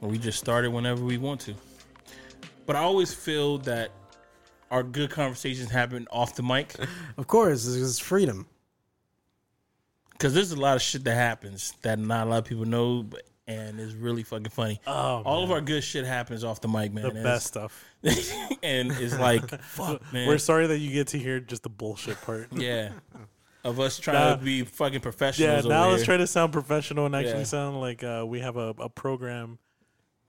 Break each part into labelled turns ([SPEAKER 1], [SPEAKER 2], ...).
[SPEAKER 1] We just started whenever we want to. But I always feel that our good conversations happen off the mic
[SPEAKER 2] Of course, it's- it's freedom.
[SPEAKER 1] because there's a lot of shit that happens that not a lot of people know, but- and it's really fucking funny.
[SPEAKER 3] Oh,
[SPEAKER 1] All of our good shit happens off the mic, man.
[SPEAKER 3] the
[SPEAKER 1] and it's-
[SPEAKER 3] best stuff.
[SPEAKER 1] and it's like, fuck, man.
[SPEAKER 3] We're sorry that you get to hear just the bullshit part.
[SPEAKER 1] yeah. Of us trying
[SPEAKER 3] Nah.
[SPEAKER 1] to be fucking
[SPEAKER 3] Yeah,
[SPEAKER 1] professionals.
[SPEAKER 3] now
[SPEAKER 1] over
[SPEAKER 3] let's
[SPEAKER 1] here.
[SPEAKER 3] try to sound professional and actually
[SPEAKER 1] Yeah.
[SPEAKER 3] sound like uh, we have a, a program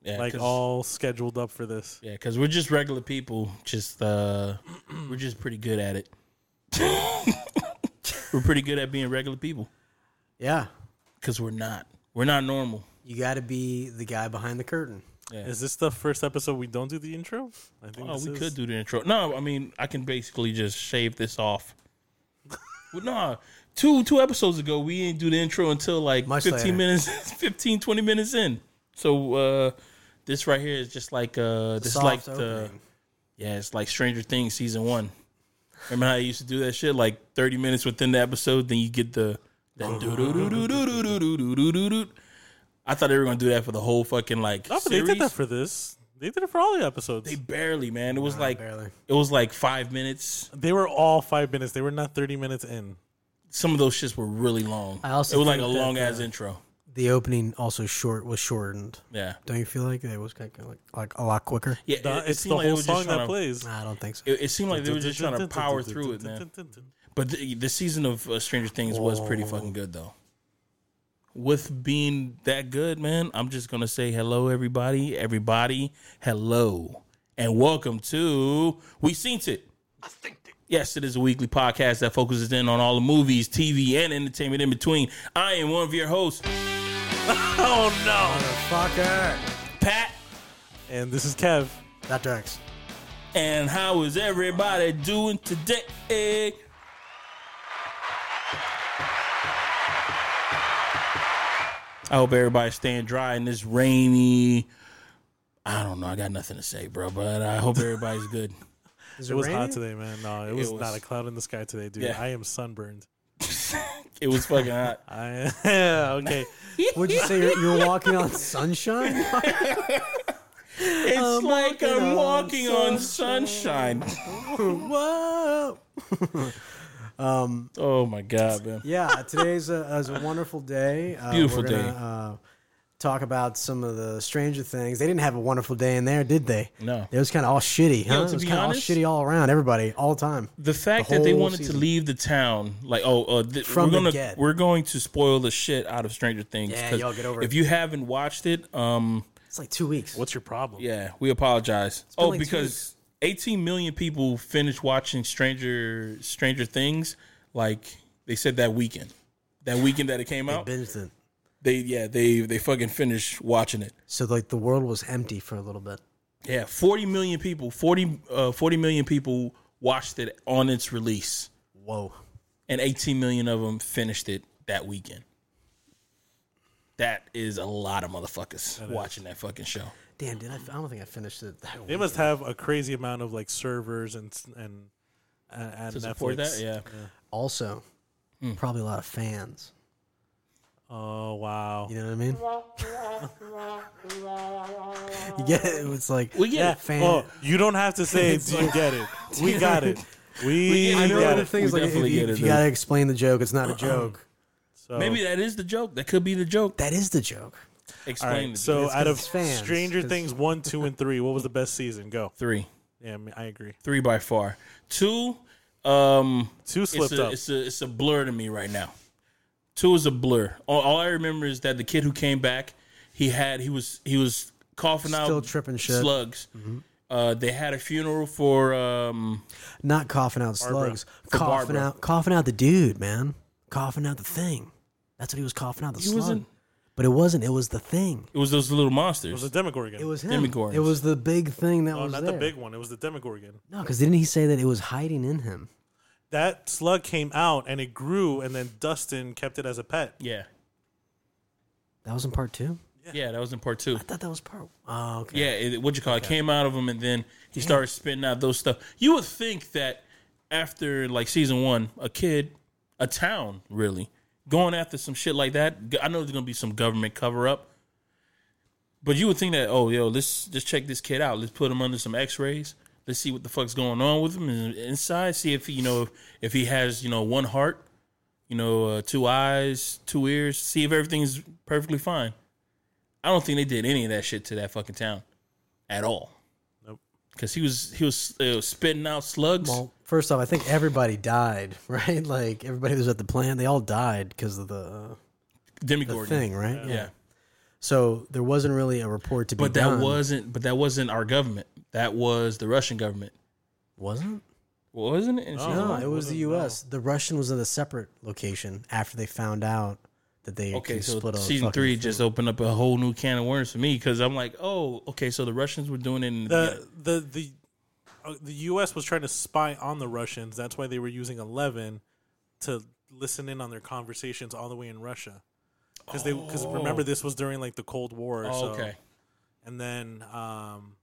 [SPEAKER 1] yeah,
[SPEAKER 3] like
[SPEAKER 1] 'cause-
[SPEAKER 3] all scheduled up for this.
[SPEAKER 1] Yeah, because we're just regular people. Just uh, we're just pretty good at it. we're pretty good at being regular people
[SPEAKER 2] Yeah,
[SPEAKER 1] because we're not. We're not normal.
[SPEAKER 2] you got to be the guy behind the curtain.
[SPEAKER 1] Yeah.
[SPEAKER 3] Is this the first episode we don't do the intro? I think
[SPEAKER 1] Oh,
[SPEAKER 3] this
[SPEAKER 1] we
[SPEAKER 3] is.
[SPEAKER 1] could do the intro. No, I mean I can basically just shave this off. well, nah, two two episodes ago we didn't do the intro until like
[SPEAKER 2] Much later.
[SPEAKER 1] fifteen minutes, 15, 20 minutes in. So uh, this right here is just like uh, this is
[SPEAKER 2] Soft
[SPEAKER 1] like the
[SPEAKER 2] opening.
[SPEAKER 1] yeah, it's like Stranger Things season one. Remember how you used to do that shit like thirty minutes within the episode, then you get the that doo doo doo doo doo doo doo doo doo doo doo. I thought they were gonna do that for the whole fucking like
[SPEAKER 3] Oh, but they
[SPEAKER 1] series.
[SPEAKER 3] did that for this. They did it for all the episodes.
[SPEAKER 1] They
[SPEAKER 3] They,
[SPEAKER 1] barely, man. It was like
[SPEAKER 2] barely.
[SPEAKER 1] it was like five minutes.
[SPEAKER 3] were all five minutes. They were not thirty minutes in.
[SPEAKER 1] Some of those shits were really long.
[SPEAKER 2] I also
[SPEAKER 1] it was like a
[SPEAKER 2] think that,
[SPEAKER 1] long ass
[SPEAKER 2] uh,
[SPEAKER 1] intro.
[SPEAKER 2] The opening also short was shortened.
[SPEAKER 1] Yeah,
[SPEAKER 2] Don't you feel like it was kind of like, like a lot quicker?
[SPEAKER 1] yeah. it,
[SPEAKER 3] The-
[SPEAKER 1] it
[SPEAKER 3] it's
[SPEAKER 1] seemed
[SPEAKER 3] the
[SPEAKER 1] like they were
[SPEAKER 3] whole
[SPEAKER 1] just
[SPEAKER 3] song
[SPEAKER 1] trying
[SPEAKER 3] that
[SPEAKER 1] to-
[SPEAKER 3] plays.
[SPEAKER 2] I don't think so.
[SPEAKER 1] It, it seemed like they were just trying to power through it, man. But the, the season of uh, Stranger Things was pretty fucking good, though. With being that good, man, I'm just gonna say hello, everybody, everybody, hello, and welcome to We Seen It. Yes, it is a weekly podcast that focuses in on all the movies, TV, and entertainment in between. I am one of your hosts,
[SPEAKER 3] Oh no!
[SPEAKER 2] Fucker.
[SPEAKER 1] Pat,
[SPEAKER 3] And this is Kev.
[SPEAKER 2] Dr. X.
[SPEAKER 1] and how is everybody doing today? I hope everybody's staying dry in this rainy. I don't know. I got nothing to say, bro. But I hope everybody's good.
[SPEAKER 2] Is
[SPEAKER 3] It was
[SPEAKER 2] raining?
[SPEAKER 3] hot today, man. No, it was,
[SPEAKER 1] was-
[SPEAKER 3] not a cloud in the sky today, dude.
[SPEAKER 1] Yeah.
[SPEAKER 3] I am sunburned.
[SPEAKER 1] It was fucking hot.
[SPEAKER 3] I okay.
[SPEAKER 2] Would you say you're, you're walking on sunshine?
[SPEAKER 1] It's like
[SPEAKER 2] walking
[SPEAKER 1] I'm
[SPEAKER 2] on
[SPEAKER 1] walking on sunshine.
[SPEAKER 2] Whoa.
[SPEAKER 1] Oh my god, man!
[SPEAKER 2] Yeah, today's a, is a wonderful day. Uh,
[SPEAKER 1] Beautiful
[SPEAKER 2] we're gonna, Uh, talk about some of the Stranger Things. They didn't have a wonderful day in there, did they?
[SPEAKER 1] No.
[SPEAKER 2] It was kind of all shitty, huh?
[SPEAKER 1] Yo, to
[SPEAKER 2] it was
[SPEAKER 1] be
[SPEAKER 2] kind of all
[SPEAKER 1] honest-
[SPEAKER 2] shitty all around, everybody, all the time.
[SPEAKER 1] The fact
[SPEAKER 2] The
[SPEAKER 1] that they
[SPEAKER 2] whole
[SPEAKER 1] wanted to
[SPEAKER 2] season.
[SPEAKER 1] leave the town, like oh, uh, th-
[SPEAKER 2] From
[SPEAKER 1] we're
[SPEAKER 2] the
[SPEAKER 1] gonna
[SPEAKER 2] get.
[SPEAKER 1] we're going to spoil the shit out of Stranger Things.
[SPEAKER 2] Yeah,
[SPEAKER 1] 'cause
[SPEAKER 2] y'all get over
[SPEAKER 1] If
[SPEAKER 2] it.
[SPEAKER 1] you haven't watched it, um,
[SPEAKER 2] It's like two weeks.
[SPEAKER 3] What's your problem?
[SPEAKER 1] Yeah, we apologize.
[SPEAKER 2] been
[SPEAKER 1] Oh,
[SPEAKER 2] like two
[SPEAKER 1] because 18 million people finished watching Stranger Stranger Things like they said that weekend. That weekend that it came out,
[SPEAKER 2] Binged it.
[SPEAKER 1] they yeah, they they fucking finished watching it.
[SPEAKER 2] So like the world was empty for a little bit.
[SPEAKER 1] Yeah, 40 million people, 40 uh 40 million people watched it on its release
[SPEAKER 2] Whoa.
[SPEAKER 1] and 18 million of them finished it that weekend. That is a lot of motherfuckers watching that fucking show.
[SPEAKER 2] Damn, dude, I, I don't think I finished it. That
[SPEAKER 3] They
[SPEAKER 2] week.
[SPEAKER 3] must have a crazy amount of like servers and s- and uh, and
[SPEAKER 1] To
[SPEAKER 3] Netflix.
[SPEAKER 1] support that, yeah.
[SPEAKER 2] also
[SPEAKER 1] Hmm.
[SPEAKER 2] probably a lot of fans.
[SPEAKER 3] Oh wow.
[SPEAKER 2] You know what I mean? you get it? It's like
[SPEAKER 1] We get
[SPEAKER 2] yeah,
[SPEAKER 1] it.
[SPEAKER 2] fan.
[SPEAKER 3] Oh, you don't have to say. Do you get it? We got it. We,
[SPEAKER 1] get it.
[SPEAKER 2] I know
[SPEAKER 3] got
[SPEAKER 2] the
[SPEAKER 3] it.
[SPEAKER 2] thing is
[SPEAKER 1] We
[SPEAKER 2] like if you,
[SPEAKER 1] definitely get it, Uh-uh.
[SPEAKER 2] if you
[SPEAKER 1] dude.
[SPEAKER 2] gotta explain the joke, it's not a joke.
[SPEAKER 3] So,
[SPEAKER 1] Maybe that is the joke. That could be the joke.
[SPEAKER 2] That is the joke.
[SPEAKER 3] all
[SPEAKER 1] Explain
[SPEAKER 3] right.
[SPEAKER 1] the
[SPEAKER 3] So
[SPEAKER 2] It's
[SPEAKER 3] out
[SPEAKER 2] 'cause
[SPEAKER 3] of
[SPEAKER 2] it's fans,
[SPEAKER 3] Stranger
[SPEAKER 2] 'cause-
[SPEAKER 3] Things one, two, and three, what was the best season? Go.
[SPEAKER 1] 3.
[SPEAKER 3] Yeah, I mean, I agree.
[SPEAKER 1] three by far. Two, um,
[SPEAKER 3] Two
[SPEAKER 1] it's
[SPEAKER 3] slipped
[SPEAKER 1] a,
[SPEAKER 3] up.
[SPEAKER 1] it's a it's a blur to me right now. Two is a blur. All, all I remember is that the kid who came back, he had he was he was coughing
[SPEAKER 2] Still
[SPEAKER 1] out
[SPEAKER 2] tripping shit.
[SPEAKER 1] slugs.
[SPEAKER 3] Mm-hmm.
[SPEAKER 1] Uh, they had a funeral for um,
[SPEAKER 2] Not coughing out slugs.
[SPEAKER 1] For
[SPEAKER 2] Coughing
[SPEAKER 1] Barbara.
[SPEAKER 2] out coughing out the dude, man. Coughing out the thing. That's what he was coughing out the slug.
[SPEAKER 1] wasn't-
[SPEAKER 2] But it wasn't. It was the thing.
[SPEAKER 1] it was those little
[SPEAKER 3] It was
[SPEAKER 1] monsters.
[SPEAKER 3] a Demogorgon.
[SPEAKER 2] It was him.
[SPEAKER 1] Demogorgons.
[SPEAKER 2] It was the big thing that
[SPEAKER 3] oh,
[SPEAKER 2] was
[SPEAKER 3] not the
[SPEAKER 2] there.
[SPEAKER 3] big one. It was the Demogorgon.
[SPEAKER 2] No, because didn't he say that it was hiding in him?
[SPEAKER 3] That slug came out and it grew, and then Dustin kept it as a pet.
[SPEAKER 1] Yeah.
[SPEAKER 2] That was in part two.
[SPEAKER 1] yeah, that was in part two.
[SPEAKER 2] I thought that was part. Oh, okay.
[SPEAKER 1] Yeah, it, what you call it came out of him, and then he started spitting out those stuff. You would think that after like season one, a kid, a town, really going after some shit like that. g- I know there's gonna be some government cover up, But you would think that, oh, yo, let's just check this kid out. Let's put him under some X-rays. Let's see what the fuck's going on with him in- inside. See if he, you know if he has you know one heart, you know uh, two eyes, two ears. See if everything's perfectly fine. I don't think they did any of that shit to that fucking town at all.
[SPEAKER 3] Nope.
[SPEAKER 1] Because he was he was uh, spitting out slugs.
[SPEAKER 2] Well, first off, I think everybody died, right? Like everybody was at the plant, they all died because of the,
[SPEAKER 1] Demi
[SPEAKER 2] the
[SPEAKER 1] Gordon.
[SPEAKER 2] thing, right?
[SPEAKER 1] Yeah.
[SPEAKER 2] So there wasn't really a report to be
[SPEAKER 1] But that
[SPEAKER 2] done.
[SPEAKER 1] wasn't. But that wasn't our government. That was the Russian government,
[SPEAKER 2] wasn't.
[SPEAKER 1] wasn't it? And she was
[SPEAKER 2] No,
[SPEAKER 3] Oh.
[SPEAKER 1] like,
[SPEAKER 2] it was the
[SPEAKER 3] wasn't, no.
[SPEAKER 2] U.S. The Russian was in a separate location after they found out that they
[SPEAKER 1] okay,
[SPEAKER 2] can
[SPEAKER 1] so
[SPEAKER 2] split all the
[SPEAKER 1] season
[SPEAKER 2] fucking
[SPEAKER 1] three
[SPEAKER 2] thing.
[SPEAKER 1] just opened up a whole new can of worms for me because I'm like, oh, okay, so the Russians were doing it. In
[SPEAKER 3] the the the uh, the U.S. was trying to spy on the Russians. That's why they were using Eleven to listen in on their conversations all the way in Russia. Because they because remember this was during like the Cold War.
[SPEAKER 1] oh,
[SPEAKER 3] so.
[SPEAKER 1] okay,
[SPEAKER 3] And then um,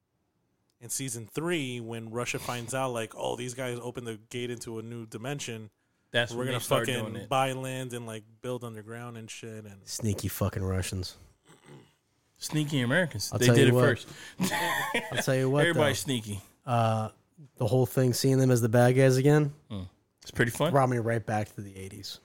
[SPEAKER 3] in season three, when Russia finds out like, oh, these guys opened the gate into a new dimension.
[SPEAKER 1] that's
[SPEAKER 3] we're
[SPEAKER 1] when
[SPEAKER 3] gonna
[SPEAKER 1] they started doing
[SPEAKER 3] fucking
[SPEAKER 1] it.
[SPEAKER 3] buy land and like build underground and shit. And
[SPEAKER 2] sneaky fucking Russians.
[SPEAKER 1] Sneaky Americans,
[SPEAKER 2] I'll
[SPEAKER 1] they
[SPEAKER 2] tell
[SPEAKER 1] did
[SPEAKER 2] you
[SPEAKER 1] it
[SPEAKER 2] what,
[SPEAKER 1] first.
[SPEAKER 2] I'll tell you what,
[SPEAKER 1] Everybody's sneaky.
[SPEAKER 2] though, uh, the whole thing, seeing them as the bad guys again,
[SPEAKER 1] It's pretty fun.
[SPEAKER 2] brought me right back to the '80s.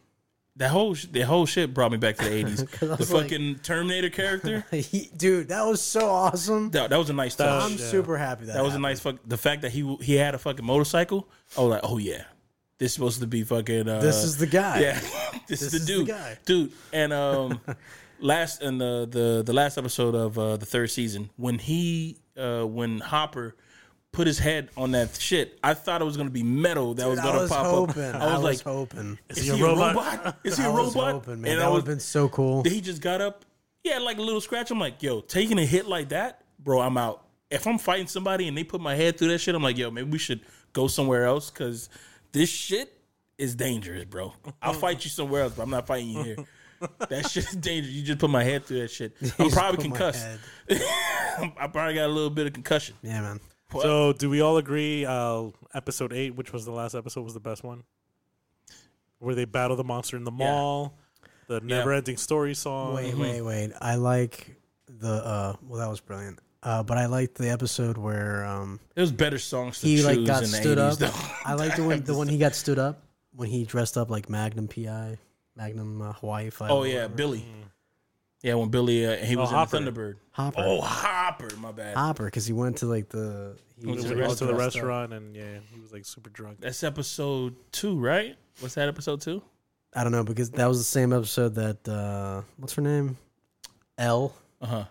[SPEAKER 1] That whole sh- the whole shit brought me back to the 80s.
[SPEAKER 2] 'Cause I
[SPEAKER 1] the
[SPEAKER 2] was like-
[SPEAKER 1] fucking Terminator character.
[SPEAKER 2] He- Dude, that was so awesome.
[SPEAKER 1] That, that was a nice touch.
[SPEAKER 2] I'm super happy that
[SPEAKER 1] That was a nice fuck. The fact that he w- he had a fucking motorcycle, I was like, oh yeah, this is supposed to be fucking. Uh,
[SPEAKER 2] This is the guy.
[SPEAKER 1] yeah, this, is the
[SPEAKER 2] is the
[SPEAKER 1] dude,
[SPEAKER 2] guy.
[SPEAKER 1] dude. And um, last and the the the last episode of uh, the third season when he uh when Hopper put his head on that shit, I thought it was gonna be metal that was
[SPEAKER 2] Dude,
[SPEAKER 1] gonna
[SPEAKER 2] I was
[SPEAKER 1] pop
[SPEAKER 2] hoping.
[SPEAKER 1] up.
[SPEAKER 2] I was,
[SPEAKER 1] like,
[SPEAKER 2] hoping.
[SPEAKER 1] is he a robot? Is he
[SPEAKER 2] I
[SPEAKER 1] a
[SPEAKER 2] was
[SPEAKER 1] robot?
[SPEAKER 2] hoping, man.
[SPEAKER 1] And
[SPEAKER 2] that
[SPEAKER 1] I
[SPEAKER 2] would
[SPEAKER 1] was
[SPEAKER 2] have been so cool.
[SPEAKER 1] then he just got up. He had like a little scratch. I'm like, yo, taking a hit like that, bro, I'm out. If I'm fighting somebody and they put my head through that shit, I'm like, yo, maybe we should go somewhere else because this shit is dangerous, bro. I'll fight you somewhere else, but I'm not fighting you here. That shit is dangerous. You just put my head through that shit. I'm
[SPEAKER 2] just
[SPEAKER 1] probably
[SPEAKER 2] put my
[SPEAKER 1] concussed.
[SPEAKER 2] head.
[SPEAKER 1] I probably got a little bit of concussion.
[SPEAKER 2] Yeah, man.
[SPEAKER 3] So, do we all agree? Uh, episode eight, which was the last episode, was the best one, where they battle the monster in the mall, the never-ending story song.
[SPEAKER 1] Mm-hmm.
[SPEAKER 2] Wait, wait, wait. I like the uh well that was brilliant. Uh but I liked the episode where um
[SPEAKER 1] It was better songs to
[SPEAKER 2] he
[SPEAKER 1] choose
[SPEAKER 2] like got
[SPEAKER 1] in the
[SPEAKER 2] stood
[SPEAKER 1] 80s,
[SPEAKER 2] up.
[SPEAKER 1] though.
[SPEAKER 2] I liked the one the one he got stood up when he dressed up like Magnum PI, Magnum uh, Hawaii Five.
[SPEAKER 1] Oh yeah, Billy.
[SPEAKER 2] Mm.
[SPEAKER 1] Yeah, when Billy uh, he was in
[SPEAKER 3] Hopper.
[SPEAKER 1] the Thunderbird.
[SPEAKER 2] Hopper.
[SPEAKER 1] Oh, Hopper, my bad.
[SPEAKER 2] Hopper cuz he went to like the he
[SPEAKER 1] Went
[SPEAKER 3] He
[SPEAKER 2] was
[SPEAKER 1] to
[SPEAKER 2] all
[SPEAKER 3] went to the
[SPEAKER 2] dressed up.
[SPEAKER 3] restaurant and yeah, he was like super drunk.
[SPEAKER 1] That's episode two, right? What's that episode two?
[SPEAKER 2] I don't know because that was the same episode that uh what's her name? L
[SPEAKER 1] Uh huh.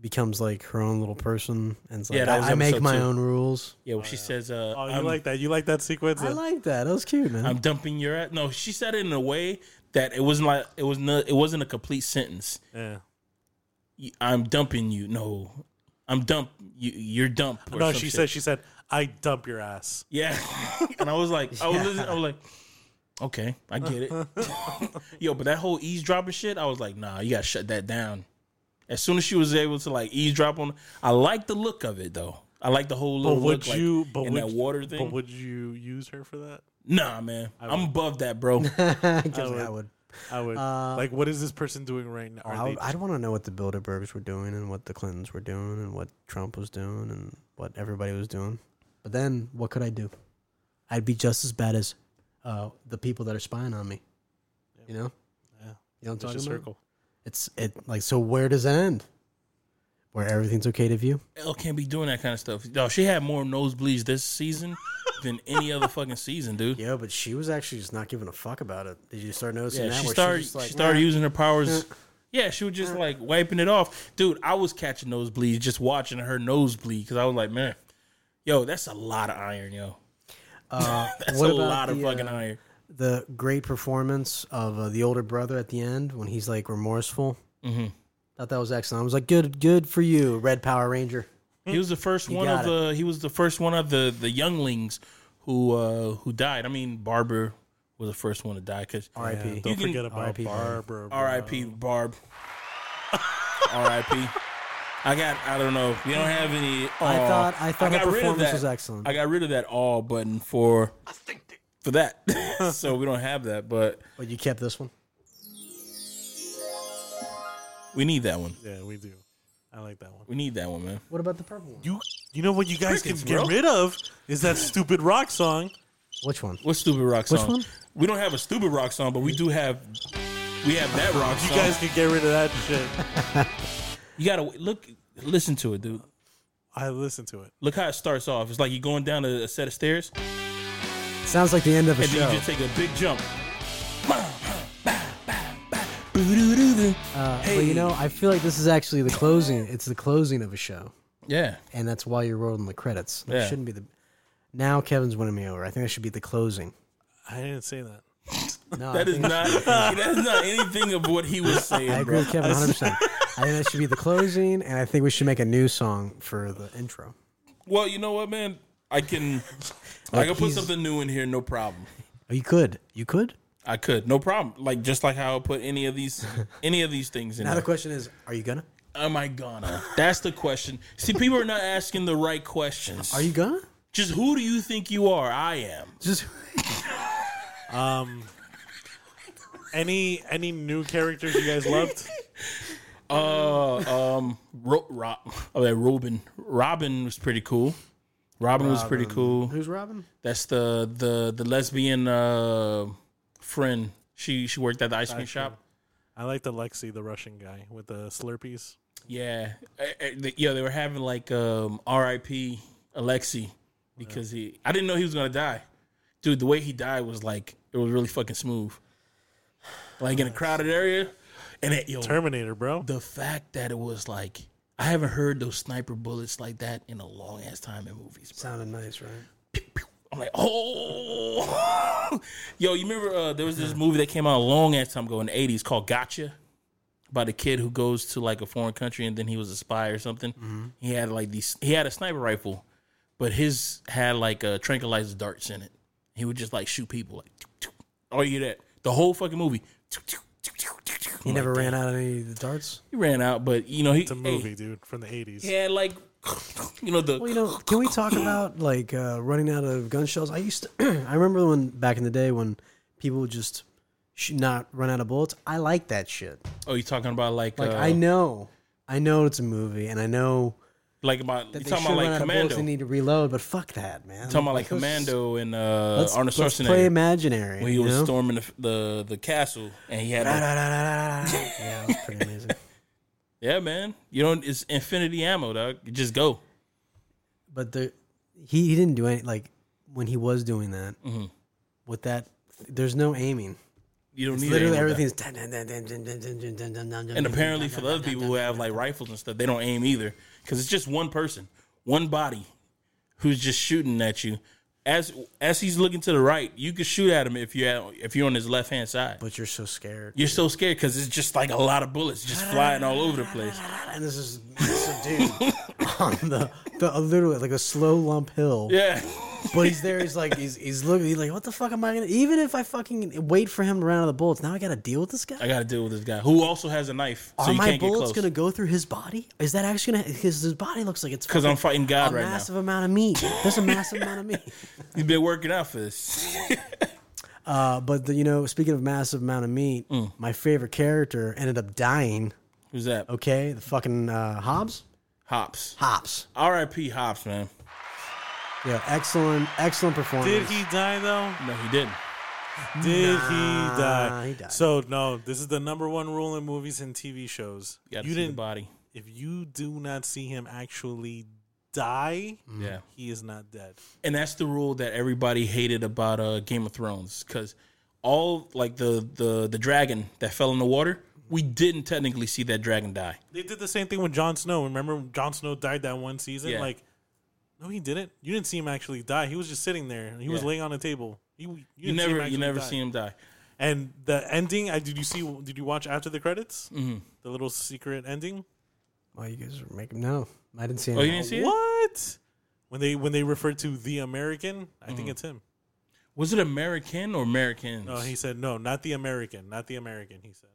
[SPEAKER 2] becomes like her own little person and it's like
[SPEAKER 1] Yeah, that
[SPEAKER 2] I-
[SPEAKER 1] was
[SPEAKER 2] I, make
[SPEAKER 1] episode
[SPEAKER 2] my
[SPEAKER 1] two.
[SPEAKER 2] own rules.
[SPEAKER 1] Yeah, well, she says, uh,
[SPEAKER 3] Oh, you
[SPEAKER 1] I'm,
[SPEAKER 3] like that? You like that sequence?
[SPEAKER 2] I like that. That was cute, man.
[SPEAKER 1] "I'm dumping your ass." No, she said it in a way that it wasn't like it was not it wasn't a complete sentence.
[SPEAKER 3] yeah.
[SPEAKER 1] Y- I'm dumping you. No, I'm dump you. You're dump. Or
[SPEAKER 3] No,
[SPEAKER 1] some
[SPEAKER 3] she
[SPEAKER 1] shit.
[SPEAKER 3] said. She said, "I dump your ass."
[SPEAKER 1] yeah. and I was like, I was, listening, I was like, okay, I get it. Yo, but that whole eavesdropping shit, I was like, nah, you gotta shut that down. As soon as she was able to like eavesdrop on, I like the look of it though. I like the whole
[SPEAKER 3] But
[SPEAKER 1] little
[SPEAKER 3] would
[SPEAKER 1] look, like,
[SPEAKER 3] you? but
[SPEAKER 1] in
[SPEAKER 3] would,
[SPEAKER 1] that water thing.
[SPEAKER 3] But would you use her for that?
[SPEAKER 1] Nah, man. I'm above that, bro.
[SPEAKER 2] I guess I would. I,
[SPEAKER 3] I would.
[SPEAKER 2] Uh,
[SPEAKER 3] like, what is this person doing right now? Are they
[SPEAKER 2] would- I'd want to know what the Bilderbergs were doing and what the Clintons were doing and what Trump was doing and what everybody was doing. But then, what could I do? I'd be just as bad as uh, the people that are spying on me. You know?
[SPEAKER 3] Yeah.
[SPEAKER 2] You know what I'm
[SPEAKER 3] just
[SPEAKER 2] talking
[SPEAKER 3] a
[SPEAKER 2] about?
[SPEAKER 3] circle?
[SPEAKER 2] It's it like so. Where does it end? Where everything's okay to view?
[SPEAKER 1] Elle can't be doing that kind of stuff. No, she had more nosebleeds this season than any other fucking season, dude. Yeah,
[SPEAKER 2] Yeah, but she was actually just not giving a fuck about it. Did you start noticing that?
[SPEAKER 1] she
[SPEAKER 2] where
[SPEAKER 1] started. She,
[SPEAKER 2] she's just like,
[SPEAKER 1] started
[SPEAKER 2] "Nah."
[SPEAKER 1] using her powers. Yeah, she was just like wiping it off, dude. I was catching nosebleeds just watching her nosebleed because I was like, man, yo, that's a lot of iron, yo. That's
[SPEAKER 2] uh, What
[SPEAKER 1] a
[SPEAKER 2] about
[SPEAKER 1] lot of
[SPEAKER 2] the,
[SPEAKER 1] fucking
[SPEAKER 2] uh,
[SPEAKER 1] iron.
[SPEAKER 2] the great performance of uh, the older brother at the end when he's like remorseful. Mm-hmm. Thought that was excellent. I was like, good, good for you, Red Power Ranger.
[SPEAKER 1] He was the first one of
[SPEAKER 2] Hmm? got
[SPEAKER 1] the. He was the first one of the the younglings who uh who died. I mean, Barber was the first one to die because
[SPEAKER 2] R.I.P.
[SPEAKER 3] Don't
[SPEAKER 1] can-
[SPEAKER 3] forget about
[SPEAKER 2] R.I.P., man.
[SPEAKER 3] Barbara. bro.
[SPEAKER 1] R.I.P.
[SPEAKER 2] Um,
[SPEAKER 1] Barb. R.I.P. I got. I don't know. We don't have any.
[SPEAKER 2] I
[SPEAKER 1] aw.
[SPEAKER 2] thought- I thought
[SPEAKER 1] got
[SPEAKER 2] her
[SPEAKER 1] rid of
[SPEAKER 2] performance
[SPEAKER 1] that.
[SPEAKER 2] was excellent.
[SPEAKER 1] I got rid of that all button for for that. so we don't have that, but
[SPEAKER 2] But you kept this one.
[SPEAKER 1] we need that one.
[SPEAKER 3] Yeah, we do. I like that one.
[SPEAKER 1] We need that one, man.
[SPEAKER 2] What about the purple one?
[SPEAKER 3] You you know what you guys
[SPEAKER 1] Crickets,
[SPEAKER 3] can get
[SPEAKER 1] bro.
[SPEAKER 3] rid of is that stupid rock song.
[SPEAKER 2] Which one?
[SPEAKER 1] What stupid rock song?
[SPEAKER 2] Which one?
[SPEAKER 1] We don't have a stupid rock song, but we do have. We have that rock
[SPEAKER 3] You
[SPEAKER 1] song.
[SPEAKER 3] guys can get rid of that shit.
[SPEAKER 1] you gotta look, listen to it, dude.
[SPEAKER 3] I listened to it.
[SPEAKER 1] Look how it starts off. It's like you're going down a, a set of stairs,
[SPEAKER 2] Sounds like the end of a
[SPEAKER 1] and then
[SPEAKER 2] show.
[SPEAKER 1] you just take a big jump.
[SPEAKER 2] Uh, But you know, I feel like this is actually the closing. it's the closing of a show,
[SPEAKER 1] Yeah,
[SPEAKER 2] and that's why you're rolling the credits. That
[SPEAKER 1] Yeah.
[SPEAKER 2] shouldn't be the. Now Kevin's winning me over. I think that should be the closing.
[SPEAKER 3] I didn't say that.
[SPEAKER 2] No, I
[SPEAKER 1] that is
[SPEAKER 2] think-
[SPEAKER 1] not. that is not anything of what he was
[SPEAKER 2] I
[SPEAKER 1] saying,
[SPEAKER 2] agree
[SPEAKER 1] bro.
[SPEAKER 2] with Kevin 100. percent I think that should be the closing, and I think we should make a new song for the intro.
[SPEAKER 1] Well, you know what, man? I can, I can put
[SPEAKER 2] he's-
[SPEAKER 1] something new in here, no problem.
[SPEAKER 2] Oh, you could, you could.
[SPEAKER 1] I could, no problem. Like just like how I put any of these, any of these things in.
[SPEAKER 2] Now
[SPEAKER 1] there.
[SPEAKER 2] the question is, are you gonna?
[SPEAKER 1] Am I gonna? That's the question. See, people are not asking the right questions.
[SPEAKER 2] Are you gonna?
[SPEAKER 1] Just who do you think you are? I am.
[SPEAKER 2] Just
[SPEAKER 3] Um, any any new characters you guys loved?
[SPEAKER 1] Uh, um, Ro- Ro- oh, that Robin. Robin was pretty cool. Robin, was pretty cool.
[SPEAKER 2] who's Robin?
[SPEAKER 1] That's the the the lesbian uh, friend. She she worked at the ice cream shop.
[SPEAKER 3] I liked Alexei, the Russian guy with the Slurpees.
[SPEAKER 1] Yeah, Eh, eh, the- yeah. They were having like um, R.I.P. Alexi because he. I didn't know he was gonna die, dude. The way he died was like it was really fucking smooth. Like in a crowded area, and it, yo,
[SPEAKER 3] Terminator, bro.
[SPEAKER 1] the fact that it was like I haven't heard those sniper bullets like that in a long ass time in movies. Bro.
[SPEAKER 2] Sounded nice, right?
[SPEAKER 1] I'm like, oh, yo, you remember uh, there was this movie that came out a long ass time ago in the '80s called Gotcha, about a kid who goes to like a foreign country and then he was a spy or something.
[SPEAKER 3] Mm-hmm.
[SPEAKER 1] He had like these, he had a sniper rifle, but his had like uh, tranquilizer darts in it. He would just like shoot people, like, "Toot, toot." all you hear that the whole fucking movie. "Toot, toot, toot, toot, toot, toot."
[SPEAKER 2] He
[SPEAKER 1] I'm
[SPEAKER 2] never
[SPEAKER 1] like,
[SPEAKER 2] ran out of any of the darts.
[SPEAKER 1] He ran out, but you know he
[SPEAKER 3] It's a movie, dude, from the '80s.
[SPEAKER 1] He had like, you know the
[SPEAKER 2] Well, you know, can we talk about like uh, running out of gun shells? I used to. I remember when back in the day when people would just sh- not run out of bullets. I like that shit.
[SPEAKER 1] oh you talking about like
[SPEAKER 2] Like
[SPEAKER 1] uh,
[SPEAKER 2] I know, I know it's a movie, and I know
[SPEAKER 1] like about you
[SPEAKER 2] that they
[SPEAKER 1] talking
[SPEAKER 2] should
[SPEAKER 1] about
[SPEAKER 2] run
[SPEAKER 1] like
[SPEAKER 2] out of bullets. They
[SPEAKER 1] Commando.
[SPEAKER 2] need to reload, but fuck that, man.
[SPEAKER 1] Talking about like
[SPEAKER 2] let's-
[SPEAKER 1] Commando and uh,
[SPEAKER 2] Let's,
[SPEAKER 1] Arnold
[SPEAKER 2] let's play
[SPEAKER 1] Schwarzenegger
[SPEAKER 2] imaginary.
[SPEAKER 1] when he
[SPEAKER 2] you
[SPEAKER 1] was
[SPEAKER 2] know?
[SPEAKER 1] storming the, the the castle and he had a,
[SPEAKER 2] yeah, it was pretty amazing.
[SPEAKER 1] yeah man you don't it's infinity ammo dog you just go
[SPEAKER 2] But the he, he didn't do any like when he was doing that
[SPEAKER 1] Mm-hmm.
[SPEAKER 2] with that. There's no aiming.
[SPEAKER 1] you don't
[SPEAKER 2] It's
[SPEAKER 1] need
[SPEAKER 2] literally
[SPEAKER 1] aim with that.
[SPEAKER 2] everything's dun- dun- dun- dun- dun- dun- dun- dun- dun- dun- dun- dun-
[SPEAKER 1] and
[SPEAKER 2] dun-
[SPEAKER 1] apparently
[SPEAKER 2] dun-
[SPEAKER 1] for the other people who have like rifles and stuff they don't aim either because it's just one person one body who's just shooting at you as as he's looking to the right you could shoot at him if you're at, if you're on his left hand side
[SPEAKER 2] but you're so scared.
[SPEAKER 1] you're so scared because it's just like a lot of bullets just flying all over the place
[SPEAKER 2] and this is massive dude on the the a literally like a slow lump hill.
[SPEAKER 1] yeah
[SPEAKER 2] But he's there. He's like he's he's looking. He's like, what the fuck am I gonna? Even if I fucking wait for him to run out of the bullets, now I gotta deal with this guy.
[SPEAKER 1] I gotta deal with this guy who also has a knife so
[SPEAKER 2] Are
[SPEAKER 1] you
[SPEAKER 2] my
[SPEAKER 1] can't get
[SPEAKER 2] bullets
[SPEAKER 1] close
[SPEAKER 2] gonna go through his body? Is that actually gonna? Because his body looks like it's
[SPEAKER 1] because I'm fighting God
[SPEAKER 2] a
[SPEAKER 1] right now.
[SPEAKER 2] massive amount of meat. There's a massive amount of meat.
[SPEAKER 1] He's been working out for this.
[SPEAKER 2] Uh, but the, you know, speaking of massive amount of meat,
[SPEAKER 1] Mm.
[SPEAKER 2] my favorite character ended up dying.
[SPEAKER 1] Who's that?
[SPEAKER 2] Okay, the fucking uh, Hobbs.
[SPEAKER 1] Hops.
[SPEAKER 2] Hobbs.
[SPEAKER 1] R.I.P. Hops, man.
[SPEAKER 2] Yeah, excellent, excellent performance.
[SPEAKER 3] Did he die though?
[SPEAKER 1] No, he didn't.
[SPEAKER 3] Did
[SPEAKER 2] Nah,
[SPEAKER 3] he die?
[SPEAKER 2] he died.
[SPEAKER 3] So no, this is the number one rule in movies and TV shows.
[SPEAKER 1] You, gotta
[SPEAKER 3] you
[SPEAKER 1] see the
[SPEAKER 3] didn't. Mm-hmm.
[SPEAKER 1] body.
[SPEAKER 3] If you do not see him actually die,
[SPEAKER 1] Yeah,
[SPEAKER 3] he is not dead.
[SPEAKER 1] and that's the rule that everybody hated about uh, Game of Thrones because all like the the the dragon that fell in the water, we didn't technically see that dragon die.
[SPEAKER 3] They did the same thing with Jon Snow. Remember, when Jon Snow died that one season.
[SPEAKER 1] Yeah.
[SPEAKER 3] Like, no, he didn't. You didn't see him actually die. He was just sitting there. He was
[SPEAKER 1] Yeah.
[SPEAKER 3] laying on a table. You,
[SPEAKER 1] You,
[SPEAKER 3] you, didn't see him
[SPEAKER 1] never you
[SPEAKER 3] actually
[SPEAKER 1] never
[SPEAKER 3] die.
[SPEAKER 1] seen him die.
[SPEAKER 3] And the ending, I did you see? Did you watch after the credits? Mm-hmm. The little secret ending.
[SPEAKER 2] Oh, you guys are making no. I didn't see.
[SPEAKER 1] Oh,
[SPEAKER 2] Any.
[SPEAKER 1] you didn't see it?
[SPEAKER 3] Uh, What? When they when they refer to the American, I
[SPEAKER 1] Mm-hmm.
[SPEAKER 3] think it's him.
[SPEAKER 1] Was it American or Americans?
[SPEAKER 3] No, he said no, not the American, not the American. He said,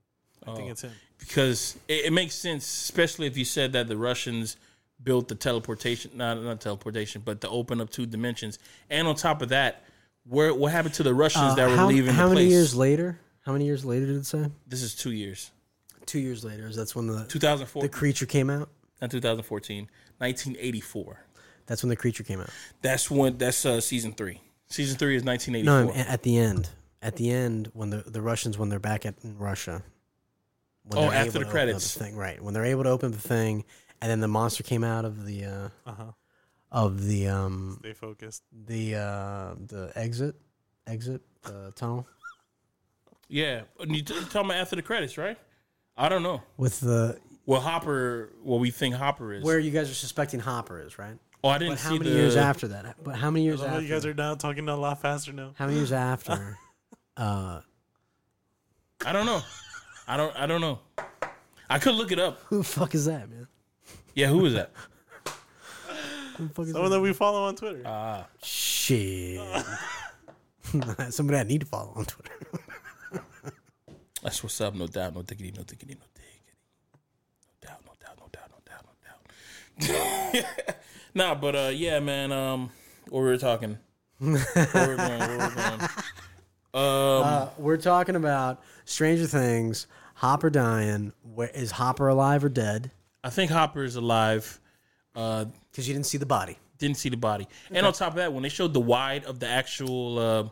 [SPEAKER 3] I think
[SPEAKER 1] Oh.
[SPEAKER 3] it's him.
[SPEAKER 1] because it, it makes sense, especially if you said that the Russians built the teleportation, not not teleportation, but to open up two dimensions. And on top of that, where what happened to the Russians
[SPEAKER 2] Uh,
[SPEAKER 1] that were
[SPEAKER 2] how
[SPEAKER 1] leaving
[SPEAKER 2] how
[SPEAKER 1] the
[SPEAKER 2] many
[SPEAKER 1] place?
[SPEAKER 2] years later? How many years later did it say?
[SPEAKER 1] This is two years,
[SPEAKER 2] Two years later is that's when the
[SPEAKER 1] 2004.
[SPEAKER 2] the creature came out.
[SPEAKER 1] not 2014, 1984.
[SPEAKER 2] That's when the creature came out.
[SPEAKER 1] That's when that's uh, season three. Season three is
[SPEAKER 2] No,
[SPEAKER 1] 1984.
[SPEAKER 2] I'm- at the end. At the end, when the, the Russians, when they're back at in Russia. When
[SPEAKER 1] Oh,
[SPEAKER 2] they're
[SPEAKER 1] after the
[SPEAKER 2] able to open up
[SPEAKER 1] credits.
[SPEAKER 2] thing, right. When they're able to open the thing, and then the monster came out of the, uh,
[SPEAKER 3] Uh huh.
[SPEAKER 2] of the, um,
[SPEAKER 3] They focused.
[SPEAKER 2] the, uh, the exit, exit, uh, tunnel
[SPEAKER 1] yeah, you t- talking about after the credits, right? I don't know.
[SPEAKER 2] with the,
[SPEAKER 1] Well, Hopper, what we think Hopper is.
[SPEAKER 2] where you guys are suspecting Hopper is, right?
[SPEAKER 1] oh, I didn't
[SPEAKER 2] But how
[SPEAKER 1] see
[SPEAKER 2] many
[SPEAKER 1] the-
[SPEAKER 2] years after that? But how many years
[SPEAKER 3] I love how
[SPEAKER 2] after?
[SPEAKER 3] you guys are now talking a lot faster now.
[SPEAKER 2] how many years after? uh,
[SPEAKER 1] I don't know. I don't. I don't know. I could look it up.
[SPEAKER 2] who the fuck is that, man?
[SPEAKER 1] Yeah, who was that?
[SPEAKER 2] Who the fuck is
[SPEAKER 3] Someone
[SPEAKER 2] that?
[SPEAKER 3] that we follow on Twitter.
[SPEAKER 2] Shit. Somebody I need to follow on Twitter.
[SPEAKER 1] That's what's up. No doubt. No diggity. No diggity. No diggity. No doubt. No doubt. No doubt. No doubt. No doubt. nah, but uh, yeah, man. Um, what we were talking. where we were going. Where we were going. Um,
[SPEAKER 2] Uh, we're talking about Stranger Things, Hopper dying. Where, is Hopper alive or dead?
[SPEAKER 1] I think Hopper is alive. Uh,
[SPEAKER 2] Because you didn't see the body.
[SPEAKER 1] didn't see the body. And on top of that, when they showed the wide of the actual, uh,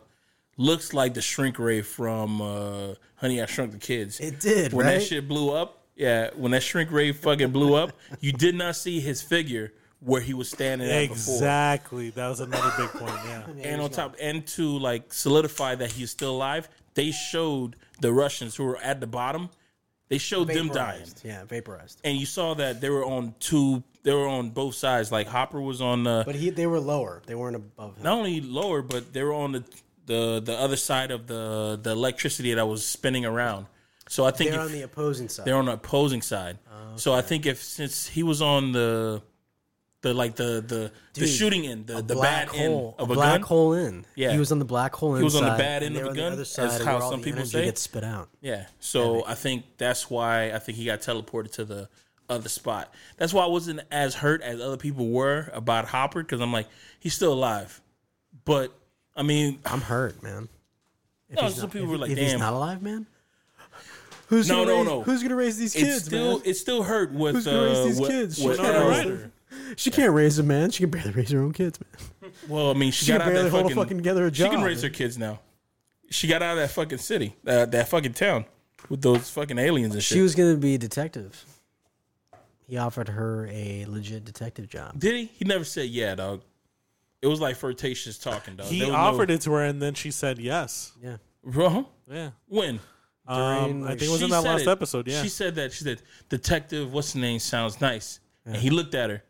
[SPEAKER 1] looks like the shrink ray from uh, Honey I Shrunk the Kids.
[SPEAKER 2] It did,
[SPEAKER 1] when
[SPEAKER 2] right?
[SPEAKER 1] that shit blew up, yeah, when that shrink ray fucking blew up, you did not see his figure where he was standing at before.
[SPEAKER 3] exactly. That was another big point. Yeah.
[SPEAKER 1] And on top, and to like solidify that he's still alive, they showed the Russians who were at the bottom. They showed them dying,
[SPEAKER 2] Yeah, vaporized.
[SPEAKER 1] and you saw that they were on two. They were on both sides. Like Hopper was on. Uh,
[SPEAKER 2] But he, they were lower. They weren't above him.
[SPEAKER 1] not only lower, but they were on the the the other side of the the electricity that was spinning around. So I think
[SPEAKER 2] They're
[SPEAKER 1] if-
[SPEAKER 2] on Oh, the opposing side.
[SPEAKER 1] they're on the opposing side. So I think if since he was on the the like the the, the
[SPEAKER 2] Dude,
[SPEAKER 1] shooting end, the, the bad
[SPEAKER 2] hole,
[SPEAKER 1] end of
[SPEAKER 2] a
[SPEAKER 1] a,
[SPEAKER 2] black
[SPEAKER 1] gun.
[SPEAKER 2] hole in.
[SPEAKER 1] Yeah.
[SPEAKER 2] he was on the black hole.
[SPEAKER 1] was on the
[SPEAKER 2] inside,
[SPEAKER 1] bad end
[SPEAKER 2] and they
[SPEAKER 1] of a
[SPEAKER 2] were on the
[SPEAKER 1] gun,
[SPEAKER 2] other
[SPEAKER 1] as
[SPEAKER 2] side
[SPEAKER 1] how
[SPEAKER 2] where all
[SPEAKER 1] some
[SPEAKER 2] the
[SPEAKER 1] people
[SPEAKER 2] energy
[SPEAKER 1] say.
[SPEAKER 2] gets spit out.
[SPEAKER 1] Yeah. So I think that's why I think he got teleported to the other spot. That's why I wasn't as hurt as other people were about Hopper because I'm like he's still alive, but I mean
[SPEAKER 2] I'm hurt, man. If
[SPEAKER 1] No,
[SPEAKER 2] he's
[SPEAKER 1] some
[SPEAKER 2] not-
[SPEAKER 1] people
[SPEAKER 2] if-
[SPEAKER 1] were like,
[SPEAKER 2] if he's
[SPEAKER 1] "Damn."
[SPEAKER 2] not alive, man. Who's
[SPEAKER 1] No,
[SPEAKER 2] gonna
[SPEAKER 1] no,
[SPEAKER 2] raise,
[SPEAKER 1] no.
[SPEAKER 2] Who's gonna raise these
[SPEAKER 1] it's
[SPEAKER 2] kids,
[SPEAKER 1] still
[SPEAKER 2] man?
[SPEAKER 1] it's still hurt with
[SPEAKER 2] Who's gonna
[SPEAKER 1] uh,
[SPEAKER 2] raise these
[SPEAKER 1] what-
[SPEAKER 2] kids?
[SPEAKER 1] what
[SPEAKER 2] She's not a
[SPEAKER 1] Arrow-
[SPEAKER 3] writer.
[SPEAKER 2] She can't raise them, man. She can barely raise her own kids, man.
[SPEAKER 1] Well, I mean, she,
[SPEAKER 2] She
[SPEAKER 1] got
[SPEAKER 2] can
[SPEAKER 1] out of
[SPEAKER 2] barely
[SPEAKER 1] that
[SPEAKER 2] hold a
[SPEAKER 1] fucking,
[SPEAKER 2] fucking together a
[SPEAKER 1] She can
[SPEAKER 2] job.
[SPEAKER 1] raise her kids now. She got out of that fucking city, uh, that fucking town with those fucking aliens and shit.
[SPEAKER 2] She was gonna be a detective. He offered her a legit detective job.
[SPEAKER 1] Did he? He never said yeah, dog. It was like flirtatious talking, dog.
[SPEAKER 3] He offered it to her, and then she said yes.
[SPEAKER 2] Yeah,
[SPEAKER 1] it. Wrong.
[SPEAKER 3] Yeah.
[SPEAKER 1] When?
[SPEAKER 3] Um, I
[SPEAKER 2] like-
[SPEAKER 3] think it was
[SPEAKER 1] She
[SPEAKER 3] in that
[SPEAKER 1] said
[SPEAKER 3] last
[SPEAKER 1] it.
[SPEAKER 3] episode. Yeah.
[SPEAKER 1] She said that. She said, "Detective, what's the name? Sounds nice." And he looked at her,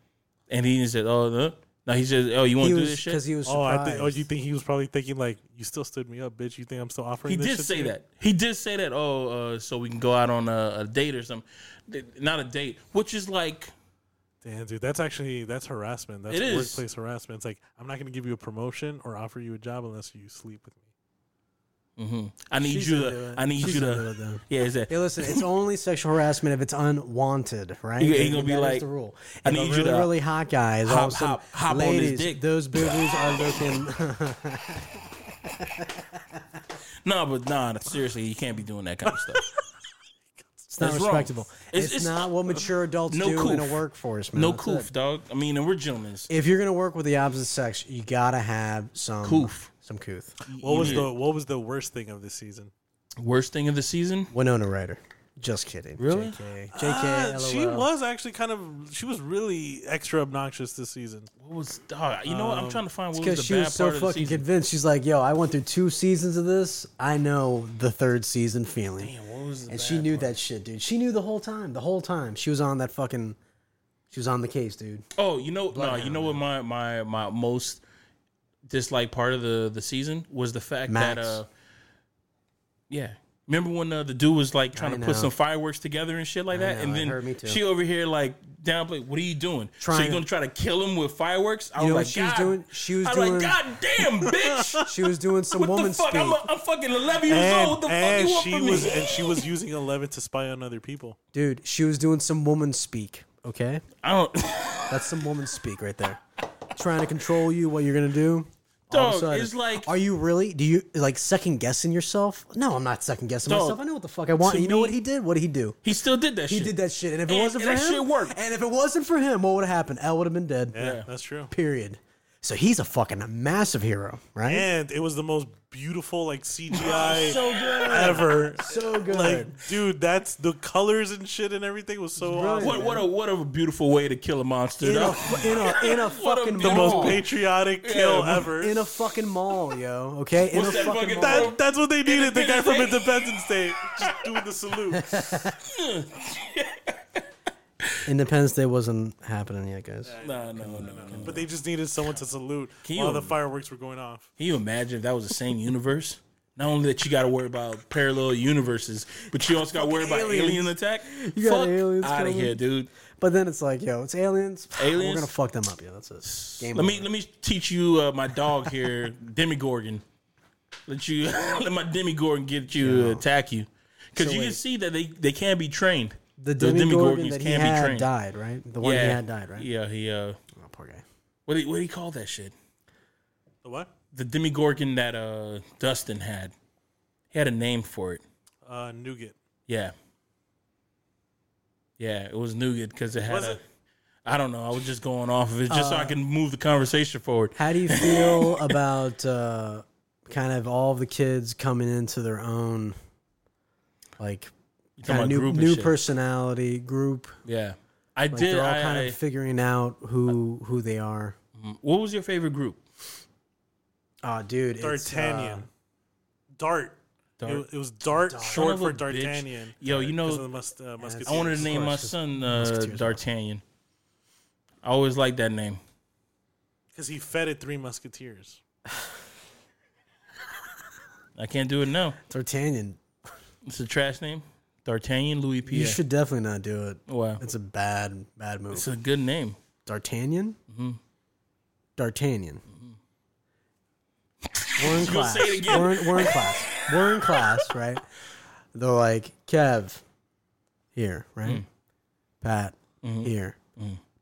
[SPEAKER 1] and he said, "Oh, no." Now he said, "Oh, you want
[SPEAKER 2] he
[SPEAKER 1] to do this
[SPEAKER 2] was
[SPEAKER 1] shit?"
[SPEAKER 2] because he was
[SPEAKER 3] oh, I
[SPEAKER 2] surprised.
[SPEAKER 3] think. Oh, you think he was probably thinking like, "You still stood me up, bitch. You think I'm still offering?"
[SPEAKER 1] He
[SPEAKER 3] this
[SPEAKER 1] did
[SPEAKER 3] shit
[SPEAKER 1] say
[SPEAKER 3] to you?"
[SPEAKER 1] that. He did say that. Oh, uh, so we can go out on a, a date or something. Th- Not a date, which is like,
[SPEAKER 3] Damn, dude, that's actually that's harassment. That's
[SPEAKER 1] It is.
[SPEAKER 3] workplace harassment. It's like I'm not going to give you a promotion or offer you a job unless you sleep with me.
[SPEAKER 1] I need
[SPEAKER 2] She's
[SPEAKER 1] you
[SPEAKER 2] gonna do
[SPEAKER 1] to.
[SPEAKER 2] it.
[SPEAKER 1] I need
[SPEAKER 2] She's
[SPEAKER 1] you
[SPEAKER 2] gonna do
[SPEAKER 1] to.
[SPEAKER 2] it, though.
[SPEAKER 1] Yeah, is that?
[SPEAKER 2] Hey, listen, it's only sexual harassment if it's unwanted, right?
[SPEAKER 1] He- he
[SPEAKER 2] That-
[SPEAKER 1] gonna be
[SPEAKER 2] that is
[SPEAKER 1] like,
[SPEAKER 2] the rule.
[SPEAKER 1] I
[SPEAKER 2] If a
[SPEAKER 1] need you
[SPEAKER 2] really,
[SPEAKER 1] to
[SPEAKER 2] really hot guy is all
[SPEAKER 1] hop-
[SPEAKER 2] of a sudden,
[SPEAKER 1] hop- hop on his
[SPEAKER 2] ladies,
[SPEAKER 1] dick."
[SPEAKER 2] those boobies are looking.
[SPEAKER 1] No, but nah. Seriously, you can't be doing that kind of stuff.
[SPEAKER 2] It's not
[SPEAKER 1] That's wrong.
[SPEAKER 2] respectable.
[SPEAKER 1] It's-
[SPEAKER 2] It's,
[SPEAKER 1] it's-
[SPEAKER 2] not what mature adults
[SPEAKER 1] No
[SPEAKER 2] do in a
[SPEAKER 1] coof.
[SPEAKER 2] workforce, man.
[SPEAKER 1] No
[SPEAKER 2] That's
[SPEAKER 1] coof,
[SPEAKER 2] it.
[SPEAKER 1] dog. I mean, and we're gentlemen.
[SPEAKER 2] If you're gonna work with the opposite sex, you gotta have some
[SPEAKER 1] Coof.
[SPEAKER 2] some coof.
[SPEAKER 3] What was
[SPEAKER 1] Yeah.
[SPEAKER 3] the What was the worst thing of this season?
[SPEAKER 1] worst thing of the season?
[SPEAKER 2] Winona Ryder. Just kidding.
[SPEAKER 1] Really?
[SPEAKER 2] JK.
[SPEAKER 3] Ah,
[SPEAKER 2] JK.
[SPEAKER 3] she
[SPEAKER 2] LOL.
[SPEAKER 3] was actually kind of she was really extra obnoxious this season.
[SPEAKER 1] What was dog? You know what? I'm trying to find what was
[SPEAKER 2] Because
[SPEAKER 1] the
[SPEAKER 2] she
[SPEAKER 1] bad
[SPEAKER 2] was so
[SPEAKER 1] part of the
[SPEAKER 2] fucking
[SPEAKER 1] season.
[SPEAKER 2] convinced. She's like, yo, I went through two seasons of this. I know the third season feeling.
[SPEAKER 1] Damn, what was the
[SPEAKER 2] And she
[SPEAKER 1] bad
[SPEAKER 2] knew
[SPEAKER 1] part?
[SPEAKER 2] that shit, dude. She knew the whole time. The whole time. She was on that fucking. She was on the case, dude.
[SPEAKER 1] Oh, you know, no, you know what? My my my most disliked part of the the season was the fact
[SPEAKER 2] Max.
[SPEAKER 1] that uh, yeah. Remember when uh, the dude was like trying
[SPEAKER 2] I
[SPEAKER 1] to put
[SPEAKER 2] know.
[SPEAKER 1] some fireworks together and shit like that,
[SPEAKER 2] know,
[SPEAKER 1] and
[SPEAKER 2] I
[SPEAKER 1] then
[SPEAKER 2] heard me too.
[SPEAKER 1] she over here like downplay. What are you doing? so
[SPEAKER 2] Trying-
[SPEAKER 1] you're gonna try to kill him with fireworks? I
[SPEAKER 2] You know
[SPEAKER 1] was like,
[SPEAKER 2] what she
[SPEAKER 1] Oh
[SPEAKER 2] was
[SPEAKER 1] God-
[SPEAKER 2] doing? She was
[SPEAKER 1] I was like,
[SPEAKER 2] doing-
[SPEAKER 1] God damn, bitch!
[SPEAKER 2] She was doing some
[SPEAKER 1] what
[SPEAKER 2] woman
[SPEAKER 1] the fuck?
[SPEAKER 2] speak.
[SPEAKER 1] I'm, a, I'm fucking 11 years
[SPEAKER 3] And,
[SPEAKER 1] old. What the fuck
[SPEAKER 3] and
[SPEAKER 1] you want
[SPEAKER 3] she
[SPEAKER 1] from
[SPEAKER 3] was
[SPEAKER 1] me?
[SPEAKER 3] and she was using Eleven to spy on other people.
[SPEAKER 2] Dude, she was doing some woman speak, okay?
[SPEAKER 1] I don't.
[SPEAKER 2] That's some woman speak right there. Trying to control you, what you're going to do. all of a
[SPEAKER 1] Dog,
[SPEAKER 2] sudden,
[SPEAKER 1] it's like-
[SPEAKER 2] are you really? Do you like second guessing yourself? No, I'm not second guessing
[SPEAKER 1] Dog,
[SPEAKER 2] myself. I know what the fuck I want.
[SPEAKER 1] to
[SPEAKER 2] And you know
[SPEAKER 1] me-
[SPEAKER 2] what he did? What did he do?
[SPEAKER 1] He still did that
[SPEAKER 2] He
[SPEAKER 1] shit.
[SPEAKER 2] did that shit. And if it
[SPEAKER 1] And-
[SPEAKER 2] wasn't
[SPEAKER 1] and
[SPEAKER 2] for
[SPEAKER 1] that
[SPEAKER 2] him,
[SPEAKER 1] shit worked.
[SPEAKER 2] And if it wasn't for him, what would have happened? L would have been dead.
[SPEAKER 3] Yeah,
[SPEAKER 1] Yeah.
[SPEAKER 3] that's true.
[SPEAKER 2] Period. So he's a fucking massive hero, right?
[SPEAKER 3] And it was the most beautiful like CGI
[SPEAKER 2] so good.
[SPEAKER 3] ever.
[SPEAKER 2] So good.
[SPEAKER 3] Like, dude, that's the colors and shit and everything was so awesome.
[SPEAKER 1] What what a what a beautiful way to kill a monster.
[SPEAKER 2] in a
[SPEAKER 1] dog.
[SPEAKER 2] in a in a
[SPEAKER 1] What a
[SPEAKER 2] fucking
[SPEAKER 1] beautiful-
[SPEAKER 3] The
[SPEAKER 2] mall.
[SPEAKER 3] most patriotic kill ever.
[SPEAKER 2] in a fucking mall, yo. Okay, in
[SPEAKER 1] What's
[SPEAKER 2] a
[SPEAKER 1] that fucking
[SPEAKER 2] mall.
[SPEAKER 1] thing?
[SPEAKER 3] that, that's what they needed. The guy from
[SPEAKER 1] Independence
[SPEAKER 3] Independence Day just doing the salute.
[SPEAKER 2] Independence Day wasn't happening yet, guys.
[SPEAKER 1] Nah, no, no, no, no.
[SPEAKER 3] But they just needed someone to salute
[SPEAKER 1] Can you
[SPEAKER 3] while the
[SPEAKER 1] im-
[SPEAKER 3] fireworks were going off.
[SPEAKER 1] Can you imagine if that was the same universe? Not only that you got to worry about parallel universes, but you also got to worry about
[SPEAKER 2] Aliens.
[SPEAKER 1] alien attack.
[SPEAKER 2] You got
[SPEAKER 1] Fuck
[SPEAKER 2] aliens
[SPEAKER 1] out of
[SPEAKER 2] coming.
[SPEAKER 1] here, dude.
[SPEAKER 2] But then it's like, yo, it's aliens.
[SPEAKER 1] Aliens?
[SPEAKER 2] We're gonna fuck them up. Yeah, that's it. Game
[SPEAKER 1] Let me
[SPEAKER 2] over.
[SPEAKER 1] let me teach you uh, my dog here, Demigorgon. Let you let my Demigorgon get you to attack you because you can
[SPEAKER 2] wait.
[SPEAKER 1] see that they they can be trained.
[SPEAKER 2] The Demigorgon that he had died, right? The one
[SPEAKER 1] yeah,
[SPEAKER 2] he had died, right?
[SPEAKER 1] Yeah, he uh,
[SPEAKER 2] Oh, poor guy.
[SPEAKER 1] what do you- what do you call that shit?
[SPEAKER 3] The what?
[SPEAKER 1] The Demigorgon that uh Dustin had, he had a name for it.
[SPEAKER 3] Uh, nougat.
[SPEAKER 1] Yeah. Yeah, it was nougat because it had
[SPEAKER 3] Was
[SPEAKER 1] a.
[SPEAKER 3] it?
[SPEAKER 1] I don't know. I was just going off of it just so
[SPEAKER 2] Uh,
[SPEAKER 1] I can move the conversation forward.
[SPEAKER 2] How do you feel about uh, kind of all of the kids coming into their own, like,
[SPEAKER 1] You
[SPEAKER 2] kind of new,
[SPEAKER 1] group and
[SPEAKER 2] new
[SPEAKER 1] shit.
[SPEAKER 2] personality group?
[SPEAKER 1] Yeah, I
[SPEAKER 2] Like
[SPEAKER 1] did.
[SPEAKER 2] they're all
[SPEAKER 1] I,
[SPEAKER 2] kind
[SPEAKER 1] I-
[SPEAKER 2] of figuring out who who they are.
[SPEAKER 1] what was your favorite group?
[SPEAKER 2] Oh, dude, it's, uh,
[SPEAKER 3] D'Artagnan.
[SPEAKER 1] uh,
[SPEAKER 3] Dart.
[SPEAKER 1] Dart.
[SPEAKER 3] It, it was Dart,
[SPEAKER 1] Son
[SPEAKER 3] short
[SPEAKER 1] of
[SPEAKER 3] for
[SPEAKER 1] a bitch.
[SPEAKER 3] D'Artagnan.
[SPEAKER 1] Yo, you
[SPEAKER 3] Because of the
[SPEAKER 1] know,
[SPEAKER 3] mus- uh, musketeers.
[SPEAKER 1] I wanted to
[SPEAKER 2] Of
[SPEAKER 1] name my
[SPEAKER 2] course, 'cause
[SPEAKER 1] son uh,
[SPEAKER 2] Musketeers.
[SPEAKER 1] D'Artagnan. I always liked that name.
[SPEAKER 3] Because he fed it three musketeers.
[SPEAKER 1] I can't do it now.
[SPEAKER 2] D'Artagnan.
[SPEAKER 1] It's a trash name. D'Artagnan Louis Pierre.
[SPEAKER 2] You should definitely not do it.
[SPEAKER 1] wow,
[SPEAKER 2] It's a bad, bad move.
[SPEAKER 1] it's a good name.
[SPEAKER 2] D'Artagnan? Mm-hmm. D'Artagnan. We're in
[SPEAKER 1] gonna
[SPEAKER 2] class.
[SPEAKER 1] Mm-hmm. say it again.
[SPEAKER 2] We're in, we're in class. We're in class, right? They're like, Kev, here, right?
[SPEAKER 1] Mm.
[SPEAKER 2] Pat,
[SPEAKER 1] Mm-hmm.
[SPEAKER 2] here.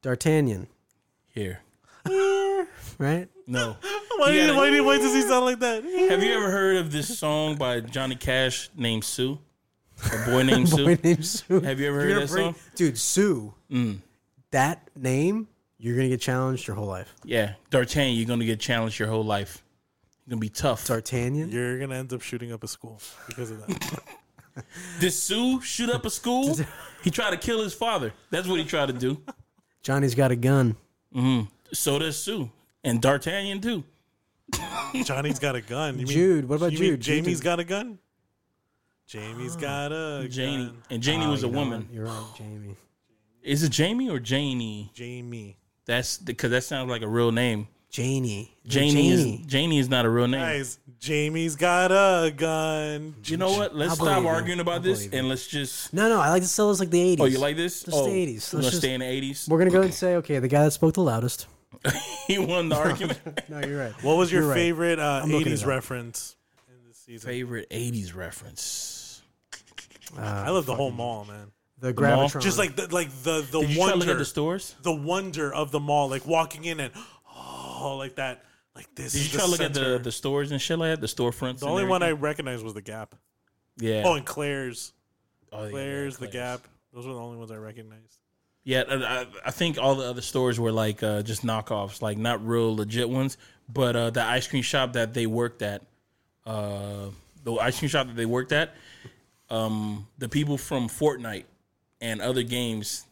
[SPEAKER 2] D'Artagnan,
[SPEAKER 1] Here,
[SPEAKER 2] right?
[SPEAKER 1] no.
[SPEAKER 3] Why,
[SPEAKER 1] You gotta-
[SPEAKER 3] why, why does he sound like that?
[SPEAKER 1] Have you ever heard of this song by Johnny Cash named Sue? A boy named Sue.
[SPEAKER 2] Boy named Sue.
[SPEAKER 1] Have Mm. you ever heard
[SPEAKER 2] You're
[SPEAKER 1] that
[SPEAKER 2] gonna bring-
[SPEAKER 1] song?
[SPEAKER 2] Dude, Sue, that name, you're going to get challenged your whole life.
[SPEAKER 1] Yeah, D'Artagnan, you're gonna get challenged your whole life. You're gonna be tough.
[SPEAKER 2] D'Artagnan?
[SPEAKER 3] You're going to end up shooting up a school because of that.
[SPEAKER 1] Did Sue shoot up a school? he tried to kill his father. That's what he tried to do.
[SPEAKER 2] Johnny's got a gun.
[SPEAKER 1] So does Sue and D'Artagnan too.
[SPEAKER 3] Johnny's got a gun. You mean-
[SPEAKER 2] Jude, what about
[SPEAKER 3] you mean
[SPEAKER 2] Jude? Jude
[SPEAKER 3] Jamie's
[SPEAKER 2] is-
[SPEAKER 3] got a gun? Jamie's
[SPEAKER 1] Ah,
[SPEAKER 3] got a
[SPEAKER 1] Janie
[SPEAKER 3] gun.
[SPEAKER 1] and Janie
[SPEAKER 2] Oh,
[SPEAKER 1] was a
[SPEAKER 2] you know
[SPEAKER 1] woman.
[SPEAKER 2] what? You're right, Jamie.
[SPEAKER 1] Is it Jamie or Janie?
[SPEAKER 3] Jamie.
[SPEAKER 1] That's because that sounds like a real name.
[SPEAKER 2] Janie.
[SPEAKER 1] Janie, is Janie is not a real name.
[SPEAKER 3] Guys, Jamie's got a gun.
[SPEAKER 1] You know what? Let's
[SPEAKER 2] I
[SPEAKER 1] stop
[SPEAKER 2] believe you.
[SPEAKER 1] arguing
[SPEAKER 2] I
[SPEAKER 1] about this
[SPEAKER 2] believe you.
[SPEAKER 1] and let's just.
[SPEAKER 2] No, no, I like to sell this like the 80s.
[SPEAKER 1] Oh, you like this?
[SPEAKER 2] Just
[SPEAKER 1] oh,
[SPEAKER 2] the 80s.
[SPEAKER 1] We're
[SPEAKER 2] Let's
[SPEAKER 1] gonna
[SPEAKER 2] just,
[SPEAKER 1] stay in the eighties.
[SPEAKER 2] we're going to go and say, okay, the guy that spoke the loudest.
[SPEAKER 1] He won the argument.
[SPEAKER 2] No, you're right.
[SPEAKER 3] What was your
[SPEAKER 2] You're right.
[SPEAKER 3] favorite uh,
[SPEAKER 2] looking it
[SPEAKER 3] 80s
[SPEAKER 2] up.
[SPEAKER 3] reference in this season?
[SPEAKER 1] Favorite eighties reference.
[SPEAKER 2] Uh,
[SPEAKER 3] I love the whole mall, man.
[SPEAKER 2] The
[SPEAKER 1] mall?
[SPEAKER 2] Gravitron.
[SPEAKER 3] Just like the, like the, the
[SPEAKER 1] Did you try to look
[SPEAKER 3] wonder.
[SPEAKER 1] at the stores?
[SPEAKER 3] the wonder of the mall, like walking in and oh, like that, like this.
[SPEAKER 1] Did
[SPEAKER 3] is
[SPEAKER 1] you try to
[SPEAKER 3] the
[SPEAKER 1] look at
[SPEAKER 3] center.
[SPEAKER 1] the, the stores and shit like that? The storefronts.
[SPEAKER 3] The only one I recognized was the Gap.
[SPEAKER 1] yeah.
[SPEAKER 3] Oh, and Claire's,
[SPEAKER 1] Oh, yeah, yeah,
[SPEAKER 3] Claire's, the
[SPEAKER 1] Claire's.
[SPEAKER 3] Gap. Those were the only ones I recognized.
[SPEAKER 1] Yeah, and I, I think all the other stores were like uh, just knockoffs, like not real legit ones. But uh, the ice cream shop that they worked at, uh, the ice cream shop that they worked at, um, the people from Fortnite and other games,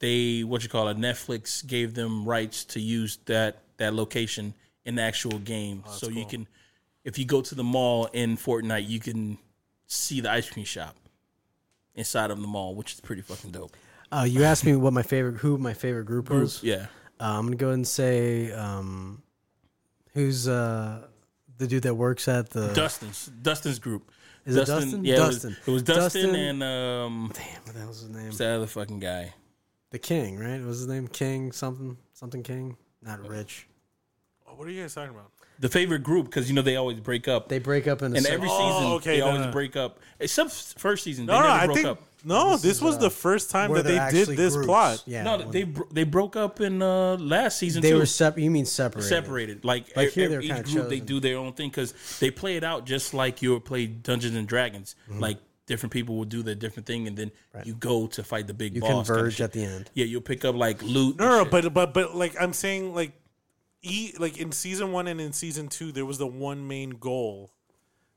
[SPEAKER 1] they what you call it, Netflix gave them rights to use that that location in the actual game. so you can, if you go to the mall in Fortnite, you can see the ice cream shop inside of the mall, which is pretty fucking dope.
[SPEAKER 2] uh, you asked me what my favorite, who my favorite group was.
[SPEAKER 1] Yeah.
[SPEAKER 2] Uh, I'm going to go ahead and say, um, who's uh, the dude that works at the.
[SPEAKER 1] Dustin's Dustin's group.
[SPEAKER 2] Is it Dustin?
[SPEAKER 1] Yeah,
[SPEAKER 2] Dustin.
[SPEAKER 1] It was, it was Dustin,
[SPEAKER 2] Dustin-
[SPEAKER 1] and um,
[SPEAKER 2] Damn, what the hell's his name?
[SPEAKER 1] what's that other fucking guy?
[SPEAKER 2] The King, right? What was his name King something? Something King? Not Rich.
[SPEAKER 3] Oh, What are you guys talking about?
[SPEAKER 1] The favorite group because you know they always break up.
[SPEAKER 2] They break up in the
[SPEAKER 1] and
[SPEAKER 2] summer.
[SPEAKER 1] every
[SPEAKER 3] Oh,
[SPEAKER 1] season
[SPEAKER 3] okay,
[SPEAKER 1] they
[SPEAKER 3] no,
[SPEAKER 1] always
[SPEAKER 3] no.
[SPEAKER 1] break up. Except f- first season
[SPEAKER 3] No,
[SPEAKER 1] they
[SPEAKER 3] no,
[SPEAKER 1] never
[SPEAKER 3] I
[SPEAKER 1] broke
[SPEAKER 3] think
[SPEAKER 1] up.
[SPEAKER 3] no. This,
[SPEAKER 2] is,
[SPEAKER 3] was
[SPEAKER 2] uh,
[SPEAKER 3] the first time
[SPEAKER 2] where
[SPEAKER 3] that they
[SPEAKER 2] they're
[SPEAKER 3] did
[SPEAKER 2] actually
[SPEAKER 3] this
[SPEAKER 2] groups.
[SPEAKER 3] plot.
[SPEAKER 2] Yeah,
[SPEAKER 1] no,
[SPEAKER 2] when-
[SPEAKER 1] they bro- they broke up in uh, last season.
[SPEAKER 2] they
[SPEAKER 1] too.
[SPEAKER 2] were sep- You mean separated?
[SPEAKER 1] separated. Like,
[SPEAKER 2] Like, here
[SPEAKER 1] e-
[SPEAKER 2] they're
[SPEAKER 1] each
[SPEAKER 2] kinda
[SPEAKER 1] group, they
[SPEAKER 2] chosen.
[SPEAKER 1] do their own thing because they play it out just like you would play Dungeons and Dragons.
[SPEAKER 2] Mm-hmm.
[SPEAKER 1] Like different people will do their different thing, and then you go to fight the big
[SPEAKER 2] You
[SPEAKER 1] boss. kinda
[SPEAKER 2] converge
[SPEAKER 1] shit.
[SPEAKER 2] at the end.
[SPEAKER 1] Yeah, you'll pick up like loot.
[SPEAKER 3] No, no,
[SPEAKER 1] and shit.
[SPEAKER 3] but but but like I'm saying, like, e like in season one and in season two, there was the one main goal.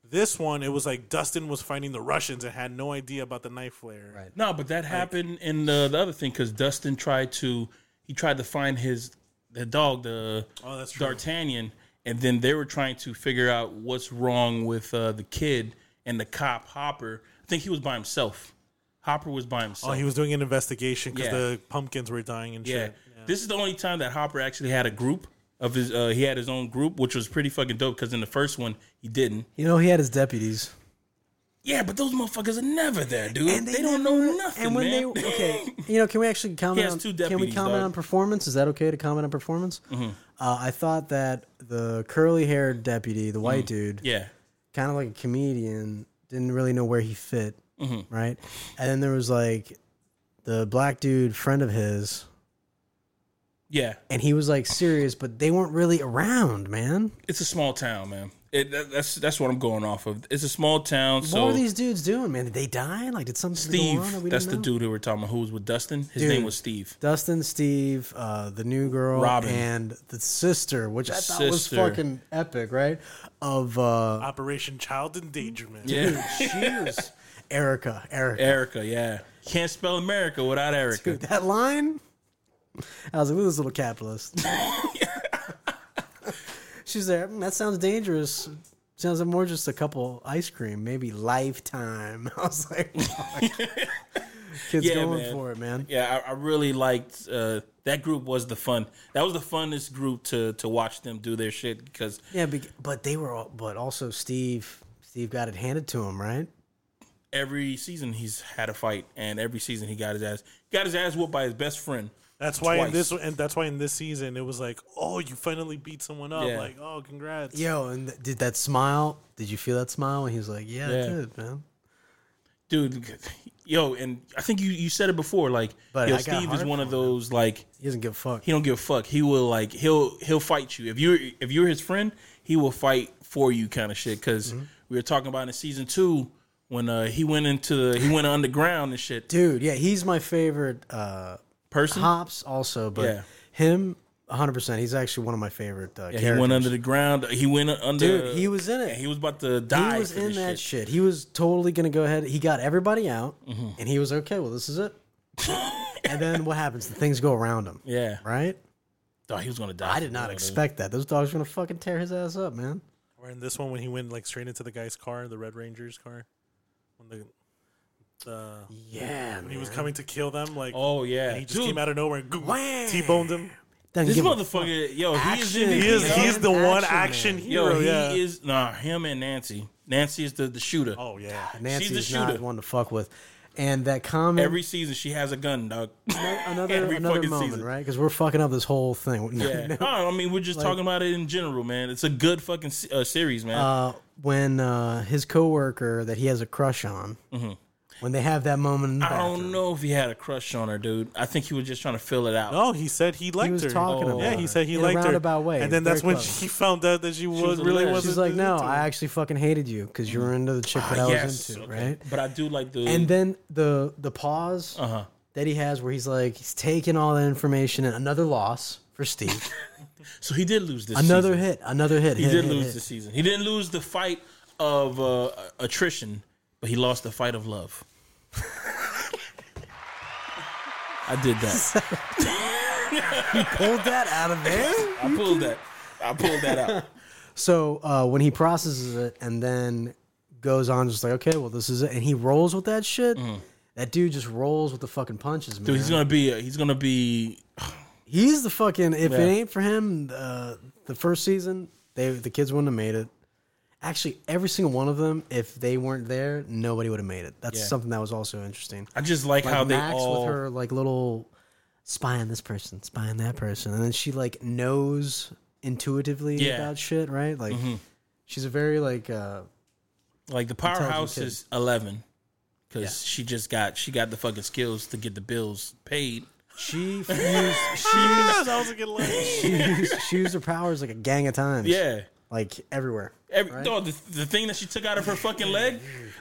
[SPEAKER 3] This one, it was like Dustin was fighting the Russians and had no idea about the knife flare.
[SPEAKER 2] Right.
[SPEAKER 1] no, but that happened in the, the other thing because Dustin tried to he tried to find his the dog the
[SPEAKER 3] Oh, that's true.
[SPEAKER 1] D'Artagnan, and then they were trying to figure out what's wrong with uh, the kid and the cop Hopper. I think he was by himself. Hopper was by himself.
[SPEAKER 3] Oh, he was doing an investigation because
[SPEAKER 1] Yeah.
[SPEAKER 3] the pumpkins were dying and
[SPEAKER 1] Yeah.
[SPEAKER 3] shit.
[SPEAKER 1] This is the only time that Hopper actually had a group of his uh, he had his own group, which was pretty fucking dope because in the first one he didn't.
[SPEAKER 2] You know, he had his deputies.
[SPEAKER 1] Yeah, but those motherfuckers are never there, dude. they, don't know nothing.
[SPEAKER 2] And when
[SPEAKER 1] man.
[SPEAKER 2] they okay, you know, can we actually comment?
[SPEAKER 1] has
[SPEAKER 2] on,
[SPEAKER 1] two
[SPEAKER 2] Can we
[SPEAKER 1] deputies,
[SPEAKER 2] comment
[SPEAKER 1] dog. Mm-hmm.
[SPEAKER 2] on performance? Is that okay to comment on performance? Uh, I thought that the curly-haired deputy, the white dude,
[SPEAKER 1] yeah.
[SPEAKER 2] kind of like a comedian, didn't really know where he fit,
[SPEAKER 1] Mm-hmm.
[SPEAKER 2] right? And then there was like the black dude friend of his,
[SPEAKER 1] Yeah.
[SPEAKER 2] and he was like serious, but they weren't really around, man.
[SPEAKER 1] It's a small town, man. It, that, that's that's what I'm going off of. It's a small town, so
[SPEAKER 2] what were these dudes doing, man? Did they die? Like, did something go on that we
[SPEAKER 1] Steve, that's
[SPEAKER 2] didn't
[SPEAKER 1] the
[SPEAKER 2] know?
[SPEAKER 1] dude who we're talking about who was with Dustin. His
[SPEAKER 2] Dude.
[SPEAKER 1] name was Steve.
[SPEAKER 2] Dustin, Steve, uh, the new girl,
[SPEAKER 1] Robin.
[SPEAKER 2] and the sister, which I thought was
[SPEAKER 1] sister.
[SPEAKER 2] fucking epic, right? Of uh,
[SPEAKER 3] Operation Child Endangerment.
[SPEAKER 1] Yeah.
[SPEAKER 2] cheers, Erica, Erica.
[SPEAKER 1] Erica, yeah. Can't spell America without Erica.
[SPEAKER 2] Dude, that line, I was like, look at this little capitalist. She's there. "Mm, That sounds dangerous. Sounds like more just a couple ice cream, maybe lifetime. I was like, fuck. kids
[SPEAKER 1] Yeah,
[SPEAKER 2] going
[SPEAKER 1] man.
[SPEAKER 2] for it, man.
[SPEAKER 1] Yeah, I, I really liked uh, that group. Was the fun? That was the funnest group to to watch them do their shit because
[SPEAKER 2] Yeah, bec- but they were, all, but also Steve. Steve got it handed to him, right?
[SPEAKER 1] every season he's had a fight, and every season he got his ass got his ass whooped by his best friend.
[SPEAKER 3] That's why in
[SPEAKER 1] Twice.
[SPEAKER 3] this and that's why in this season it was like, oh, you finally beat someone up.
[SPEAKER 1] Yeah.
[SPEAKER 3] Like, oh, congrats.
[SPEAKER 2] Yo, and th- did that smile? Did you feel that smile? And he was like, "Yeah,
[SPEAKER 1] Yeah.
[SPEAKER 2] I did, man."
[SPEAKER 1] Dude, yo, and I think you you said it before. Like,
[SPEAKER 2] But
[SPEAKER 1] yo,
[SPEAKER 2] I got
[SPEAKER 1] Steve is
[SPEAKER 2] hard
[SPEAKER 1] one of those like
[SPEAKER 2] He doesn't give a fuck.
[SPEAKER 1] he don't give a fuck. He will like he'll he'll fight you if you're if you're his friend. He will fight for you, kind of shit. Because
[SPEAKER 2] Mm-hmm.
[SPEAKER 1] we were talking about in season two when uh, he went into the, he went underground and shit.
[SPEAKER 2] Dude, yeah, he's my favorite. Uh,
[SPEAKER 1] Person,
[SPEAKER 2] Hops also, but
[SPEAKER 1] Yeah.
[SPEAKER 2] him, 100. percent He's actually one of my favorite uh,
[SPEAKER 1] Yeah, he
[SPEAKER 2] characters.
[SPEAKER 1] went under the ground. He went under.
[SPEAKER 2] Dude, he was in it.
[SPEAKER 1] and he was about to
[SPEAKER 2] He
[SPEAKER 1] die.
[SPEAKER 2] was
[SPEAKER 1] for
[SPEAKER 2] in
[SPEAKER 1] this
[SPEAKER 2] that
[SPEAKER 1] shit. Mm-hmm.
[SPEAKER 2] shit. He was totally gonna go ahead. He got everybody out, and he was okay. Well, this is it. and then what happens? The things go around him,
[SPEAKER 1] Yeah,
[SPEAKER 2] right?
[SPEAKER 1] Dog, he was gonna die.
[SPEAKER 2] I
[SPEAKER 1] for
[SPEAKER 2] did not
[SPEAKER 1] real, dude.
[SPEAKER 2] expect that. Those dogs were gonna fucking tear his ass up, man.
[SPEAKER 3] Or in this one when he went like straight into the guy's car, the Red Ranger's car. When the the
[SPEAKER 2] Yeah,
[SPEAKER 3] when he was coming to kill them, like
[SPEAKER 1] Oh yeah,
[SPEAKER 3] and he just
[SPEAKER 1] Dude,
[SPEAKER 3] came out of nowhere and T boned him.
[SPEAKER 1] This motherfucker, yo, he is in
[SPEAKER 2] Action.
[SPEAKER 1] it.
[SPEAKER 3] He is
[SPEAKER 2] Yeah.
[SPEAKER 3] he's the one
[SPEAKER 2] Action,
[SPEAKER 3] action
[SPEAKER 2] man.
[SPEAKER 1] yo,
[SPEAKER 3] hero,
[SPEAKER 1] he
[SPEAKER 3] yeah.
[SPEAKER 1] is nah. Him and Nancy. Nancy is the the shooter.
[SPEAKER 3] oh yeah.
[SPEAKER 2] Nancy's
[SPEAKER 1] She's a
[SPEAKER 2] not
[SPEAKER 1] shooter.
[SPEAKER 2] one to fuck with. And that comment,
[SPEAKER 1] Every season she has a gun, dog.
[SPEAKER 2] another
[SPEAKER 1] every
[SPEAKER 2] another
[SPEAKER 1] fucking
[SPEAKER 2] moment,
[SPEAKER 1] season.
[SPEAKER 2] right? Because we're fucking up this whole thing.
[SPEAKER 1] Yeah. No, I mean we're just talking about it in general, man. It's a good fucking se- uh, series, man.
[SPEAKER 2] uh, when uh, his coworker that he has a crush on, when they have that moment in the
[SPEAKER 1] Mm-hmm. I
[SPEAKER 2] bathroom,
[SPEAKER 1] don't know if he had a crush on her, dude. I think he was just trying to fill it out.
[SPEAKER 2] Oh,
[SPEAKER 3] No, he said he liked
[SPEAKER 2] he was
[SPEAKER 3] her.
[SPEAKER 2] talking
[SPEAKER 1] Oh.
[SPEAKER 2] about
[SPEAKER 3] yeah, he
[SPEAKER 2] her
[SPEAKER 3] said he
[SPEAKER 2] in
[SPEAKER 3] liked
[SPEAKER 2] a
[SPEAKER 3] her.
[SPEAKER 2] roundabout way,
[SPEAKER 3] And then that's
[SPEAKER 2] Very
[SPEAKER 3] when
[SPEAKER 2] clever.
[SPEAKER 3] she found out that she, was,
[SPEAKER 1] was a
[SPEAKER 3] really
[SPEAKER 1] liar.
[SPEAKER 3] wasn't.
[SPEAKER 2] she's like, "No,
[SPEAKER 3] into it."
[SPEAKER 2] I actually fucking hated you because you were into the chick that I
[SPEAKER 1] Mm-hmm.
[SPEAKER 2] was
[SPEAKER 1] Ah, yes,
[SPEAKER 2] into,
[SPEAKER 1] okay.
[SPEAKER 2] right?"
[SPEAKER 1] But I do like the
[SPEAKER 2] And then the the pause
[SPEAKER 1] Uh-huh.
[SPEAKER 2] that he has where he's like he's taking all that information and another loss for Steve,
[SPEAKER 1] so he did lose this.
[SPEAKER 2] another
[SPEAKER 1] season.
[SPEAKER 2] hit, another hit.
[SPEAKER 1] He
[SPEAKER 2] hit,
[SPEAKER 1] did
[SPEAKER 2] hit,
[SPEAKER 1] lose
[SPEAKER 2] hit.
[SPEAKER 1] the season. He didn't lose the fight of uh, attrition, but he lost the fight of love. I did that.
[SPEAKER 2] Pulled that out of there.
[SPEAKER 1] I pulled that. I pulled that out.
[SPEAKER 2] So uh, when he processes it and then goes on, just like, okay, well, this is it, and he rolls with that shit. That dude just rolls with the fucking punches, man.
[SPEAKER 1] Mm. Dude, he's gonna be. A, he's gonna be.
[SPEAKER 2] he's the fucking. If
[SPEAKER 1] Yeah.
[SPEAKER 2] it ain't for him, uh, the first season, they the kids wouldn't have made it. Actually, every single one of them, if they weren't there, nobody would have made it. That's
[SPEAKER 1] Yeah.
[SPEAKER 2] something that was also interesting.
[SPEAKER 1] I just like,
[SPEAKER 2] Like
[SPEAKER 1] how they
[SPEAKER 2] Max
[SPEAKER 1] all.
[SPEAKER 2] with her like little spy on this person, spy on that person, and then she like knows intuitively
[SPEAKER 1] Yeah. Mm-hmm.
[SPEAKER 2] about shit, right? Like she's a very like uh
[SPEAKER 1] Like the powerhouse
[SPEAKER 2] kid.
[SPEAKER 1] is eleven, because
[SPEAKER 2] Yeah.
[SPEAKER 1] she just got she got the fucking skills to get the bills paid.
[SPEAKER 2] she used she
[SPEAKER 3] Yes, that was a good line.
[SPEAKER 2] she used, she used her powers like a gang of times.
[SPEAKER 1] Yeah.
[SPEAKER 2] Like everywhere.
[SPEAKER 1] Every, Dog, the, the thing that she took out of her fucking leg,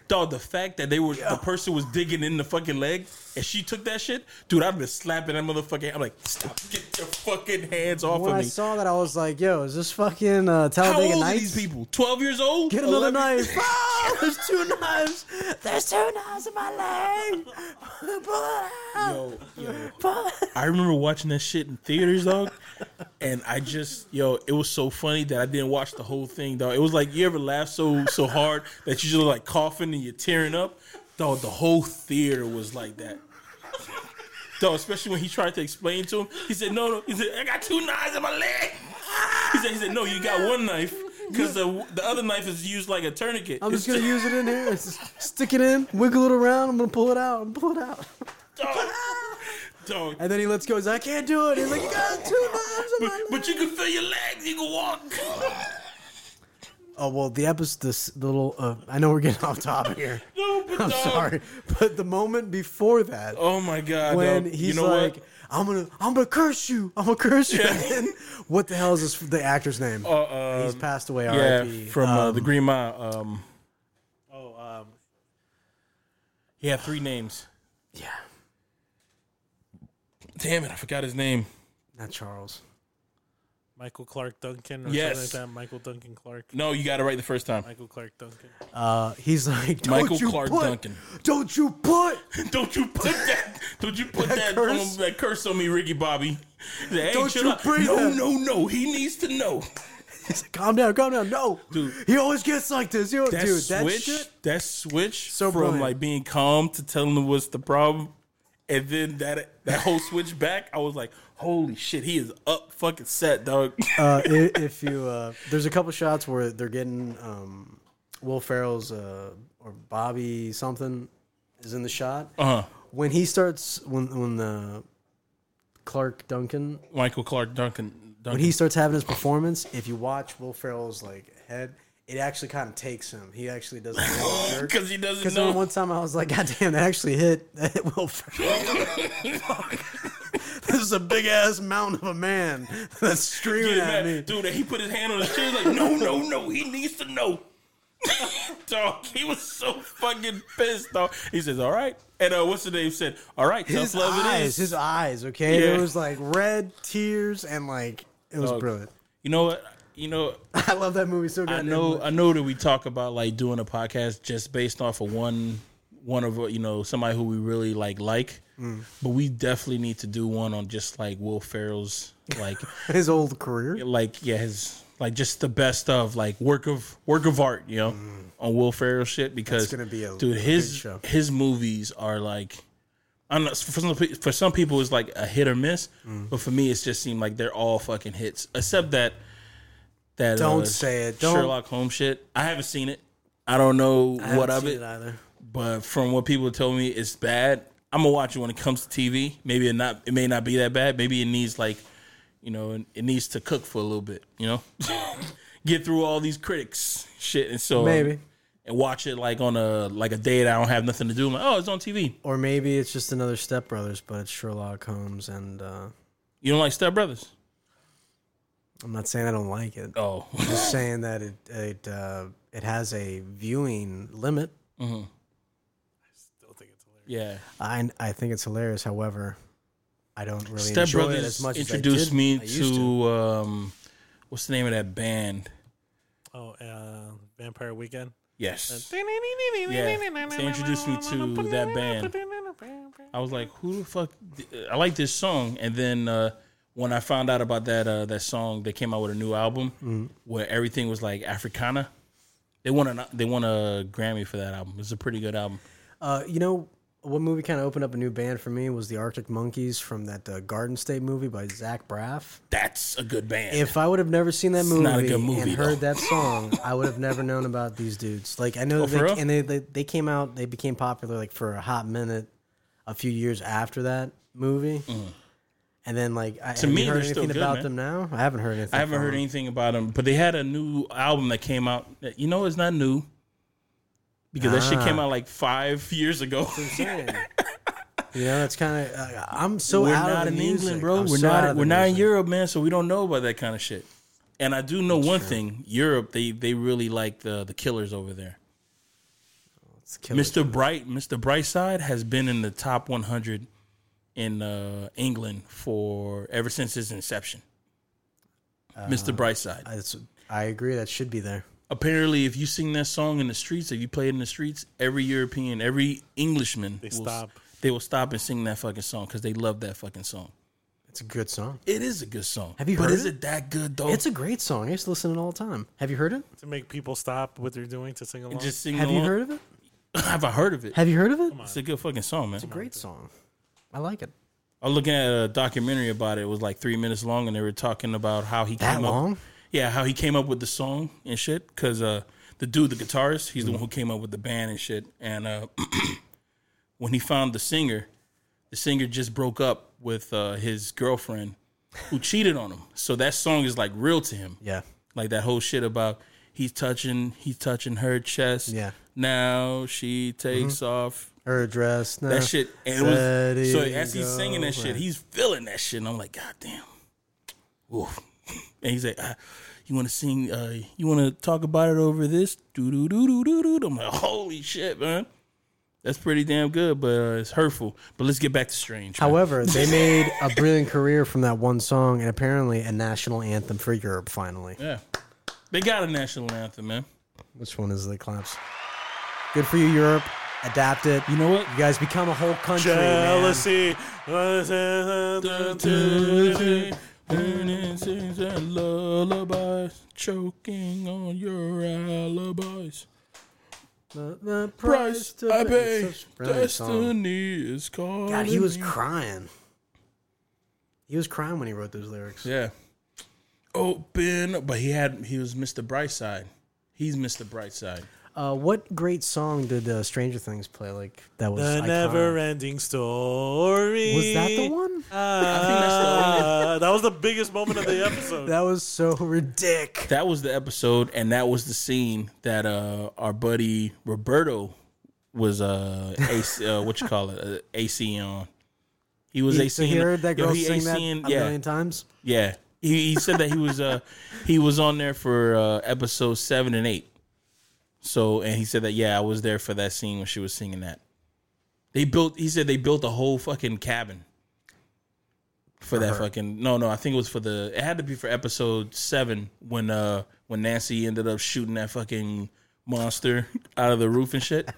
[SPEAKER 1] dog, the fact that they were the person was digging in the fucking leg and she took that shit, dude, I've been slapping that motherfucking. I'm like, stop, get your fucking hands off
[SPEAKER 2] When
[SPEAKER 1] of
[SPEAKER 2] I
[SPEAKER 1] me.
[SPEAKER 2] saw that I was like, yo, is this fucking uh
[SPEAKER 1] How
[SPEAKER 2] Talladega
[SPEAKER 1] old are
[SPEAKER 2] Nights?
[SPEAKER 1] these people? Twelve years old?
[SPEAKER 2] Get another
[SPEAKER 1] 11?
[SPEAKER 2] knife. Ah, there's two knives. There's two knives in my leg. Pull it out.
[SPEAKER 1] Yo, yo,
[SPEAKER 2] Pull it.
[SPEAKER 1] I remember watching that shit in theaters, dog, and I just, yo, it was so funny that I didn't watch the whole thing, dog. It was like you ever laugh so so hard that you just like coughing and you're tearing up, dog. The whole theater was like that. Dog, especially when he tried to explain to him, he said, "No, no," he said, "I got two knives in my leg." He said, "He said, no, you got one knife because the the other knife is used like a tourniquet."
[SPEAKER 2] I'm just gonna use it in here. Just stick it in, wiggle it around. I'm gonna pull it out and pull it out.
[SPEAKER 1] dog. dog.
[SPEAKER 2] And then he lets go. He's like, I can't do it. He's like, you got two knives in my leg.
[SPEAKER 1] But you can feel your legs, you can walk.
[SPEAKER 2] Oh well, the episode, this little. Uh, I know we're getting off topic here.
[SPEAKER 1] No, but
[SPEAKER 2] I'm
[SPEAKER 1] dog.
[SPEAKER 2] sorry, but the moment before that,
[SPEAKER 1] Oh my god!
[SPEAKER 2] when
[SPEAKER 1] dog.
[SPEAKER 2] he's
[SPEAKER 1] you know
[SPEAKER 2] like, I'm gonna, I'm gonna curse you. I'm gonna curse you. And then, what the hell is this, the actor's name?
[SPEAKER 1] what? Uh,
[SPEAKER 2] he's passed away.
[SPEAKER 1] yeah,
[SPEAKER 2] R.I.P.
[SPEAKER 1] from uh, the Green Mile. Um,
[SPEAKER 3] Oh, um,
[SPEAKER 1] he had three names.
[SPEAKER 2] yeah,
[SPEAKER 1] Damn it, I forgot his name.
[SPEAKER 2] not Charles.
[SPEAKER 3] Michael Clark Duncan or
[SPEAKER 1] Yes.
[SPEAKER 3] something like that. Michael Duncan Clark.
[SPEAKER 1] No, you got it right the first time.
[SPEAKER 3] Michael Clark Duncan.
[SPEAKER 2] Uh, he's like, don't
[SPEAKER 1] Michael
[SPEAKER 2] you
[SPEAKER 1] Clark
[SPEAKER 2] put,
[SPEAKER 1] Duncan.
[SPEAKER 2] Don't you put,
[SPEAKER 1] don't you put that? Don't you put that,
[SPEAKER 2] That curse?
[SPEAKER 1] um, that curse on me, Ricky Bobby? Hey,
[SPEAKER 2] Don't
[SPEAKER 1] chill
[SPEAKER 2] you
[SPEAKER 1] out.
[SPEAKER 2] bring
[SPEAKER 1] No,
[SPEAKER 2] that-
[SPEAKER 1] no, no. He needs to know.
[SPEAKER 2] he's like, calm down, calm down. No,
[SPEAKER 1] Dude.
[SPEAKER 2] he always gets like this. You know,
[SPEAKER 1] That
[SPEAKER 2] dude, that
[SPEAKER 1] switch,
[SPEAKER 2] shit.
[SPEAKER 1] that switch
[SPEAKER 2] So
[SPEAKER 1] from
[SPEAKER 2] brilliant.
[SPEAKER 1] like being calm to telling them what's the problem, and then that that whole switch back, I was like, holy shit, he is up fucking set, dog.
[SPEAKER 2] uh, i- if you uh, there's a couple shots where they're getting um, Will Ferrell's uh, or Bobby something is in the shot
[SPEAKER 1] Uh huh.
[SPEAKER 2] when he starts when when the Clark Duncan
[SPEAKER 1] Michael Clark Duncan. Duncan.
[SPEAKER 2] when he starts having his performance. If you watch Will Ferrell's like head, it actually kind of takes him. He actually does like, a little jerk.
[SPEAKER 1] because he doesn't
[SPEAKER 2] Because
[SPEAKER 1] know.
[SPEAKER 2] then one time I was like, God damn, that actually hit, that hit Will Ferrell. Fuck. this is a big ass mountain of a man that's
[SPEAKER 1] Get
[SPEAKER 2] screaming
[SPEAKER 1] mad.
[SPEAKER 2] at me.
[SPEAKER 1] Dude, and he put his hand on his chin, like, no, no, no, he needs to know. dog, he was so fucking pissed, dog. He says, all right. And uh, what's the name said, all right, tough
[SPEAKER 2] his
[SPEAKER 1] love it
[SPEAKER 2] eyes,
[SPEAKER 1] is.
[SPEAKER 2] his eyes. Okay,
[SPEAKER 1] Yeah.
[SPEAKER 2] it was like red tears and like it was
[SPEAKER 1] Dog.
[SPEAKER 2] brilliant.
[SPEAKER 1] you know what? You know,
[SPEAKER 2] I love that movie so
[SPEAKER 1] I
[SPEAKER 2] goddamn
[SPEAKER 1] know,
[SPEAKER 2] much.
[SPEAKER 1] I know that we talk about like doing a podcast just based off of one, one of uh, you know somebody who we really like like,
[SPEAKER 2] Mm.
[SPEAKER 1] but we definitely need to do one on just like Will Ferrell's like
[SPEAKER 2] his old career.
[SPEAKER 1] like yeah his like just the best of like work of work of art you know on Will Ferrell shit because
[SPEAKER 2] Mm-hmm. gonna be a-
[SPEAKER 1] dude
[SPEAKER 2] a
[SPEAKER 1] his
[SPEAKER 2] good show.
[SPEAKER 1] his movies are like I'm not for some pe- for some people it's like a hit or miss
[SPEAKER 2] Mm.
[SPEAKER 1] but for me it's just seemed like they're all fucking hits except that that uh,
[SPEAKER 2] Don't say it. Don't-
[SPEAKER 1] Sherlock Holmes shit I haven't seen it I don't know
[SPEAKER 2] I haven't
[SPEAKER 1] what of
[SPEAKER 2] seen
[SPEAKER 1] it,
[SPEAKER 2] either?
[SPEAKER 1] but from what people told me it's bad I'm gonna watch it when it comes to TV maybe it not it may not be that bad maybe it needs like you know, and it needs to cook for a little bit, you know, get through all these critics shit, and so um,
[SPEAKER 2] Maybe.
[SPEAKER 1] and watch it like on a like a day that I don't have nothing to do. I'm like, oh, it's on TV.
[SPEAKER 2] Or maybe it's just another Step Brothers, but it's Sherlock Holmes, and uh,
[SPEAKER 1] You don't like Step Brothers?
[SPEAKER 2] I'm not saying I don't like it.
[SPEAKER 1] Oh,
[SPEAKER 2] I'm just saying that it it uh, it has a viewing limit.
[SPEAKER 3] Still think it's hilarious.
[SPEAKER 1] Mm-hmm. yeah.
[SPEAKER 2] I I think it's hilarious. However, I don't really
[SPEAKER 1] Step
[SPEAKER 2] enjoy
[SPEAKER 1] Brothers
[SPEAKER 2] it as much.
[SPEAKER 1] introduced
[SPEAKER 2] as I did.
[SPEAKER 1] me
[SPEAKER 2] I used
[SPEAKER 1] to, um, what's the name of that band?
[SPEAKER 3] Oh, uh, Vampire Weekend.
[SPEAKER 2] Uh,
[SPEAKER 1] Yes,
[SPEAKER 3] Yeah.
[SPEAKER 1] they introduced me to that band. I was like, who the fuck? I like this song, and then uh, when I found out about that uh, that song, they came out with a new album
[SPEAKER 2] Mm-hmm.
[SPEAKER 1] where everything was like Africana. They won an they won a Grammy for that album. It's a pretty good album.
[SPEAKER 2] Uh, you know what movie kind of opened up a new band for me was the Arctic Monkeys from that uh, Garden State movie by Zach Braff.
[SPEAKER 1] That's a good band.
[SPEAKER 2] If I would have never seen that movie,
[SPEAKER 1] not a good movie,
[SPEAKER 2] and heard
[SPEAKER 1] though. Oh,
[SPEAKER 2] that song, I would have never known about these dudes. Like I know,
[SPEAKER 1] for real?
[SPEAKER 2] they, and they, they they came out, they became popular like for a hot minute, a few years after that movie, And then like,
[SPEAKER 1] Mm-hmm.
[SPEAKER 2] I,
[SPEAKER 1] To
[SPEAKER 2] have you
[SPEAKER 1] me,
[SPEAKER 2] heard
[SPEAKER 1] they're still
[SPEAKER 2] anything
[SPEAKER 1] good,
[SPEAKER 2] about
[SPEAKER 1] man.
[SPEAKER 2] them now? I haven't heard anything.
[SPEAKER 1] I haven't
[SPEAKER 2] from
[SPEAKER 1] heard
[SPEAKER 2] them.
[SPEAKER 1] anything about them, but they had a new album that came out. That, you know, it's not new because that shit
[SPEAKER 2] Ah.
[SPEAKER 1] came out like five years ago.
[SPEAKER 2] You know, it's kind of. Uh, I'm so
[SPEAKER 1] we're
[SPEAKER 2] out
[SPEAKER 1] not
[SPEAKER 2] of
[SPEAKER 1] in
[SPEAKER 2] the
[SPEAKER 1] England,
[SPEAKER 2] music.
[SPEAKER 1] bro.
[SPEAKER 2] I'm
[SPEAKER 1] we're
[SPEAKER 2] so out
[SPEAKER 1] not.
[SPEAKER 2] of the
[SPEAKER 1] We're not in
[SPEAKER 2] music.
[SPEAKER 1] Europe, man. So we don't know about that kind of shit. And I do know one thing: Europe, they they really like the the killers over there.
[SPEAKER 2] It's killer.
[SPEAKER 1] Mr. Bright, Mr. Brightside has been in the top 100 in uh, England for ever since his inception. Mr.
[SPEAKER 2] Uh,
[SPEAKER 1] Brightside.
[SPEAKER 2] I, it's- I agree. That should be there.
[SPEAKER 1] Apparently, if you sing that song in the streets, if you play it in the streets, every European, every Englishman,
[SPEAKER 3] They
[SPEAKER 1] will,
[SPEAKER 3] stop.
[SPEAKER 1] They will stop and sing that fucking song because they love that fucking song.
[SPEAKER 2] It's a good song.
[SPEAKER 1] It is a good song.
[SPEAKER 2] Have you
[SPEAKER 1] but
[SPEAKER 2] heard
[SPEAKER 1] is
[SPEAKER 2] it?
[SPEAKER 1] it that good though?
[SPEAKER 2] It's a great song. I used to listen to it all the time. Have you heard it?
[SPEAKER 3] to make people stop what they're doing to sing along.
[SPEAKER 1] just sing.
[SPEAKER 2] Have you
[SPEAKER 1] along.
[SPEAKER 2] heard of it?
[SPEAKER 1] Have I heard of it?
[SPEAKER 2] Have you heard of it?
[SPEAKER 1] It's a good fucking song, man.
[SPEAKER 2] It's a great song. I like it.
[SPEAKER 1] I was looking at a documentary about it. It was like three minutes long, and they were talking about how he
[SPEAKER 2] That
[SPEAKER 1] came up.
[SPEAKER 2] long?
[SPEAKER 1] Yeah, how he came up with the song and shit. Because uh, the dude, the guitarist,
[SPEAKER 2] Mm-hmm.
[SPEAKER 1] he's the one who came up with the band and shit. And uh, when he found the singer, the singer just broke up with uh, his girlfriend who cheated on him. So that song is like real to him.
[SPEAKER 2] Yeah.
[SPEAKER 1] Like that whole shit about he's touching, he's touching her chest.
[SPEAKER 2] Yeah. Mm-hmm.
[SPEAKER 1] Now she takes off
[SPEAKER 2] Her dress.
[SPEAKER 1] that shit. And it was, so as he's singing that shit,
[SPEAKER 2] he
[SPEAKER 1] he's feeling that shit. And I'm like, God damn. Oof. And he's like, ah, you want to sing, uh, you want to talk about it over this? Doo doo doo doo doo doo. I'm like, holy shit, man. That's pretty damn good, but uh, it's hurtful. But let's get back to Strange. man.
[SPEAKER 2] However, they made a brilliant career from that one song, and apparently a national anthem for Europe. Finally,
[SPEAKER 1] yeah. They got a national anthem, man.
[SPEAKER 2] which one is the claps? Good for you, Europe. Adapt it.
[SPEAKER 1] You know what?
[SPEAKER 2] You guys become a whole country. man.
[SPEAKER 3] jealousy.
[SPEAKER 1] Lullabies, choking on your alibis.
[SPEAKER 2] The, the
[SPEAKER 1] price
[SPEAKER 2] to
[SPEAKER 1] I
[SPEAKER 2] pay.
[SPEAKER 1] pay.
[SPEAKER 2] Such a brilliant song.
[SPEAKER 1] Destiny is calling.
[SPEAKER 2] God, he was
[SPEAKER 1] me.
[SPEAKER 2] crying. He was crying when he wrote those lyrics.
[SPEAKER 1] yeah. Open, up- but he had he was Mr. Brightside. He's Mr. Brightside.
[SPEAKER 2] Uh, what great song did uh, Stranger Things play? Like that was
[SPEAKER 3] The
[SPEAKER 2] iconic.
[SPEAKER 3] never ending story.
[SPEAKER 2] Was that the one?
[SPEAKER 3] Ah, that was the biggest moment of the episode.
[SPEAKER 2] That was so ridiculous.
[SPEAKER 1] That was the episode, and that was the scene that uh our buddy Roberto was uh, AC, uh what you call it uh, AC on. He was
[SPEAKER 2] He,
[SPEAKER 1] AC.
[SPEAKER 2] so he heard that
[SPEAKER 1] yo,
[SPEAKER 2] girl
[SPEAKER 1] he
[SPEAKER 2] sing that
[SPEAKER 1] ACing
[SPEAKER 2] a million times.
[SPEAKER 1] Yeah. He, he said that he was uh he was on there for uh episode seven and eight. So and he said that yeah, I was there for that scene when she was singing that. They built he said they built a whole fucking cabin for, that fucking no no, I think it was for the it had to be for episode seven when uh when Nancy ended up shooting that fucking monster out of the roof and shit.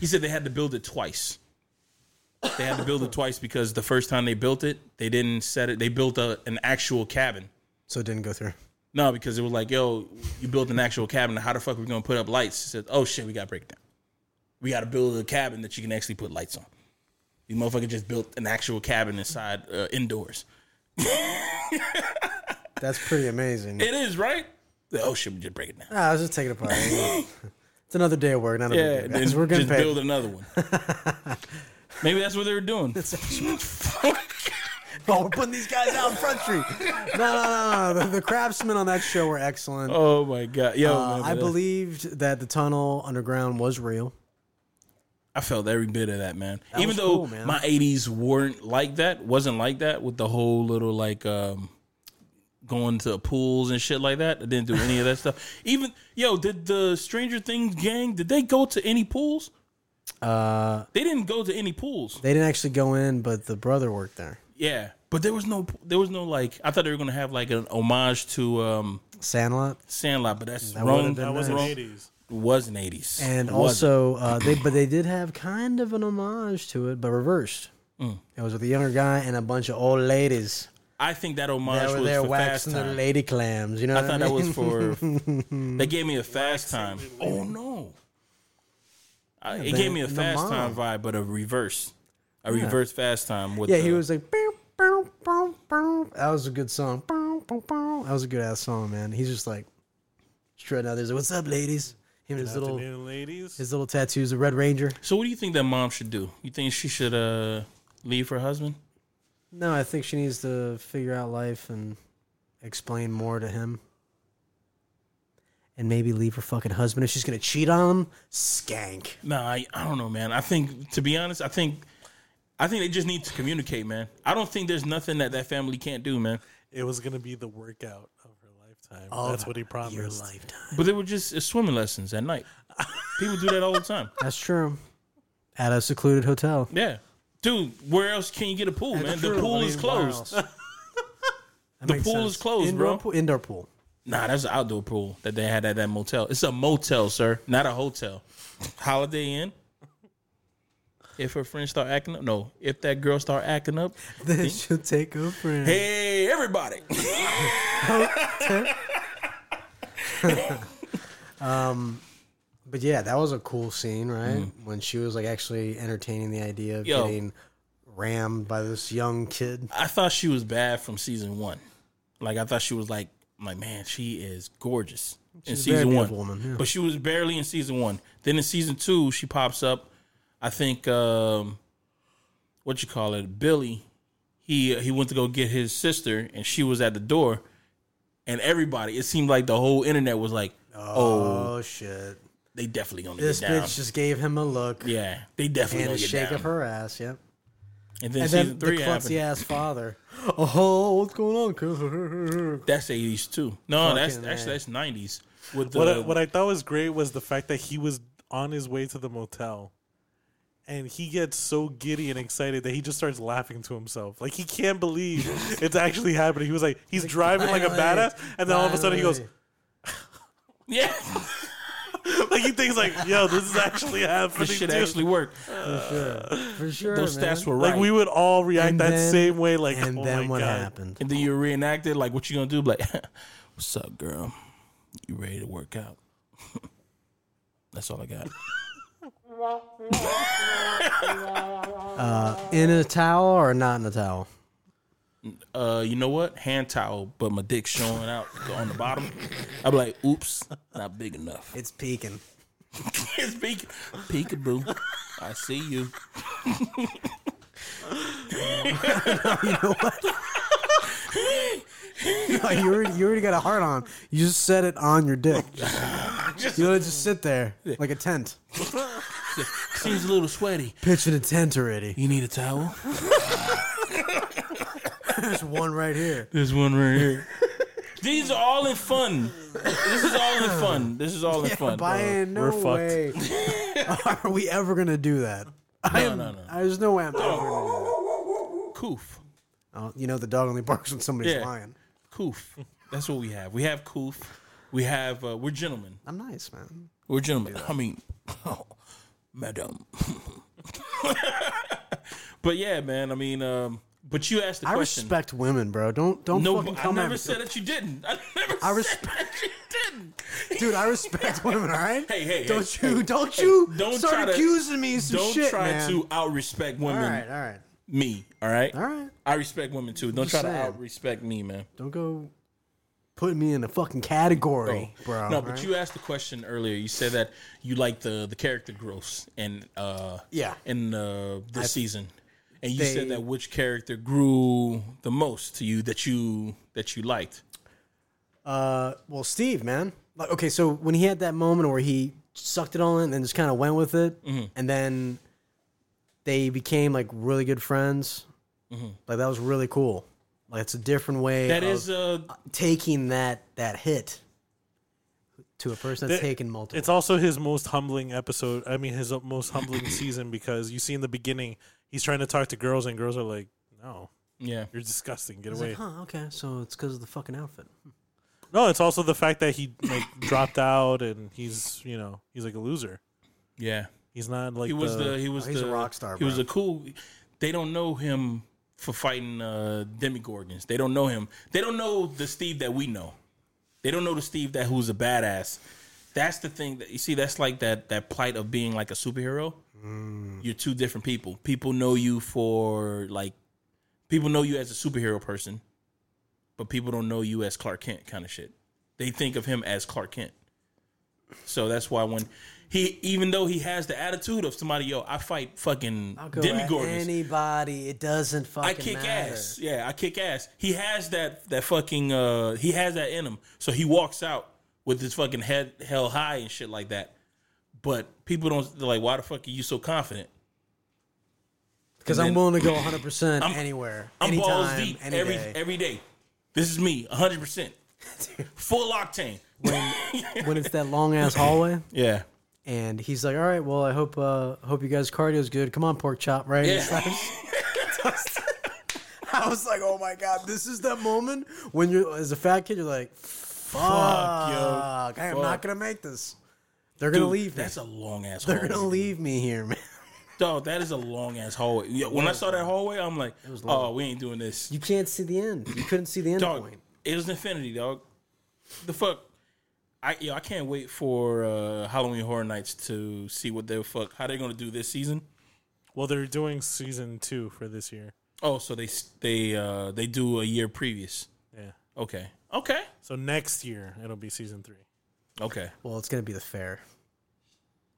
[SPEAKER 1] He said they had to build it twice they had to build it twice because the first time they built it, they didn't set it. They built a, an actual cabin.
[SPEAKER 2] So it didn't go through.
[SPEAKER 1] No, because it was like, yo, you built an actual cabin. How the fuck are we gonna put up lights? He said, oh shit, we got breakdown. We got to build a cabin that you can actually put lights on. You motherfucker just built an actual cabin inside uh, indoors.
[SPEAKER 2] That's pretty amazing.
[SPEAKER 1] It is right. Oh shit, we just break it down.
[SPEAKER 2] Ah, I was just taking it apart. it's another day of work, not a
[SPEAKER 1] Yeah,
[SPEAKER 2] big deal, guys.
[SPEAKER 1] then
[SPEAKER 2] We're getting
[SPEAKER 1] just
[SPEAKER 2] paid.
[SPEAKER 1] build another one. Maybe that's what they were doing.
[SPEAKER 2] Oh, we're putting these guys out in Front Street. No, no, no, no. The, the craftsmen on that show were excellent.
[SPEAKER 1] oh my god, yo,
[SPEAKER 2] Uh,
[SPEAKER 1] man,
[SPEAKER 2] I
[SPEAKER 1] but, uh,
[SPEAKER 2] believed that the tunnel underground was real.
[SPEAKER 1] I felt every bit of that, man. Even
[SPEAKER 2] was
[SPEAKER 1] though
[SPEAKER 2] cool, man.
[SPEAKER 1] my '80s weren't like that, wasn't like that with the whole little like um, going to pools and shit like that. I didn't do any of that stuff. Even yo, did the Stranger Things gang? Did they go to any pools?
[SPEAKER 2] Uh,
[SPEAKER 1] They didn't go to any pools.
[SPEAKER 2] they didn't actually go in, but the brother worked there.
[SPEAKER 1] Yeah, but there was no, there was no like. I thought they were gonna have like an homage to um,
[SPEAKER 2] Sandlot.
[SPEAKER 1] Sandlot, but that's
[SPEAKER 2] That
[SPEAKER 1] wrong.
[SPEAKER 2] would've
[SPEAKER 1] That
[SPEAKER 2] been
[SPEAKER 3] That was
[SPEAKER 1] was
[SPEAKER 3] in
[SPEAKER 1] wrong.
[SPEAKER 2] nice.
[SPEAKER 1] It
[SPEAKER 3] eighties.
[SPEAKER 1] wasn't '80s,
[SPEAKER 2] And
[SPEAKER 1] It wasn't.
[SPEAKER 2] also, uh, they but they did have kind of an homage to it, but reversed.
[SPEAKER 1] Mm.
[SPEAKER 2] It was with a younger guy and a bunch of old ladies
[SPEAKER 1] I think Oh, that
[SPEAKER 2] that
[SPEAKER 1] homage
[SPEAKER 2] were
[SPEAKER 1] was
[SPEAKER 2] there
[SPEAKER 1] for fast
[SPEAKER 2] waxing their
[SPEAKER 1] time.
[SPEAKER 2] lady clams. You know,
[SPEAKER 1] I
[SPEAKER 2] what
[SPEAKER 1] thought
[SPEAKER 2] I
[SPEAKER 1] that was
[SPEAKER 2] mean?
[SPEAKER 1] for. they gave me a fast time. Oh no! I, it
[SPEAKER 2] the-
[SPEAKER 1] gave me a
[SPEAKER 2] the
[SPEAKER 1] fast
[SPEAKER 2] mom.
[SPEAKER 1] time vibe, but a reverse, a reverse fast time with.
[SPEAKER 2] Yeah, he
[SPEAKER 1] the-
[SPEAKER 2] was like, bow, bow, bow, bow. that was a good song. Bow, bow, bow. That was a good ass song, man. He's just like strutting out there. He's like, What's up, ladies? Him and his little
[SPEAKER 3] Afternoon, ladies.
[SPEAKER 2] his little tattoos, the Red Ranger.
[SPEAKER 1] So, what do you think that mom should do? You think she should uh leave her husband?
[SPEAKER 2] No, I think she needs to figure out life and explain more to him. And maybe leave her fucking husband if she's gonna cheat on him. Skank.
[SPEAKER 1] No, I, I don't know, man. I think to be honest, I think I think they just need to communicate, man. I don't think there's nothing that that family can't do, man.
[SPEAKER 3] It was gonna be the workout of her lifetime. That's what he promised.
[SPEAKER 2] Your lifetime.
[SPEAKER 1] But they were just uh, swimming lessons at night. People do that all the time.
[SPEAKER 2] That's true. At a secluded hotel.
[SPEAKER 1] Yeah, dude. Where else can you get a pool, man?
[SPEAKER 2] That's
[SPEAKER 1] The
[SPEAKER 2] true.
[SPEAKER 1] pool
[SPEAKER 2] I
[SPEAKER 1] is
[SPEAKER 2] mean, where
[SPEAKER 1] closed.
[SPEAKER 2] else? That
[SPEAKER 1] The
[SPEAKER 2] makes
[SPEAKER 1] pool is closed,
[SPEAKER 2] indoor
[SPEAKER 1] bro.
[SPEAKER 2] Pool, indoor pool.
[SPEAKER 1] Nah, that's an outdoor pool that they had at that motel. It's a motel, sir, not a hotel. Holiday Inn. If her friends start acting up, no. If that girl start acting up,
[SPEAKER 2] Then she'll take her friend.
[SPEAKER 1] hey, everybody.
[SPEAKER 2] But yeah, that was a cool scene, right? When she was like actually entertaining the idea of
[SPEAKER 1] Mm. Yo.
[SPEAKER 2] getting rammed by this young kid.
[SPEAKER 1] I thought she was bad from season one. Like I thought she was like, I'm like man, she is gorgeous in
[SPEAKER 2] a very
[SPEAKER 1] season one.
[SPEAKER 2] beautiful woman, yeah.
[SPEAKER 1] But she was barely in season one. Then in season two, she pops up. I think um, what you call it, Billy. He he went to go get his sister, and she was at the door. And everybody, it seemed like the whole internet was like, "Oh,
[SPEAKER 2] Oh shit!
[SPEAKER 1] they definitely gonna
[SPEAKER 2] This
[SPEAKER 1] get down."
[SPEAKER 2] bitch just gave him a look
[SPEAKER 1] yeah, they definitely
[SPEAKER 2] and a
[SPEAKER 1] gonna get
[SPEAKER 2] shake
[SPEAKER 1] down.
[SPEAKER 2] of her ass. Yep.
[SPEAKER 1] And then
[SPEAKER 2] And
[SPEAKER 1] season
[SPEAKER 2] then the
[SPEAKER 1] three happened.
[SPEAKER 2] klutzy ass father. Oh, what's going on? kid?
[SPEAKER 1] That's eighties too. No, that's
[SPEAKER 2] Fucking
[SPEAKER 1] actually
[SPEAKER 2] A.
[SPEAKER 1] that's nineties. With the
[SPEAKER 3] What I, what I thought was great was the fact that he was on his way to the motel, and he gets so giddy and excited that he just starts laughing to himself. Like he can't believe it's actually happening. He was like, he's driving like a
[SPEAKER 2] "Finally,
[SPEAKER 3] badass, and then all of a sudden he goes,
[SPEAKER 2] finally."
[SPEAKER 1] yeah.
[SPEAKER 3] like he thinks like, yo, this is actually happening.
[SPEAKER 1] this shit
[SPEAKER 3] dude.
[SPEAKER 1] actually worked.
[SPEAKER 2] For sure,
[SPEAKER 1] Those
[SPEAKER 2] man.
[SPEAKER 1] stats were right.
[SPEAKER 3] like we would all react
[SPEAKER 2] And
[SPEAKER 3] that
[SPEAKER 2] then-
[SPEAKER 3] same way. Like,
[SPEAKER 2] And
[SPEAKER 3] oh
[SPEAKER 2] then
[SPEAKER 3] my
[SPEAKER 2] what
[SPEAKER 3] God.
[SPEAKER 2] happened?
[SPEAKER 1] and then you reenacted like what you gonna do? Like, what's up, girl? You ready to work out? That's all I got.
[SPEAKER 2] In a towel or not in a towel?
[SPEAKER 1] Uh, you know what? Hand towel, but my dick showing out on the bottom. I'm like, oops, not big enough.
[SPEAKER 2] It's peeking.
[SPEAKER 1] It's peek- peekaboo. I see you.
[SPEAKER 2] No, you already, you already got a heart on. You just set it on your dick. you let it just sit there like a tent.
[SPEAKER 1] Seems a little sweaty.
[SPEAKER 2] Pitching a tent already.
[SPEAKER 1] You need a towel?
[SPEAKER 2] There's one right here.
[SPEAKER 1] There's one right here. These are all in fun. This is all in fun. This is all in fun.
[SPEAKER 2] Brian, no
[SPEAKER 3] we're fucked.
[SPEAKER 2] way. Are we ever gonna do that? I am,
[SPEAKER 1] no, no.
[SPEAKER 2] There's no way I'm ever gonna do that.
[SPEAKER 1] Coof.
[SPEAKER 2] Oh, you know the dog only barks when somebody's
[SPEAKER 1] Yeah.
[SPEAKER 2] lying.
[SPEAKER 1] Coof. That's what we have. We have Coof. We have uh, we're gentlemen.
[SPEAKER 2] I'm nice, man.
[SPEAKER 1] We're gentlemen. I mean, madam. but yeah, man. I mean, um, but you asked the
[SPEAKER 2] I
[SPEAKER 1] question.
[SPEAKER 2] respect women, bro. Don't don't
[SPEAKER 1] no,
[SPEAKER 2] fucking
[SPEAKER 1] I
[SPEAKER 2] come at
[SPEAKER 1] never
[SPEAKER 2] me.
[SPEAKER 1] said that you didn't. I never
[SPEAKER 2] I
[SPEAKER 1] said
[SPEAKER 2] respect-
[SPEAKER 1] that you didn't.
[SPEAKER 2] Dude, I respect women, all right?
[SPEAKER 1] Hey, hey, hey,
[SPEAKER 2] Don't you
[SPEAKER 1] hey,
[SPEAKER 2] don't
[SPEAKER 1] hey,
[SPEAKER 2] you
[SPEAKER 1] don't try
[SPEAKER 2] start
[SPEAKER 1] to-
[SPEAKER 2] accusing me of some
[SPEAKER 1] Don't
[SPEAKER 2] shit,
[SPEAKER 1] try
[SPEAKER 2] man.
[SPEAKER 1] to out respect women.
[SPEAKER 2] All right, all right.
[SPEAKER 1] Me, all right?
[SPEAKER 2] All right.
[SPEAKER 1] I respect women too. Don't
[SPEAKER 2] Just
[SPEAKER 1] try to
[SPEAKER 2] saying.
[SPEAKER 1] out respect me, man.
[SPEAKER 2] Don't go putting me in a fucking category, bro.
[SPEAKER 1] Oh. no, but
[SPEAKER 2] right?
[SPEAKER 1] you asked the question earlier. You said that you like the the character growths and uh
[SPEAKER 2] Yeah.
[SPEAKER 1] in uh this season. And you
[SPEAKER 2] they-
[SPEAKER 1] said that which character grew the most to you that you that you liked.
[SPEAKER 2] Uh, well, Steve, man. Like, okay, so when he had that moment where he sucked it all in and just kind of went with it,
[SPEAKER 1] Mm-hmm.
[SPEAKER 2] and then they became like really good friends. Like that was really cool. Like it's a different way
[SPEAKER 1] Mm-hmm. That
[SPEAKER 2] of
[SPEAKER 1] is uh
[SPEAKER 2] taking that that hit to a person that's
[SPEAKER 3] Th-
[SPEAKER 2] taken multiple.
[SPEAKER 3] It's also his most humbling episode. I mean, his most humbling season because you see in the beginning he's trying to talk to girls and girls are like, "No,
[SPEAKER 1] yeah.
[SPEAKER 3] you're disgusting. Get
[SPEAKER 2] It's
[SPEAKER 3] away."
[SPEAKER 2] like, huh, okay, so it's because of the fucking outfit.
[SPEAKER 3] No, it's also the fact that he like dropped out and he's you know he's like a loser.
[SPEAKER 1] Yeah.
[SPEAKER 3] He's not like
[SPEAKER 1] He was the,
[SPEAKER 3] the
[SPEAKER 1] he was
[SPEAKER 2] Oh, he's a
[SPEAKER 1] the
[SPEAKER 2] rock star,
[SPEAKER 1] He was
[SPEAKER 2] bro.
[SPEAKER 1] a cool they don't know him for fighting uh demigorgons. They don't know him. They don't know the Steve that we know. They don't know the Steve that who's a badass. That's the thing that you see. That's like that that plight of being like a superhero.
[SPEAKER 2] Mm.
[SPEAKER 1] You're two different people. People know you for like people know you as a superhero person, but people don't know you as Clark Kent kind of shit. They think of him as Clark Kent. So that's why when He even though he has the attitude of somebody, yo, I fight fucking
[SPEAKER 2] I'll go at
[SPEAKER 1] demigorgons.
[SPEAKER 2] anybody. It doesn't fucking
[SPEAKER 1] I kick
[SPEAKER 2] matter.
[SPEAKER 1] ass. Yeah, I kick ass. He has that that fucking uh he has that in him. So he walks out with his fucking head held high and shit like that. But people don't they're like, why the fuck are you so confident?
[SPEAKER 2] Because I'm willing to go 100 percent
[SPEAKER 1] I'm-
[SPEAKER 2] anywhere,
[SPEAKER 1] I'm balls
[SPEAKER 2] anytime,
[SPEAKER 1] deep
[SPEAKER 2] any
[SPEAKER 1] every
[SPEAKER 2] day.
[SPEAKER 1] every day. This is me, hundred percent. Full octane.
[SPEAKER 2] when it's that long ass hallway,
[SPEAKER 1] Yeah.
[SPEAKER 2] and he's like, "All right, well, I hope uh, hope you guys cardio is good. Come on, pork chop, right?"
[SPEAKER 1] Yeah.
[SPEAKER 2] It's like- I was like, "Oh my god, this is that moment when you, are as a fat kid, you're like, fuck, I am not
[SPEAKER 1] Fuck.
[SPEAKER 2] gonna make this. They're gonna
[SPEAKER 1] Dude,
[SPEAKER 2] leave me.
[SPEAKER 1] That's a long ass
[SPEAKER 2] They're
[SPEAKER 1] hallway.
[SPEAKER 2] gonna leave me here, man.
[SPEAKER 1] Dog, that is a long ass hallway. Yeah, when I saw that hallway, I'm like, oh, we ain't doing this.
[SPEAKER 2] You can't see the end. You couldn't see the end
[SPEAKER 1] dog,
[SPEAKER 2] point.
[SPEAKER 1] it was infinity, dog. The fuck, I yo, I can't wait for uh, Halloween Horror Nights to see what the fuck how they're gonna do this season.
[SPEAKER 3] Well, they're doing season two for this year.
[SPEAKER 1] Oh, so they s- they uh, they do a year previous.
[SPEAKER 3] Yeah.
[SPEAKER 1] Okay, okay,
[SPEAKER 3] So next year it'll be season three.
[SPEAKER 1] okay.
[SPEAKER 2] Well, it's gonna be the fair.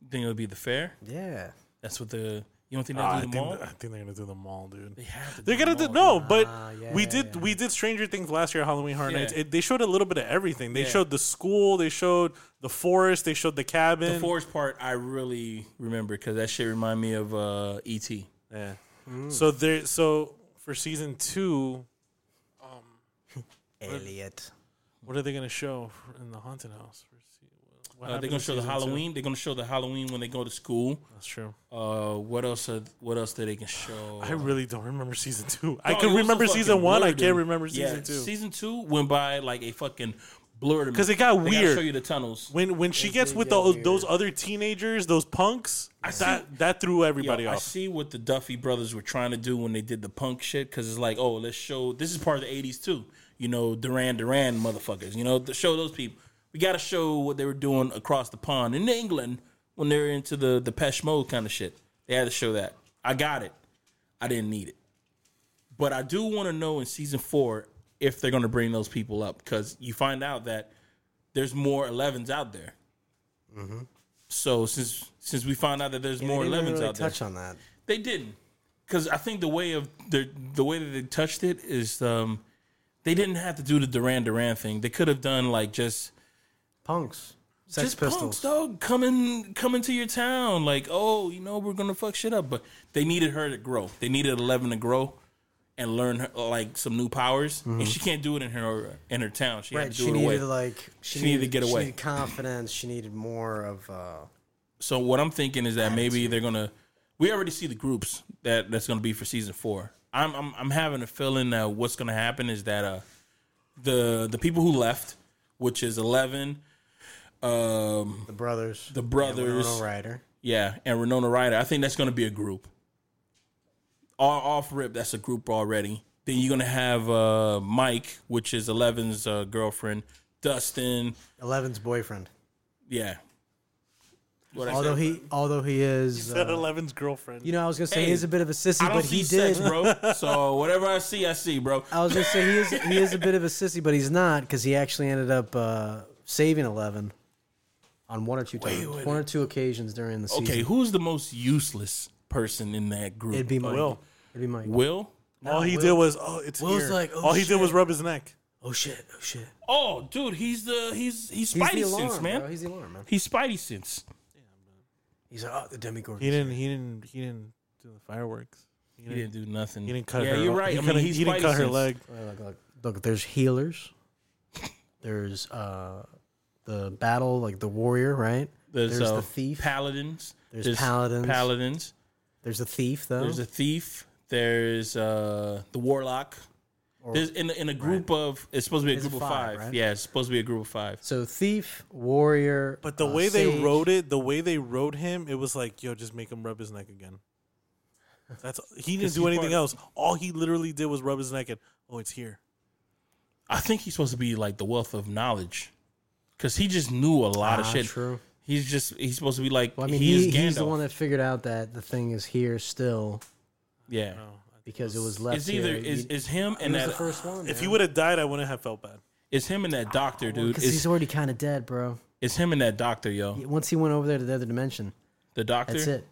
[SPEAKER 1] Think it'll be the fair?
[SPEAKER 2] Yeah.
[SPEAKER 1] That's what the you don't think they
[SPEAKER 3] Ah, I,
[SPEAKER 1] do
[SPEAKER 3] think,
[SPEAKER 1] the mall?
[SPEAKER 3] I think they're gonna do the mall, dude.
[SPEAKER 1] They have to.
[SPEAKER 3] They're
[SPEAKER 1] do the
[SPEAKER 3] gonna do
[SPEAKER 1] mall,
[SPEAKER 3] no, but
[SPEAKER 2] Ah, yeah,
[SPEAKER 3] we
[SPEAKER 2] yeah,
[SPEAKER 3] did we did Stranger Things last year, Halloween Horror
[SPEAKER 1] Yeah.
[SPEAKER 3] Nights. It, they showed a little bit of everything. They
[SPEAKER 1] Yeah.
[SPEAKER 3] showed the school, they showed the forest, they showed the cabin.
[SPEAKER 1] The forest part I really remember because that shit remind me of uh, ET.
[SPEAKER 3] Yeah. Mm. So there. So for season two,
[SPEAKER 2] Elliot.
[SPEAKER 3] what are they gonna show for- in the haunted house? For se- what
[SPEAKER 1] Uh, they're
[SPEAKER 3] happens
[SPEAKER 1] gonna
[SPEAKER 3] in
[SPEAKER 1] show the
[SPEAKER 3] season two?
[SPEAKER 1] Halloween. They're gonna show the Halloween when they go to school.
[SPEAKER 3] That's true.
[SPEAKER 2] Oh,
[SPEAKER 1] Uh, what else? Are, what else that they can show?
[SPEAKER 3] I really don't remember season two. I
[SPEAKER 1] Dog, it
[SPEAKER 3] can
[SPEAKER 1] was a
[SPEAKER 3] remember
[SPEAKER 1] fucking
[SPEAKER 3] season one.
[SPEAKER 1] blur,
[SPEAKER 3] I
[SPEAKER 1] dude.
[SPEAKER 3] can't remember
[SPEAKER 1] Yeah,
[SPEAKER 3] season two.
[SPEAKER 1] Season two went by like a fucking blur to me
[SPEAKER 3] 'Cause it got
[SPEAKER 1] They gotta
[SPEAKER 3] weird.
[SPEAKER 1] Show you the tunnels.
[SPEAKER 3] when when she gets
[SPEAKER 2] did
[SPEAKER 3] with
[SPEAKER 2] get
[SPEAKER 3] those
[SPEAKER 2] weird.
[SPEAKER 3] those other teenagers, those punks,
[SPEAKER 1] see-
[SPEAKER 3] that that
[SPEAKER 1] Yo,
[SPEAKER 3] threw everybody
[SPEAKER 1] I
[SPEAKER 3] off.
[SPEAKER 1] see what the Duffy brothers were trying to do when they did the punk shit because it's like, oh, let's show this is part of the '80s too. You know, Duran Duran motherfuckers. You know, to show those people. We got to show what they were doing across the pond in England when they're into the the Pesh mode kind of shit. They had to show that. I got it. I didn't need it. But I do want to know in season four if they're going to bring those people up because you find out that there's more 11s out there.
[SPEAKER 3] Mm-hmm.
[SPEAKER 1] So since since we found out that there's more 11s out there,
[SPEAKER 2] touch on that.
[SPEAKER 1] they didn't because I think the way of the the way that they touched it is um, they didn't have to do the Duran Duran thing. They could have done like just
[SPEAKER 2] Punks. Sex
[SPEAKER 1] just
[SPEAKER 2] Pistols.
[SPEAKER 1] punks, dog, coming coming to your town. Like, oh, you know, we're gonna fuck shit up. But they needed her to grow. They needed Eleven to grow and learn her, like some new powers. And she can't do it in her in her town. She had
[SPEAKER 2] Mm-hmm. Right.
[SPEAKER 1] to do
[SPEAKER 2] She
[SPEAKER 1] it away.
[SPEAKER 2] needed like she,
[SPEAKER 1] She needed to get
[SPEAKER 2] She
[SPEAKER 1] away.
[SPEAKER 2] needed confidence. She needed more of. Uh,
[SPEAKER 1] so what I'm thinking is that maybe they're gonna. We already see the groups that that's gonna be for season four. I'm I'm, I'm having a feeling that what's gonna happen is that uh the the people who left, which is eleven, um
[SPEAKER 2] the brothers.
[SPEAKER 1] the brothers,
[SPEAKER 2] Winona Ryder.
[SPEAKER 1] yeah, and Renona Ryder. I think that's gonna be a group. All off rip, that's a group already. Then you're gonna have uh Mike, which is 11's uh, girlfriend, Dustin,
[SPEAKER 2] Eleven's boyfriend.
[SPEAKER 1] yeah. What I
[SPEAKER 2] Although
[SPEAKER 1] said.
[SPEAKER 2] he, although he is,
[SPEAKER 3] That
[SPEAKER 2] uh,
[SPEAKER 3] Eleven's girlfriend.
[SPEAKER 2] you know, I was gonna say
[SPEAKER 1] Hey,
[SPEAKER 2] he is a bit of a sissy,
[SPEAKER 1] I don't
[SPEAKER 2] but
[SPEAKER 1] see
[SPEAKER 2] he did.
[SPEAKER 1] sex, bro. So whatever I see, I see, bro.
[SPEAKER 2] I was gonna say he is, he is a bit of a sissy, but he's not because he actually ended up uh, saving Eleven on one or two times,
[SPEAKER 1] wait.
[SPEAKER 2] one or two occasions during the season.
[SPEAKER 1] Okay, who's the most useless person in that group?
[SPEAKER 2] it'd be Mike.
[SPEAKER 3] Will.
[SPEAKER 2] It'd be Mike.
[SPEAKER 1] Will.
[SPEAKER 3] All he did was oh, it's
[SPEAKER 2] Will's
[SPEAKER 3] here.
[SPEAKER 2] like, oh,
[SPEAKER 3] all he
[SPEAKER 2] shit.
[SPEAKER 3] did was rub his neck.
[SPEAKER 2] Oh shit! Oh shit!
[SPEAKER 1] Oh, dude, he's the he's he's
[SPEAKER 2] He's
[SPEAKER 1] Spidey
[SPEAKER 2] the alarm,
[SPEAKER 1] sense, man.
[SPEAKER 2] bro.
[SPEAKER 1] He's,
[SPEAKER 2] He's the alarm, man.
[SPEAKER 1] Spidey sense.
[SPEAKER 2] He's
[SPEAKER 1] uh,
[SPEAKER 2] like, oh, the demigorgon.
[SPEAKER 3] He didn't. He didn't. He didn't do the fireworks. He
[SPEAKER 1] He
[SPEAKER 3] didn't.
[SPEAKER 1] didn't do nothing.
[SPEAKER 3] He didn't cut
[SPEAKER 1] yeah,
[SPEAKER 3] her.
[SPEAKER 1] you're right.
[SPEAKER 3] He,
[SPEAKER 1] I mean,
[SPEAKER 3] couldn't-
[SPEAKER 1] he's
[SPEAKER 3] he didn't
[SPEAKER 1] Spidey
[SPEAKER 3] cut her
[SPEAKER 1] sense.
[SPEAKER 3] leg.
[SPEAKER 2] Look, look, look, look, there's healers. There's uh, the battle, like the warrior, right?
[SPEAKER 1] There's,
[SPEAKER 2] There's
[SPEAKER 1] uh,
[SPEAKER 2] the thief.
[SPEAKER 1] Paladins.
[SPEAKER 2] There's paladins.
[SPEAKER 1] Paladins.
[SPEAKER 2] There's a thief, though.
[SPEAKER 1] There's a thief. There's uh the warlock. There's in in a group of it's supposed to be a
[SPEAKER 2] It's
[SPEAKER 1] group of
[SPEAKER 2] five,
[SPEAKER 1] five.
[SPEAKER 2] right?
[SPEAKER 1] Yeah, it's supposed to be a group of five.
[SPEAKER 2] so thief, warrior.
[SPEAKER 3] But the
[SPEAKER 2] uh,
[SPEAKER 3] way they
[SPEAKER 2] sage.
[SPEAKER 3] wrote it, the way they wrote him, it was like, yo, just make him rub his neck again. That's he didn't do
[SPEAKER 1] he's
[SPEAKER 3] anything
[SPEAKER 1] part-
[SPEAKER 3] else. All he literally did was rub his neck and oh, it's here.
[SPEAKER 1] I think he's supposed to be like the wealth of knowledge, because he just knew a lot of
[SPEAKER 2] Ah,
[SPEAKER 1] shit.
[SPEAKER 2] true.
[SPEAKER 1] He's just he's supposed to be like
[SPEAKER 2] Well, I mean,
[SPEAKER 1] he is
[SPEAKER 2] he, he's the
[SPEAKER 1] Gandalf.
[SPEAKER 2] one that figured out that the thing is here still
[SPEAKER 1] yeah,
[SPEAKER 3] Oh, I-
[SPEAKER 2] because it was left
[SPEAKER 1] it's either
[SPEAKER 2] here.
[SPEAKER 1] is
[SPEAKER 2] You-
[SPEAKER 1] is him
[SPEAKER 2] he
[SPEAKER 1] and
[SPEAKER 2] was
[SPEAKER 1] that
[SPEAKER 2] the first one. man.
[SPEAKER 3] If he would have died, I wouldn't have felt bad.
[SPEAKER 1] It's him and that doctor, dude.
[SPEAKER 2] Because Oh, he's
[SPEAKER 1] It's,
[SPEAKER 2] already kind of dead, bro.
[SPEAKER 1] it's him and that doctor, yo.
[SPEAKER 2] Once he went over there to the other dimension,
[SPEAKER 1] The doctor.
[SPEAKER 2] that's it.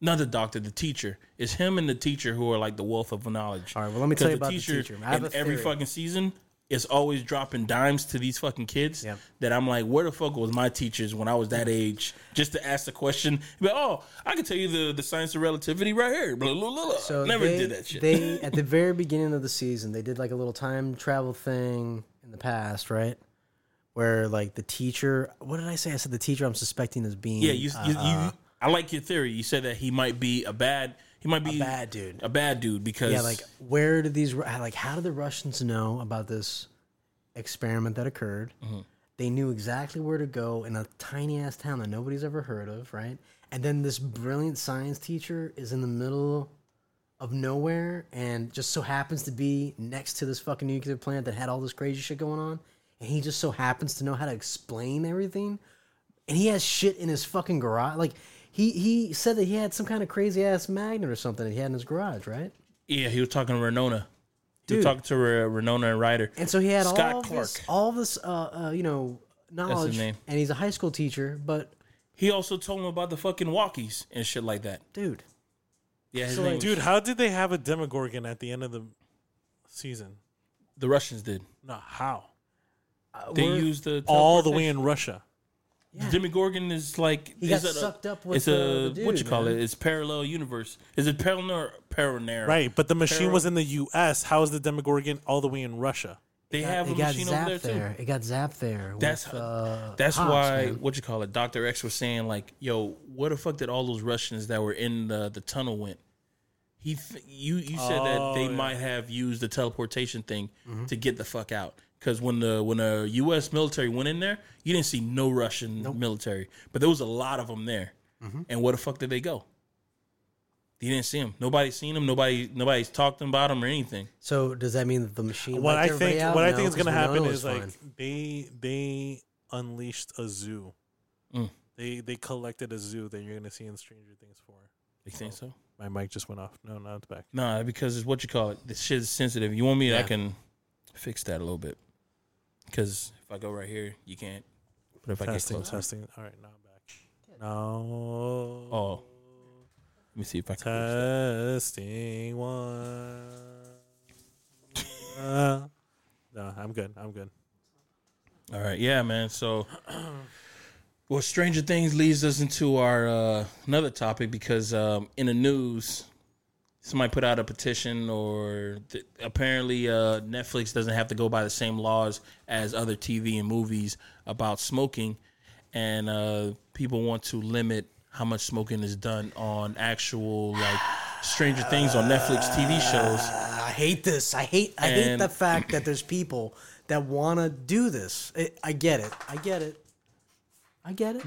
[SPEAKER 1] Not the doctor, the teacher. It's him and the teacher who are like the wealth of knowledge.
[SPEAKER 2] All right, well, let me tell you about the teacher. I have
[SPEAKER 1] in
[SPEAKER 2] a
[SPEAKER 1] every
[SPEAKER 2] theory.
[SPEAKER 1] fucking season is always dropping dimes to these fucking kids
[SPEAKER 2] Yep.
[SPEAKER 1] that I'm like, where the fuck was my teachers when I was that age? Just to ask the question, but oh, I can tell you the, the science of relativity right here. Blah, blah, blah, blah.
[SPEAKER 2] So
[SPEAKER 1] Never
[SPEAKER 2] they,
[SPEAKER 1] did that shit.
[SPEAKER 2] they at the very beginning of the season, they did like a little time travel thing in the past, right? Where like the teacher, what did I say? I said the teacher I'm suspecting is being
[SPEAKER 1] yeah, you, you,
[SPEAKER 2] Uh-huh.
[SPEAKER 1] you, I like your theory. You said that he might be a bad, he might be
[SPEAKER 2] bad dude.
[SPEAKER 1] a bad dude because
[SPEAKER 2] Yeah, like where did these Ru- like how did the Russians know about this experiment that occurred? They knew exactly where to go in a tiny ass town that nobody's ever heard of, right? And then this brilliant science teacher is in the middle of nowhere and just so happens to be next to this fucking nuclear plant that had all this crazy shit going on, and he just so happens to know how to explain everything and he has shit in his fucking garage. Like he he said that he had some kind of crazy ass magnet or something that he had in his garage, right?
[SPEAKER 1] yeah, he was talking to Renona. He was
[SPEAKER 2] Dude.
[SPEAKER 1] talking to Re- Renona and Ryder.
[SPEAKER 2] And so he had
[SPEAKER 1] Scott
[SPEAKER 2] all
[SPEAKER 1] Clark.
[SPEAKER 2] this, all this, uh, uh, you know, knowledge,
[SPEAKER 1] name.
[SPEAKER 2] and he's a high school teacher. But
[SPEAKER 1] He also told him about the fucking walkies and shit like that.
[SPEAKER 2] dude,
[SPEAKER 1] Yeah, his
[SPEAKER 2] So,
[SPEAKER 1] name
[SPEAKER 2] like,
[SPEAKER 1] was-
[SPEAKER 3] Dude, how did they have a Demogorgon at the end of the season?
[SPEAKER 1] the Russians did.
[SPEAKER 3] No, how?
[SPEAKER 2] uh,
[SPEAKER 1] They
[SPEAKER 2] we're-
[SPEAKER 1] used the
[SPEAKER 3] All the
[SPEAKER 1] teleportation.
[SPEAKER 3] way in Russia.
[SPEAKER 2] Yeah.
[SPEAKER 1] Demogorgon is like
[SPEAKER 2] He
[SPEAKER 1] is
[SPEAKER 2] got
[SPEAKER 1] it a-
[SPEAKER 2] sucked up with
[SPEAKER 1] it's
[SPEAKER 2] the-
[SPEAKER 1] a
[SPEAKER 2] the
[SPEAKER 1] what you
[SPEAKER 2] dude,
[SPEAKER 1] call
[SPEAKER 2] man.
[SPEAKER 1] it? It's parallel universe. Is it parallel parallel?
[SPEAKER 3] Right, but the machine was in the U.S. How is the Demogorgon all the way in Russia?
[SPEAKER 1] They have a
[SPEAKER 2] it got
[SPEAKER 1] machine over there
[SPEAKER 2] zapped
[SPEAKER 1] too.
[SPEAKER 2] there. It got zapped there.
[SPEAKER 1] That's
[SPEAKER 2] with, uh,
[SPEAKER 1] that's
[SPEAKER 2] cops,
[SPEAKER 1] why
[SPEAKER 2] man.
[SPEAKER 1] what you call it? Doctor X was saying like, "Yo, where the fuck did all those Russians that were in the the tunnel went?" He th- you you said
[SPEAKER 2] Oh,
[SPEAKER 1] that they might have used the teleportation thing
[SPEAKER 2] Mm-hmm.
[SPEAKER 1] to get the fuck out. Because when the when the U.S. military went in there, you didn't see no Russian military, but there was a lot of them there.
[SPEAKER 2] Mm-hmm.
[SPEAKER 1] And where the fuck did they go? You didn't see them. Nobody's seen them. Nobody nobody's talked about them or anything.
[SPEAKER 2] So does that mean that the machine?
[SPEAKER 3] What
[SPEAKER 2] wiped
[SPEAKER 3] I
[SPEAKER 2] everybody
[SPEAKER 3] think,
[SPEAKER 2] out?
[SPEAKER 3] what I
[SPEAKER 2] No,
[SPEAKER 3] think is
[SPEAKER 2] 'cause
[SPEAKER 3] going to happen
[SPEAKER 2] Winona was
[SPEAKER 3] is like
[SPEAKER 2] fine.
[SPEAKER 3] they they unleashed a zoo. Mm. They they collected a zoo that you're going to see in Stranger Things four.
[SPEAKER 1] You think so?
[SPEAKER 3] My mic just went off. No, now it's back.
[SPEAKER 1] Nah, because it's what you call it. This shit is sensitive. You want me? I can fix that a little bit. Because if I go right here, you can't. But if I get
[SPEAKER 3] Testing,
[SPEAKER 1] close,
[SPEAKER 3] testing. All right, now I'm back. No.
[SPEAKER 1] oh, let me see if I can. fix that.
[SPEAKER 3] Testing one. Uh, no, I'm good. I'm good.
[SPEAKER 1] All right, yeah, man. So, well, Stranger Things leads us into our uh, another topic because um, in the news, somebody put out a petition, or th- apparently uh, Netflix doesn't have to go by the same laws as other TV and movies about smoking, and uh, people want to limit how much smoking is done on actual like Stranger Things on Netflix TV shows.
[SPEAKER 2] I hate this. I hate. I hate
[SPEAKER 1] And-
[SPEAKER 2] the fact that there's people that want to do this. I I get it. I get it. I get it.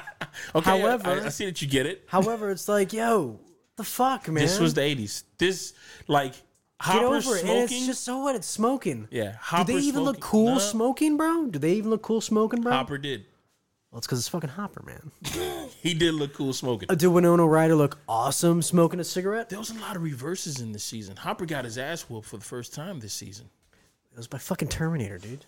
[SPEAKER 1] Okay,
[SPEAKER 2] However-
[SPEAKER 1] I, I see that you get it.
[SPEAKER 2] However, it's like, yo, the fuck, man.
[SPEAKER 1] This was the eighties. This like
[SPEAKER 2] Get
[SPEAKER 1] Hopper
[SPEAKER 2] over it.
[SPEAKER 1] smoking.
[SPEAKER 2] And it's just so what it's smoking.
[SPEAKER 1] yeah,
[SPEAKER 2] Do
[SPEAKER 1] Hopper
[SPEAKER 2] they even look
[SPEAKER 1] smoking.
[SPEAKER 2] cool
[SPEAKER 1] No,
[SPEAKER 2] smoking, bro? Do they even look cool smoking, bro?
[SPEAKER 1] Hopper did.
[SPEAKER 2] Well, it's because it's fucking Hopper, man.
[SPEAKER 1] He did look cool smoking.
[SPEAKER 2] Uh, Did Winona Ryder look awesome smoking a cigarette?
[SPEAKER 1] There was a lot of reverses in this season. Hopper got his ass whooped for the first time this season.
[SPEAKER 2] It was by fucking Terminator, dude.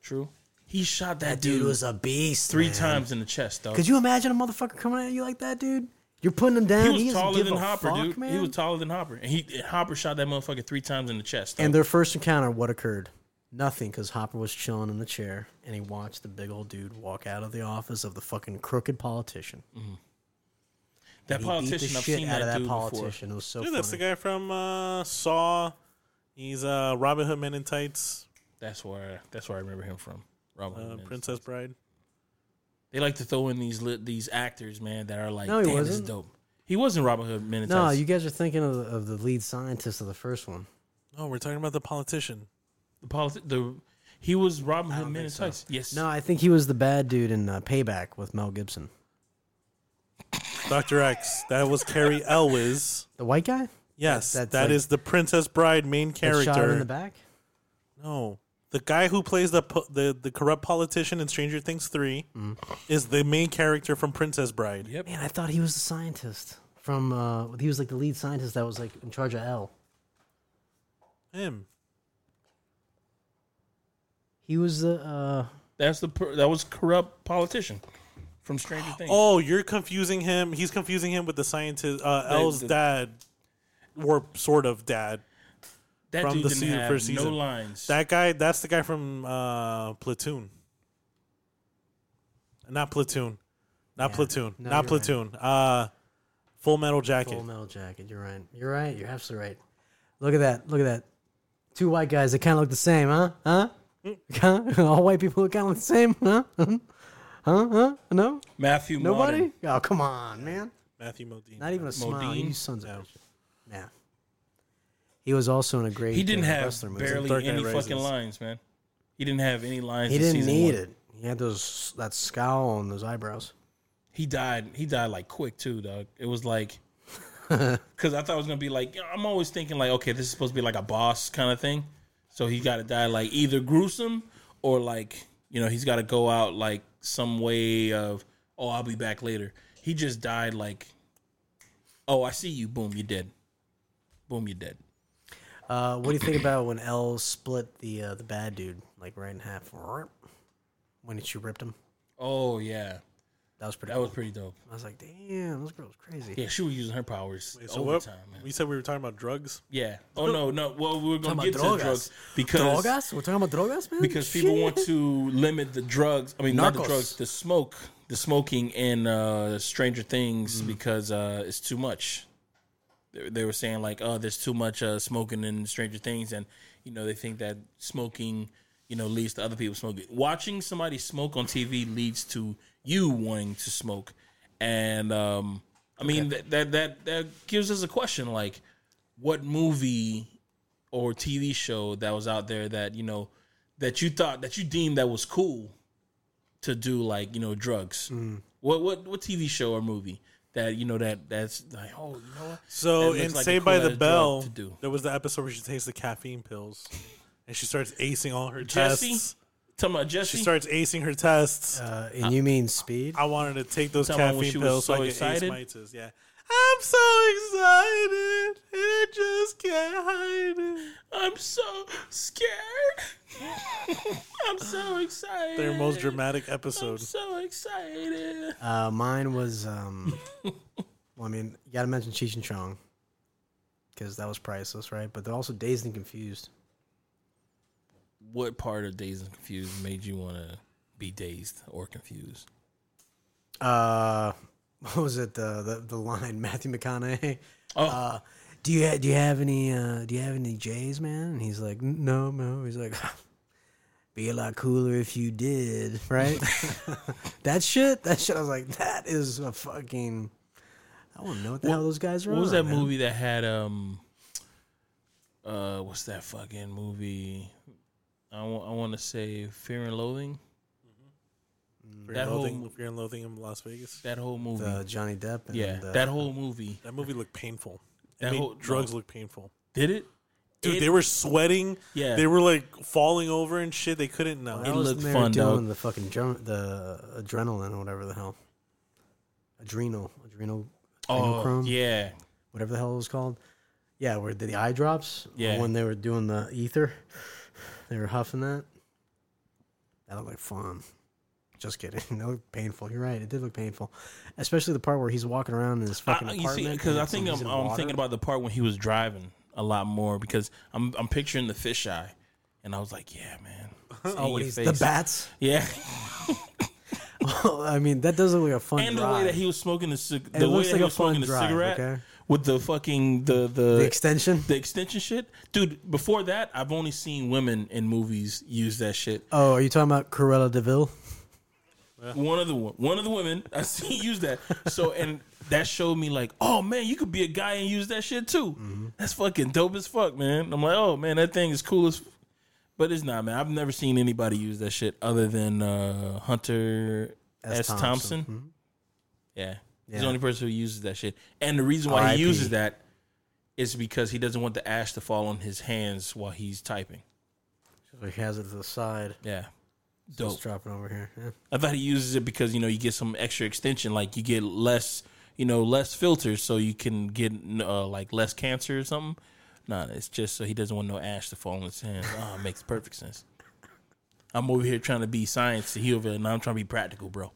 [SPEAKER 1] True. He shot that, dude,
[SPEAKER 2] Dude was a beast.
[SPEAKER 1] three
[SPEAKER 2] man.
[SPEAKER 1] times in the chest, though.
[SPEAKER 2] Could you imagine a motherfucker coming at you like that, dude? You're putting him down.
[SPEAKER 1] He
[SPEAKER 2] He,
[SPEAKER 1] was
[SPEAKER 2] doesn't
[SPEAKER 1] taller
[SPEAKER 2] give
[SPEAKER 1] than
[SPEAKER 2] a
[SPEAKER 1] Hopper,
[SPEAKER 2] fuck,
[SPEAKER 1] dude.
[SPEAKER 2] Man.
[SPEAKER 1] He was taller than Hopper, and he and Hopper shot that motherfucker three times in the chest. Though.
[SPEAKER 2] And their first encounter, what occurred? Nothing, because Hopper was chilling in the chair and he watched the big old dude walk out of the office of the fucking crooked politician.
[SPEAKER 1] that
[SPEAKER 2] He beat the
[SPEAKER 1] politician, I've
[SPEAKER 2] shit
[SPEAKER 1] seen that,
[SPEAKER 2] out of that
[SPEAKER 1] dude
[SPEAKER 2] politician. It was so
[SPEAKER 3] Dude, that's the
[SPEAKER 2] funny.
[SPEAKER 3] guy from uh, Saw. He's uh, Robin Hood Men in Tights,
[SPEAKER 1] before. That's where that's where I remember him from. Robin
[SPEAKER 3] uh,
[SPEAKER 1] Hood Men.
[SPEAKER 3] Princess Bride.
[SPEAKER 1] They like to throw in these lit, these actors, man, that are like,
[SPEAKER 2] No, he
[SPEAKER 1] damn, this
[SPEAKER 2] wasn't.
[SPEAKER 1] is dope. He wasn't Robin Hood Men in
[SPEAKER 2] No,
[SPEAKER 1] Tights.
[SPEAKER 2] you guys are thinking of the, of the lead scientist of the first one.
[SPEAKER 3] No, Oh, we're talking about the politician.
[SPEAKER 1] The politi- the he was Robin Hood
[SPEAKER 2] don't
[SPEAKER 1] Men in
[SPEAKER 2] think so.
[SPEAKER 1] Tights. Yes.
[SPEAKER 2] No, I think he was the bad dude in uh, Payback with Mel Gibson.
[SPEAKER 3] Dr. X. That was Carrie Elwes.
[SPEAKER 2] The white guy?
[SPEAKER 3] Yes,
[SPEAKER 2] That- that's
[SPEAKER 3] that's
[SPEAKER 2] like-
[SPEAKER 3] the Princess Bride main
[SPEAKER 2] That
[SPEAKER 3] character.
[SPEAKER 2] shot him in the back?
[SPEAKER 3] No. The guy who plays the po- the, the corrupt politician in Stranger Things 3
[SPEAKER 2] Mm.
[SPEAKER 3] is the main character from Princess Bride.
[SPEAKER 1] Yep.
[SPEAKER 2] Man, I thought he was the scientist from, uh, he was like the lead scientist that was like in charge of L.
[SPEAKER 3] Him.
[SPEAKER 2] He was the uh,
[SPEAKER 1] That's the per- that was corrupt politician from Stranger Things.
[SPEAKER 3] Oh, you're confusing him. He's confusing him with the scientist uh, L's
[SPEAKER 1] the-
[SPEAKER 3] dad, or sort of dad.
[SPEAKER 1] that
[SPEAKER 3] from
[SPEAKER 1] dude
[SPEAKER 3] the
[SPEAKER 1] didn't
[SPEAKER 3] season-
[SPEAKER 1] have
[SPEAKER 3] first
[SPEAKER 1] no
[SPEAKER 3] season.
[SPEAKER 1] lines.
[SPEAKER 3] That guy. That's the guy from uh, Platoon. Not Platoon. Not
[SPEAKER 2] Yeah.
[SPEAKER 3] Platoon.
[SPEAKER 2] No,
[SPEAKER 3] Not
[SPEAKER 2] you're right.
[SPEAKER 3] Platoon. Uh, Full Metal Jacket.
[SPEAKER 2] Full Metal Jacket. You're right. You're right. You're absolutely right. Look at that. Look at that. Two white guys that kind of look the same, huh? Huh? Huh?
[SPEAKER 1] Mm.
[SPEAKER 2] All white people look kind of the same, huh? Huh? Huh? No?
[SPEAKER 1] Matthew
[SPEAKER 2] Nobody?
[SPEAKER 1] Modern.
[SPEAKER 2] Oh, come on, man.
[SPEAKER 3] Matthew Modine.
[SPEAKER 2] Not even a smile.
[SPEAKER 1] Modine?
[SPEAKER 2] You sons of
[SPEAKER 3] No.
[SPEAKER 2] bitches. Nah. He was also in a great
[SPEAKER 1] He didn't
[SPEAKER 2] uh,
[SPEAKER 1] have
[SPEAKER 2] wrestler movie.
[SPEAKER 1] barely
[SPEAKER 3] Dark Knight
[SPEAKER 1] any
[SPEAKER 3] Rises.
[SPEAKER 1] fucking lines, man. He didn't have any lines.
[SPEAKER 2] He
[SPEAKER 1] in
[SPEAKER 2] didn't
[SPEAKER 1] season
[SPEAKER 2] need
[SPEAKER 1] one.
[SPEAKER 2] it. He had those that scowl and those eyebrows.
[SPEAKER 1] He died. He died like quick too, dog. It was like because I thought it was gonna be like I'm always thinking like okay, this is supposed to be like a boss kind of thing. So he got to die like either gruesome or like you know he's got to go out like some way of oh I'll be back later. He just died like oh I see you, boom you're dead, boom you're dead.
[SPEAKER 2] Uh, what do you think about when L split the uh, the bad dude like right in half? When she ripped him,
[SPEAKER 1] Oh yeah,
[SPEAKER 2] that was pretty.
[SPEAKER 1] that was
[SPEAKER 2] cool.
[SPEAKER 1] pretty dope.
[SPEAKER 2] I was like, damn, this girl's crazy.
[SPEAKER 1] Yeah, she was using her powers
[SPEAKER 3] Wait, so
[SPEAKER 1] all the
[SPEAKER 3] what?
[SPEAKER 1] time. Man.
[SPEAKER 3] We said we were talking about drugs.
[SPEAKER 1] Yeah. Oh no, no. Well, we are gonna
[SPEAKER 2] Talking
[SPEAKER 1] get to
[SPEAKER 2] about drogas.
[SPEAKER 1] drugs because
[SPEAKER 2] Drogas? We're talking about drogas, man.
[SPEAKER 1] because people
[SPEAKER 2] Shit.
[SPEAKER 1] want to limit the drugs. I mean, not the
[SPEAKER 2] Narcos.
[SPEAKER 1] drugs, the smoke, the smoking in uh, Stranger Things because uh, it's too much. They, they were saying like, oh, there's too much uh, smoking in Stranger Things, and you know they think that smoking, you know, leads to other people smoking. Watching somebody smoke on TV leads to you wanting to smoke, and um, I mean that, that that that gives us a question like, what movie or TV show that was out there that you know that you thought that you deemed that was cool to do like you know drugs.
[SPEAKER 3] Mm.
[SPEAKER 1] What what what TV show or movie that you know that that's like oh you know what
[SPEAKER 3] So
[SPEAKER 1] That looks
[SPEAKER 3] in
[SPEAKER 1] like a cool
[SPEAKER 3] Saved by
[SPEAKER 1] ass
[SPEAKER 3] the
[SPEAKER 1] drug
[SPEAKER 3] Bell,
[SPEAKER 1] to do.
[SPEAKER 3] there was the episode where she takes the caffeine pills, and she starts acing all her
[SPEAKER 1] Jesse?
[SPEAKER 3] tests.
[SPEAKER 1] talking about
[SPEAKER 3] She
[SPEAKER 1] Jesse
[SPEAKER 3] starts acing her tests.
[SPEAKER 2] Uh, and you mean speed?
[SPEAKER 3] I wanted to take those
[SPEAKER 1] Tell me when
[SPEAKER 3] caffeine
[SPEAKER 1] she was
[SPEAKER 3] pills
[SPEAKER 1] so
[SPEAKER 3] so, I could
[SPEAKER 1] excited.
[SPEAKER 3] ace my test. Yeah, I'm so excited. and I just can't hide it.
[SPEAKER 1] I'm so scared. I'm so excited.
[SPEAKER 3] Their most dramatic
[SPEAKER 1] I'm
[SPEAKER 3] episode.
[SPEAKER 1] so excited.
[SPEAKER 2] Uh, mine was. Um, well, I mean, you got to mention Cheech and Chong because that was priceless, right? But they're also dazed and confused.
[SPEAKER 1] What part of Dazed and Confused made you want to be dazed or confused?
[SPEAKER 2] Uh, what was it? The the, the line Matthew McConaughey.
[SPEAKER 1] Oh.
[SPEAKER 2] Uh, do you ha- do you have any uh, do you have any J's, man? And he's like, no, no. He's like, be a lot cooler if you did, right? that shit, that shit. I was like, that is a fucking. I don't know what the hell those guys are.
[SPEAKER 1] What was
[SPEAKER 2] on,
[SPEAKER 1] that
[SPEAKER 2] man.
[SPEAKER 1] movie that had um uh what's that fucking movie? I want to say Fear and Loathing.
[SPEAKER 3] Fear
[SPEAKER 1] That
[SPEAKER 3] and
[SPEAKER 1] whole-
[SPEAKER 3] loathing, Fear and loathing in Las Vegas.
[SPEAKER 1] That whole movie.
[SPEAKER 2] The Johnny Depp. And
[SPEAKER 1] yeah,
[SPEAKER 2] the,
[SPEAKER 1] that whole movie.
[SPEAKER 3] That movie looked painful. It
[SPEAKER 1] That
[SPEAKER 3] made
[SPEAKER 1] whole-
[SPEAKER 3] drugs
[SPEAKER 1] no.
[SPEAKER 3] look painful.
[SPEAKER 1] Did it?
[SPEAKER 3] Dude,
[SPEAKER 1] It-
[SPEAKER 3] they were sweating.
[SPEAKER 1] Yeah.
[SPEAKER 3] They were like falling over and shit. They couldn't know.
[SPEAKER 1] It
[SPEAKER 2] That was
[SPEAKER 1] looked
[SPEAKER 2] when they were
[SPEAKER 1] fun,
[SPEAKER 2] doing
[SPEAKER 1] dog.
[SPEAKER 2] The fucking drum, the adrenaline or whatever the hell, adrenal, adrenal,
[SPEAKER 1] Oh,
[SPEAKER 2] adrenochrome,
[SPEAKER 1] yeah.
[SPEAKER 2] whatever the hell it was called. Yeah, where the, the eye drops.
[SPEAKER 1] Yeah.
[SPEAKER 2] when they were doing the ether, they were huffing that. That looked like fun. Just kidding. That looked painful. You're right. It did look painful, especially the part where he's walking around in his fucking
[SPEAKER 1] I, you
[SPEAKER 2] apartment.
[SPEAKER 1] see, because
[SPEAKER 2] and
[SPEAKER 1] I
[SPEAKER 2] it's-
[SPEAKER 1] think
[SPEAKER 2] he's
[SPEAKER 1] I'm,
[SPEAKER 2] in
[SPEAKER 1] I'm
[SPEAKER 2] water.
[SPEAKER 1] thinking about the part when he was driving a lot more because I'm I'm picturing the fisheye, and I was like, yeah, man.
[SPEAKER 2] oh, when he's the bats.
[SPEAKER 1] Yeah,
[SPEAKER 2] I mean, that does look like a fun.
[SPEAKER 1] and the
[SPEAKER 2] drive.
[SPEAKER 1] way that he was smoking the cig-
[SPEAKER 2] It
[SPEAKER 1] the way
[SPEAKER 2] looks
[SPEAKER 1] that
[SPEAKER 2] like
[SPEAKER 1] he
[SPEAKER 2] a
[SPEAKER 1] was smoking
[SPEAKER 2] fun
[SPEAKER 1] the
[SPEAKER 2] drive,
[SPEAKER 1] cigarette
[SPEAKER 2] okay?
[SPEAKER 1] with the fucking the
[SPEAKER 2] the
[SPEAKER 1] the
[SPEAKER 2] extension.
[SPEAKER 1] the extension shit, dude. Before that, I've only seen women in movies use that shit.
[SPEAKER 2] Oh, are you talking about Corella Deville?
[SPEAKER 1] One of the wo- one of the women I see use that. So and that showed me like, oh man, you could be a guy and use that shit too. That's fucking dope as fuck, man. I'm like, oh man, that thing is cool as. But it's not, man. I've never seen anybody use that shit other than uh, Hunter S.
[SPEAKER 2] S.
[SPEAKER 1] Thompson.
[SPEAKER 2] Thompson. Mm-hmm.
[SPEAKER 1] Yeah. he's
[SPEAKER 2] Yeah.
[SPEAKER 1] the only person who uses that shit. And the reason why
[SPEAKER 2] R.I.P..
[SPEAKER 1] he uses that is because he doesn't want the ash to fall on his hands while he's typing.
[SPEAKER 2] So he has it to the side.
[SPEAKER 1] Yeah.
[SPEAKER 2] Just
[SPEAKER 3] Oh.
[SPEAKER 1] Dope.
[SPEAKER 2] dropping over here. Yeah.
[SPEAKER 1] I thought he uses it because you know you get some extra extension, like you get less, you know, less filters, so you can get uh, like less cancer or something. Nah, it's just so he doesn't want no ash to fall on his hands. Ah, it makes perfect sense. I'm over here trying to be science to heal, and I'm trying to be practical, bro.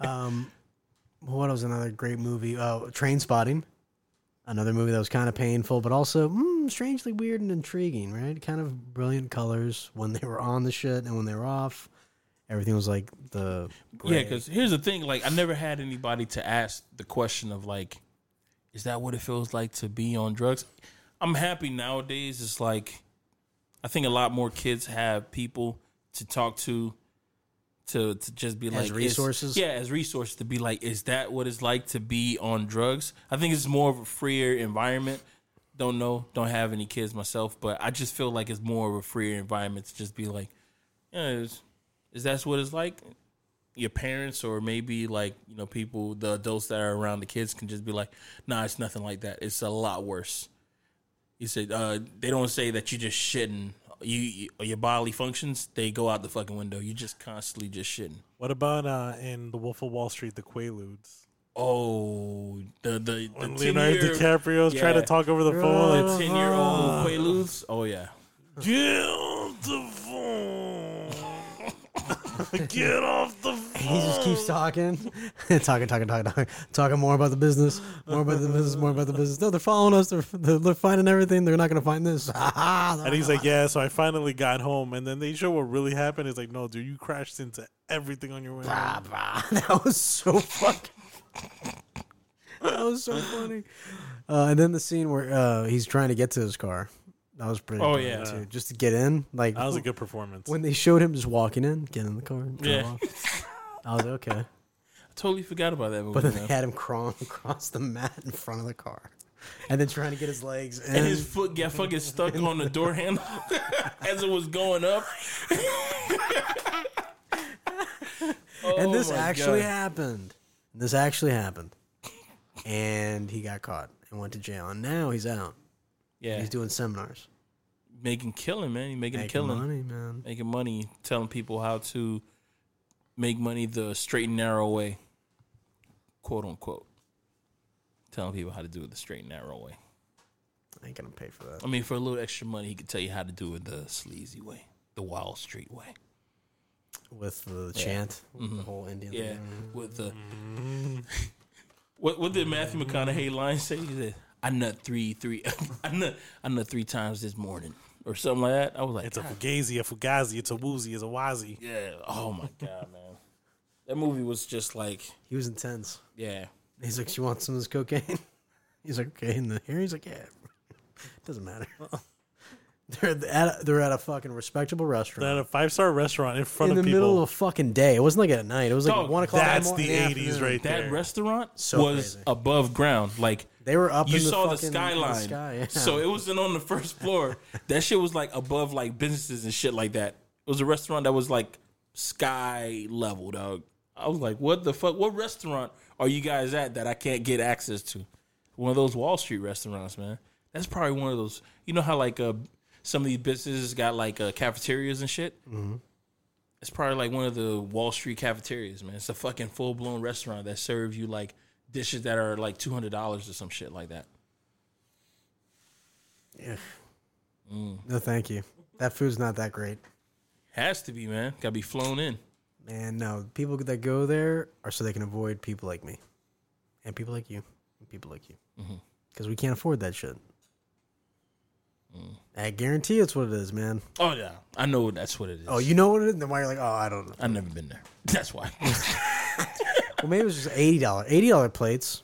[SPEAKER 2] Um, what was another great movie? Oh, Train Spotting. Another movie that was kind of painful, but also mm, strangely weird and intriguing, right? Kind of brilliant colors when they were on the shit and when they were off. Everything was like the
[SPEAKER 1] Yeah,
[SPEAKER 2] gray.
[SPEAKER 1] because here's the thing: like, I never had anybody to ask the question of like, is that what it feels like to be on drugs? I'm happy nowadays. It's like, I think a lot more kids have people to talk to, to to just be like is-
[SPEAKER 2] resources?
[SPEAKER 1] Yeah, as resources to be like, is that what it's like to be on drugs? I think it's more of a freer environment. Don't know, don't have any kids myself, but I just feel like it's more of a freer environment to just be like, yeah, it's, is that's what it's like your parents or maybe like you know people the adults that are around the kids can just be like nah it's nothing like that it's a lot worse he said uh, they don't say that you just shitting you, you your bodily functions they go out the fucking window you just constantly just shitting
[SPEAKER 3] What about uh, in The Wolf of Wall Street, The Quaaludes?
[SPEAKER 1] oh the the, the
[SPEAKER 3] When
[SPEAKER 1] 10
[SPEAKER 3] Leonardo
[SPEAKER 1] year,
[SPEAKER 3] DiCaprio's trying to
[SPEAKER 1] Yeah.
[SPEAKER 3] talk over the phone.
[SPEAKER 1] the 10 year old quaaludes oh yeah
[SPEAKER 3] Get off the phone. Get off the phone.
[SPEAKER 2] He just keeps talking, talking, talking, talking, talking, talking more about the business, more about the business, more about the business. No, they're following us. They're they're, they're finding everything. They're not gonna find this.
[SPEAKER 3] And he's like, yeah, so I finally got home. And then they show what really happened. It's like, no, dude, you crashed into everything on your way. home."
[SPEAKER 2] Ah, that was so fucking. that was so funny. Uh, and then the scene where uh, he's trying to get to his car. That was pretty.
[SPEAKER 1] Oh,
[SPEAKER 2] brilliant,
[SPEAKER 3] yeah.
[SPEAKER 2] too. just to get in. Like
[SPEAKER 3] That was a good performance.
[SPEAKER 2] when they showed him just walking in, get in the car. and drive
[SPEAKER 1] Yeah.
[SPEAKER 2] off. I was okay,
[SPEAKER 1] i Uh-huh. totally forgot about that movie
[SPEAKER 2] but then
[SPEAKER 1] man.
[SPEAKER 2] they had him crawl across the mat in front of the car, and then trying to get his legs. In.
[SPEAKER 1] and his foot got fucking stuck on the door handle as it was going up.
[SPEAKER 2] and
[SPEAKER 1] Oh
[SPEAKER 2] this
[SPEAKER 1] my
[SPEAKER 2] actually
[SPEAKER 1] God.
[SPEAKER 2] happened. This actually happened. And he got caught and went to jail. And now he's out.
[SPEAKER 1] yeah,
[SPEAKER 2] He's doing seminars.
[SPEAKER 1] making killing, man. You're making, a
[SPEAKER 2] Making
[SPEAKER 1] killing,
[SPEAKER 2] money, man.
[SPEAKER 1] making money, telling people how to make money the straight and narrow way, quote unquote. Telling people how to do it the straight and narrow way.
[SPEAKER 2] I ain't gonna pay for that.
[SPEAKER 1] I mean, for a little extra money, he could tell you how to do it the sleazy way, the Wall Street way.
[SPEAKER 2] With the chant, the whole Indian
[SPEAKER 1] Mm-hmm. Yeah,
[SPEAKER 2] thing.
[SPEAKER 1] with the what what did Matthew McConaughey line say? He said, "I nut three three, I nut I nut three times this morning or something like that." I was like,
[SPEAKER 3] it's a fugazi, a fugazi, it's a woozy, it's a wazi.
[SPEAKER 1] "Yeah, oh my god, man, that movie was just like,
[SPEAKER 2] He was intense.
[SPEAKER 1] yeah,
[SPEAKER 2] He's like, She wants some of this cocaine? He's like, Okay, and the here he's like, Yeah. Doesn't matter. they're at a, they're at a fucking respectable
[SPEAKER 3] They're
[SPEAKER 2] restaurant.
[SPEAKER 3] At a five star restaurant in front
[SPEAKER 2] In the
[SPEAKER 3] of people.
[SPEAKER 2] middle of fucking day. It wasn't like at night. It was like
[SPEAKER 1] Dog,
[SPEAKER 2] one o'clock. in
[SPEAKER 3] That's
[SPEAKER 2] mor-
[SPEAKER 3] the
[SPEAKER 2] in
[SPEAKER 3] eighties
[SPEAKER 2] afternoon.
[SPEAKER 3] right
[SPEAKER 1] that
[SPEAKER 3] there.
[SPEAKER 1] restaurant
[SPEAKER 2] So
[SPEAKER 1] was
[SPEAKER 2] crazy.
[SPEAKER 1] above ground, like."
[SPEAKER 2] They were up.
[SPEAKER 1] You
[SPEAKER 2] in the
[SPEAKER 1] saw the
[SPEAKER 2] fucking- in
[SPEAKER 1] skyline,
[SPEAKER 2] sky, yeah.
[SPEAKER 1] so it wasn't on the first floor. that shit was like above like businesses and shit like that. It was a restaurant that was like sky level, dog. I was like, what the fuck? What restaurant are you guys at that I can't get access to? One of those Wall Street restaurants, man. That's probably one of those. You know how like uh, some of these businesses got like uh, cafeterias and shit. It's probably like one of the Wall Street cafeterias, man. It's a fucking full blown restaurant that serves you like dishes that are like two hundred dollars or some shit like that. Mm.
[SPEAKER 2] No, thank you. That food's not that great.
[SPEAKER 1] Has to be, man. Got to be flown in.
[SPEAKER 2] And no, people that go there are so they can avoid people like me, and people like you, and people like you, because we can't afford that shit. I guarantee it's what it is, man.
[SPEAKER 1] Oh yeah, I know that's what it is.
[SPEAKER 2] Oh, you know what it is? Then why you're like, oh, I don't know.
[SPEAKER 1] I've never been there. That's why.
[SPEAKER 2] Well, maybe it's just eighty dollar, eighty dollar plates.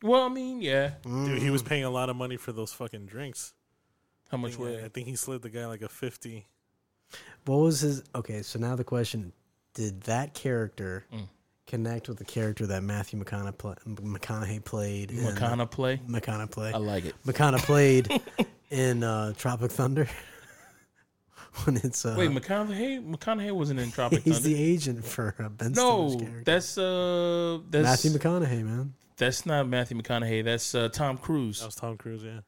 [SPEAKER 1] well, I mean, yeah.
[SPEAKER 3] Dude, he was paying a lot of money for those fucking drinks.
[SPEAKER 1] How
[SPEAKER 3] I
[SPEAKER 1] much
[SPEAKER 3] think, I
[SPEAKER 1] was?
[SPEAKER 3] think he slid the guy like a fifty.
[SPEAKER 2] What was his? Okay, so now the question: Did that character connect with the character that Matthew McConaughey, pla- McConaughey played? in-
[SPEAKER 1] Makana play.
[SPEAKER 2] McConaughey played.
[SPEAKER 1] I like it.
[SPEAKER 2] McConaughey played in uh, Tropic Thunder when it's uh,
[SPEAKER 1] Wait, McConaughey. McConaughey wasn't in Tropic
[SPEAKER 2] he's
[SPEAKER 1] Thunder.
[SPEAKER 2] the agent for uh, Ben Stiller's
[SPEAKER 1] no,
[SPEAKER 2] character.
[SPEAKER 1] that's uh, that's
[SPEAKER 2] Matthew McConaughey, man.
[SPEAKER 1] that's not Matthew McConaughey. That's uh, Tom Cruise.
[SPEAKER 3] That was Tom Cruise, yeah.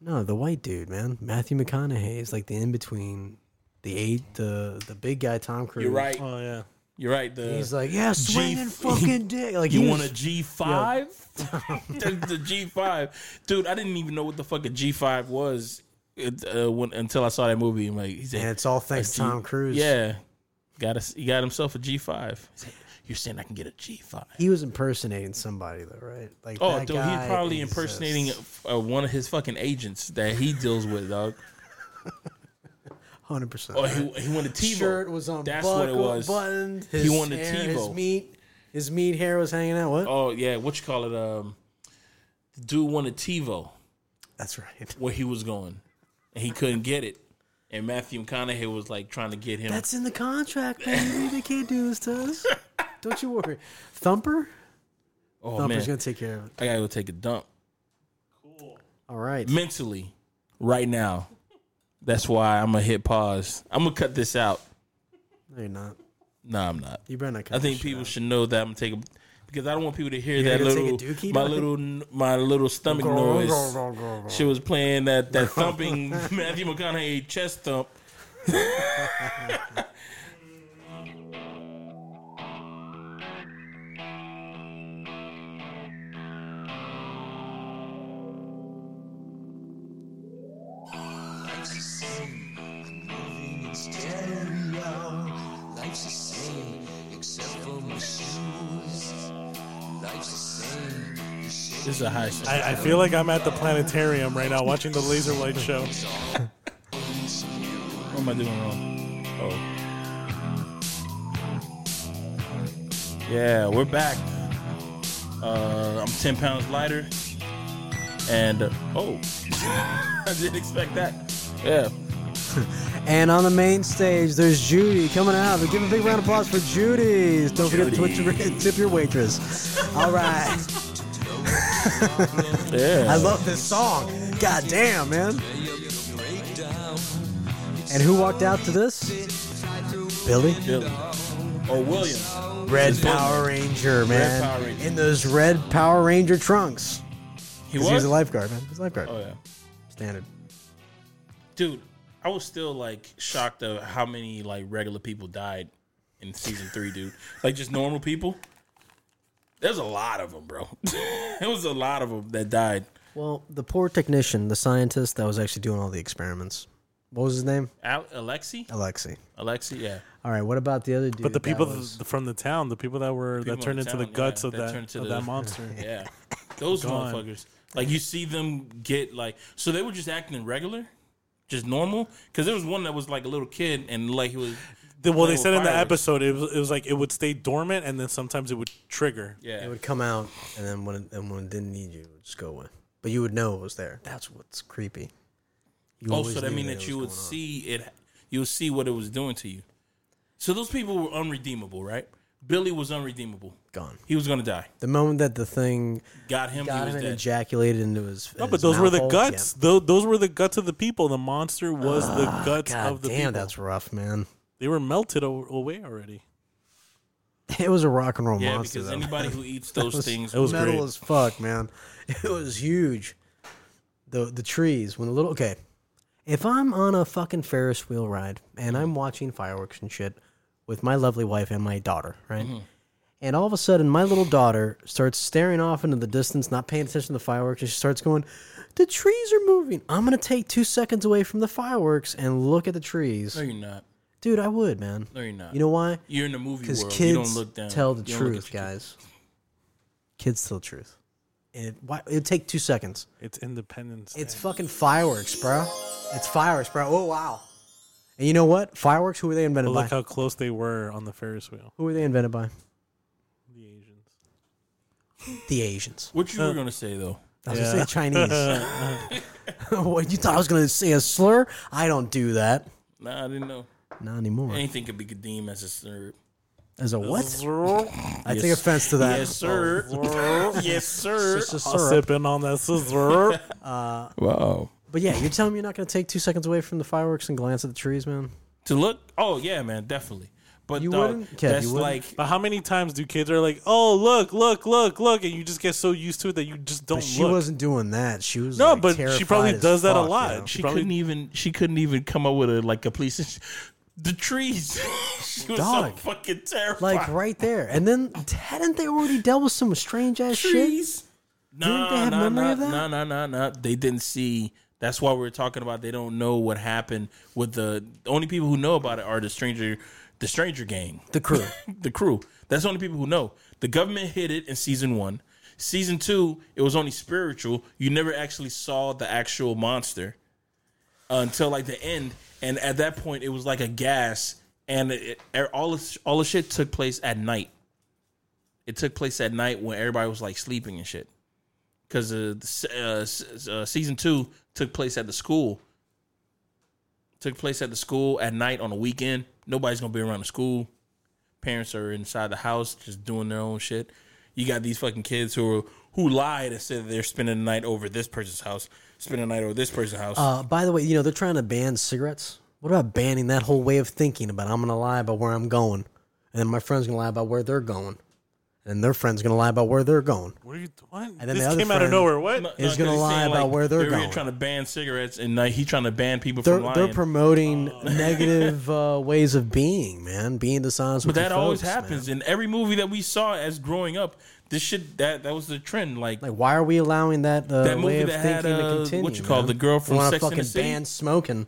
[SPEAKER 2] No, the white dude, man. Matthew McConaughey is like the in between, the eight, the the big guy Tom Cruise.
[SPEAKER 1] You're right.
[SPEAKER 3] Oh yeah.
[SPEAKER 1] You're right. The
[SPEAKER 2] He's like, yeah, swinging
[SPEAKER 1] G-
[SPEAKER 2] fucking dick. Like
[SPEAKER 1] You
[SPEAKER 2] he
[SPEAKER 1] want a
[SPEAKER 2] was-
[SPEAKER 1] G five? the G five, dude. I didn't even know what the fuck a G five was It, uh, when, until I saw that movie, I'm like, he
[SPEAKER 2] And
[SPEAKER 1] said,
[SPEAKER 2] it's all thanks
[SPEAKER 1] That's
[SPEAKER 2] to
[SPEAKER 1] you.
[SPEAKER 2] Tom Cruise.
[SPEAKER 1] "Yeah, got a, he got himself a G5." He said, You're saying I can get a G5?
[SPEAKER 2] He was impersonating somebody though, right? Like
[SPEAKER 1] Oh,
[SPEAKER 2] that
[SPEAKER 1] dude,
[SPEAKER 2] guy
[SPEAKER 1] he's probably
[SPEAKER 2] exists.
[SPEAKER 1] impersonating uh, one of his fucking agents that he deals with, dog.
[SPEAKER 2] 100%.
[SPEAKER 1] Oh, he, he wanted T
[SPEAKER 2] shirt was on
[SPEAKER 1] That's
[SPEAKER 2] buckle,
[SPEAKER 1] what it was.
[SPEAKER 2] buttoned. His
[SPEAKER 1] He wanted
[SPEAKER 2] hair,
[SPEAKER 1] TiVo.
[SPEAKER 2] His meat, his meat hair was hanging out. What?
[SPEAKER 1] Oh yeah, what you call it? Um, the dude wanted TiVo
[SPEAKER 2] That's right.
[SPEAKER 1] where he was going, and he couldn't get it. And Matthew McConaughey was like trying to get him.
[SPEAKER 2] That's in the contract, baby. they can't do this to us. Don't you worry. Thumper?
[SPEAKER 1] oh
[SPEAKER 2] Thumper's
[SPEAKER 1] man,
[SPEAKER 2] going to take care of it.
[SPEAKER 1] I gotta go take a dump
[SPEAKER 2] All right.
[SPEAKER 1] mentally right now. That's why I'm gonna hit pause. I'm gonna cut this out.
[SPEAKER 2] No, you're not.
[SPEAKER 1] No, I'm not.
[SPEAKER 2] You better not cut
[SPEAKER 1] I think
[SPEAKER 2] this shit
[SPEAKER 1] people
[SPEAKER 2] out.
[SPEAKER 1] should know that I'm taking because I don't want people to hear that
[SPEAKER 2] gonna take a
[SPEAKER 1] little
[SPEAKER 2] dookie,
[SPEAKER 1] my
[SPEAKER 2] dog?
[SPEAKER 1] little my little stomach noise. She was playing that that thumping Matthew McConaughey chest thump.
[SPEAKER 4] Life's a sin, and moving in stereo. Life's a sin, except for my shoes. Life's a sin. You shake
[SPEAKER 1] This is a high. Shit.
[SPEAKER 3] I, I feel like I'm at the planetarium right now watching the laser light show.
[SPEAKER 1] What am I doing wrong? Oh. Oh. Yeah, we're back. Uh, I'm 10 pounds lighter. And, uh, oh, I didn't expect that. Yeah.
[SPEAKER 2] And on the main stage, there's Judy coming out. Give a big round of applause for Judy. Don't forget to
[SPEAKER 1] Judy.
[SPEAKER 2] tip your, tip your waitress. All right.
[SPEAKER 1] Yeah.
[SPEAKER 2] I love this song. God damn, man. And who walked out to this? Billy?
[SPEAKER 1] Billy. Or Williams.
[SPEAKER 2] Red Power Ranger, man.
[SPEAKER 1] Power Ranger.
[SPEAKER 2] In those red Power Ranger trunks.
[SPEAKER 1] He
[SPEAKER 2] 'Cause He
[SPEAKER 1] was?
[SPEAKER 2] was a lifeguard, man. He's a lifeguard.
[SPEAKER 1] oh, yeah.
[SPEAKER 2] Standard.
[SPEAKER 1] Dude, I was still, like, shocked of how many, like, regular people died in season three, dude. Like, just normal people. There's a lot of them, bro. there was a lot of them that died.
[SPEAKER 2] Well, the poor technician, the scientist that was actually doing all the experiments. What was his name?
[SPEAKER 1] Al- Alexi?
[SPEAKER 2] Alexi.
[SPEAKER 1] Alexi, yeah.
[SPEAKER 2] All right, what about the other dude?
[SPEAKER 3] But the
[SPEAKER 2] that
[SPEAKER 3] people
[SPEAKER 2] was-
[SPEAKER 3] th- from the town, the people that were
[SPEAKER 1] People
[SPEAKER 3] that turned
[SPEAKER 1] in the
[SPEAKER 3] into the
[SPEAKER 1] town, yeah,
[SPEAKER 3] guts of
[SPEAKER 1] that
[SPEAKER 3] that
[SPEAKER 1] turned to
[SPEAKER 3] of
[SPEAKER 1] the-
[SPEAKER 3] that monster.
[SPEAKER 1] Yeah. Those
[SPEAKER 3] Gone.
[SPEAKER 1] motherfuckers. Like you see them get like so they were just acting regular, just normal. Cause there was one that was like a little kid and like he was
[SPEAKER 3] The- well, they
[SPEAKER 1] Little
[SPEAKER 3] said in the
[SPEAKER 1] fireworks.
[SPEAKER 3] episode it was, it was like it would stay dormant and then sometimes it would trigger.
[SPEAKER 1] Yeah.
[SPEAKER 2] It would come out, and then when it, and when it didn't need you, it would just go away. But you would know it was there. That's what's creepy. You
[SPEAKER 1] oh,
[SPEAKER 2] always
[SPEAKER 1] so that
[SPEAKER 2] knew
[SPEAKER 1] mean that
[SPEAKER 2] it
[SPEAKER 1] you
[SPEAKER 2] was
[SPEAKER 1] would
[SPEAKER 2] going on.
[SPEAKER 1] see it you would see what it was doing to you. So those people were unredeemable, right? Billy was unredeemable.
[SPEAKER 2] gone.
[SPEAKER 1] He was gonna die.
[SPEAKER 2] The moment that the thing
[SPEAKER 1] Got him,
[SPEAKER 2] got
[SPEAKER 1] he
[SPEAKER 2] him
[SPEAKER 1] was
[SPEAKER 2] and
[SPEAKER 1] dead.
[SPEAKER 2] ejaculated into his.
[SPEAKER 3] No, but those were the guts. Tho- those were the guts of the people. The monster was the guts
[SPEAKER 2] Ah, God
[SPEAKER 3] of the
[SPEAKER 2] damn,
[SPEAKER 3] people.
[SPEAKER 2] that's rough, man.
[SPEAKER 3] They were melted o- away already.
[SPEAKER 2] It was a rock and roll
[SPEAKER 1] Yeah,
[SPEAKER 2] monster.
[SPEAKER 1] because
[SPEAKER 2] though.
[SPEAKER 1] anybody who eats those things
[SPEAKER 3] It was
[SPEAKER 2] metal
[SPEAKER 3] great.
[SPEAKER 2] as fuck, man. It was huge. The the trees when the little okay. If I'm on a fucking Ferris wheel ride and I'm watching fireworks and shit with my lovely wife and my daughter, right?
[SPEAKER 3] Mm-hmm.
[SPEAKER 2] And all of a sudden, my little daughter starts staring off into the distance, not paying attention to the fireworks, and she starts going, "The trees are moving." I'm gonna take two seconds away from the fireworks and look at the trees,
[SPEAKER 1] No you're not.
[SPEAKER 2] dude. I would, man.
[SPEAKER 1] No you're not.
[SPEAKER 2] You know why?
[SPEAKER 1] you're in the movie
[SPEAKER 2] Because
[SPEAKER 1] world.
[SPEAKER 2] kids
[SPEAKER 1] you don't look down.
[SPEAKER 2] tell the
[SPEAKER 1] You don't look
[SPEAKER 2] truth,
[SPEAKER 1] at your kids.
[SPEAKER 2] guys. Kids tell the truth. And it, why, it'd take two seconds.
[SPEAKER 3] It's Independence.
[SPEAKER 2] It's
[SPEAKER 3] Day.
[SPEAKER 2] fucking fireworks, bro. It's fireworks, bro. Oh wow. And you know what? Fireworks. Who were they
[SPEAKER 3] But
[SPEAKER 2] invented by?
[SPEAKER 3] look how close they were on the Ferris wheel.
[SPEAKER 2] who were they invented by?
[SPEAKER 3] The Asians.
[SPEAKER 2] The Asians.
[SPEAKER 1] What you were gonna say though?
[SPEAKER 2] I was
[SPEAKER 3] Yeah.
[SPEAKER 2] gonna say Chinese. what you thought I was gonna say a slur? I don't do that.
[SPEAKER 1] Nah, I didn't know.
[SPEAKER 2] Not anymore.
[SPEAKER 1] Anything could be deemed as a slur.
[SPEAKER 2] As a what? I take
[SPEAKER 1] Yes.
[SPEAKER 2] offense to that.
[SPEAKER 1] Yes, sir. yes, sir.
[SPEAKER 2] It's a
[SPEAKER 3] I'm
[SPEAKER 2] syrup.
[SPEAKER 3] sipping on that scissor.
[SPEAKER 1] Wow.
[SPEAKER 2] But yeah, you're telling me you're not gonna take two seconds away from the fireworks and glance at the trees, man?
[SPEAKER 1] To look? Oh yeah, man, definitely. But
[SPEAKER 2] You
[SPEAKER 1] dog,
[SPEAKER 2] wouldn't? Kev, you
[SPEAKER 1] that's
[SPEAKER 2] wouldn't?
[SPEAKER 1] like
[SPEAKER 3] but how many times do kids are like, "Oh, look, look, look, look," and you just get so used to it that you just don't
[SPEAKER 2] But she
[SPEAKER 3] look.
[SPEAKER 2] wasn't doing that. She was
[SPEAKER 3] no,
[SPEAKER 2] like,
[SPEAKER 3] but she
[SPEAKER 2] terrified
[SPEAKER 3] probably
[SPEAKER 2] as
[SPEAKER 3] does that a
[SPEAKER 2] fuck,
[SPEAKER 3] lot.
[SPEAKER 2] you know?
[SPEAKER 3] She
[SPEAKER 1] she
[SPEAKER 3] probably
[SPEAKER 1] couldn't even she couldn't even come up with a like a police. The trees. she was
[SPEAKER 2] Dog.
[SPEAKER 1] so fucking terrified.
[SPEAKER 2] Like right there. And then hadn't they already dealt with some strange ass shit?
[SPEAKER 1] trees. No,
[SPEAKER 2] Didn't they have
[SPEAKER 1] no,
[SPEAKER 2] memory
[SPEAKER 1] no,
[SPEAKER 2] of that?
[SPEAKER 1] no, no, no, no. They didn't see That's why we we're talking about they don't know what happened with the, the only people who know about it are the stranger the stranger gang,
[SPEAKER 2] The crew.
[SPEAKER 1] the crew. That's the only people who know. The government hid it in season 1. Season 2, it was only spiritual. You never actually saw the actual monster until like the end and at that point it was like a gas and it, it- all the, all the shit took place at night. It took place at night when everybody was like sleeping and shit because uh, the se- uh, s- uh, season two took place at the school. Took place at the school at night on a weekend. Nobody's gonna be around the school. Parents are inside the house just doing their own shit. You got these fucking kids who are, who lied and said they're spending the night over this person's house, spending the night over this person's house.
[SPEAKER 2] Uh, by the way, you know, they're trying to ban cigarettes. What about banning that whole way of thinking about I'm going to lie about where I'm going? And then my friend's going to lie about where they're going. And their friend's going to lie about where they're going.
[SPEAKER 3] What are you? What?
[SPEAKER 2] then
[SPEAKER 3] this
[SPEAKER 2] the other
[SPEAKER 3] came out of
[SPEAKER 2] friend-
[SPEAKER 3] nowhere. What?
[SPEAKER 1] No,
[SPEAKER 2] is
[SPEAKER 1] 'cause
[SPEAKER 2] gonna
[SPEAKER 1] he's
[SPEAKER 2] lie
[SPEAKER 1] saying,
[SPEAKER 2] about where they're
[SPEAKER 1] really
[SPEAKER 2] going.
[SPEAKER 1] Trying to ban cigarettes, and like, he's trying to ban people
[SPEAKER 2] They're,
[SPEAKER 1] from lying.
[SPEAKER 2] they're promoting negative uh, ways of being, man, being dishonest
[SPEAKER 1] but
[SPEAKER 2] with your
[SPEAKER 1] that always
[SPEAKER 2] folks,
[SPEAKER 1] happens
[SPEAKER 2] man.
[SPEAKER 1] in every movie that we saw as growing up. This shit that that was the trend. Like,
[SPEAKER 2] Like, why are we allowing that, uh,
[SPEAKER 1] That movie
[SPEAKER 2] way of
[SPEAKER 1] that had,
[SPEAKER 2] thinking
[SPEAKER 1] uh,
[SPEAKER 2] to continue?
[SPEAKER 1] what you call
[SPEAKER 2] man?
[SPEAKER 1] the girl from
[SPEAKER 2] We wanna
[SPEAKER 1] Sex and the
[SPEAKER 2] fucking
[SPEAKER 1] City?
[SPEAKER 2] ban smoking.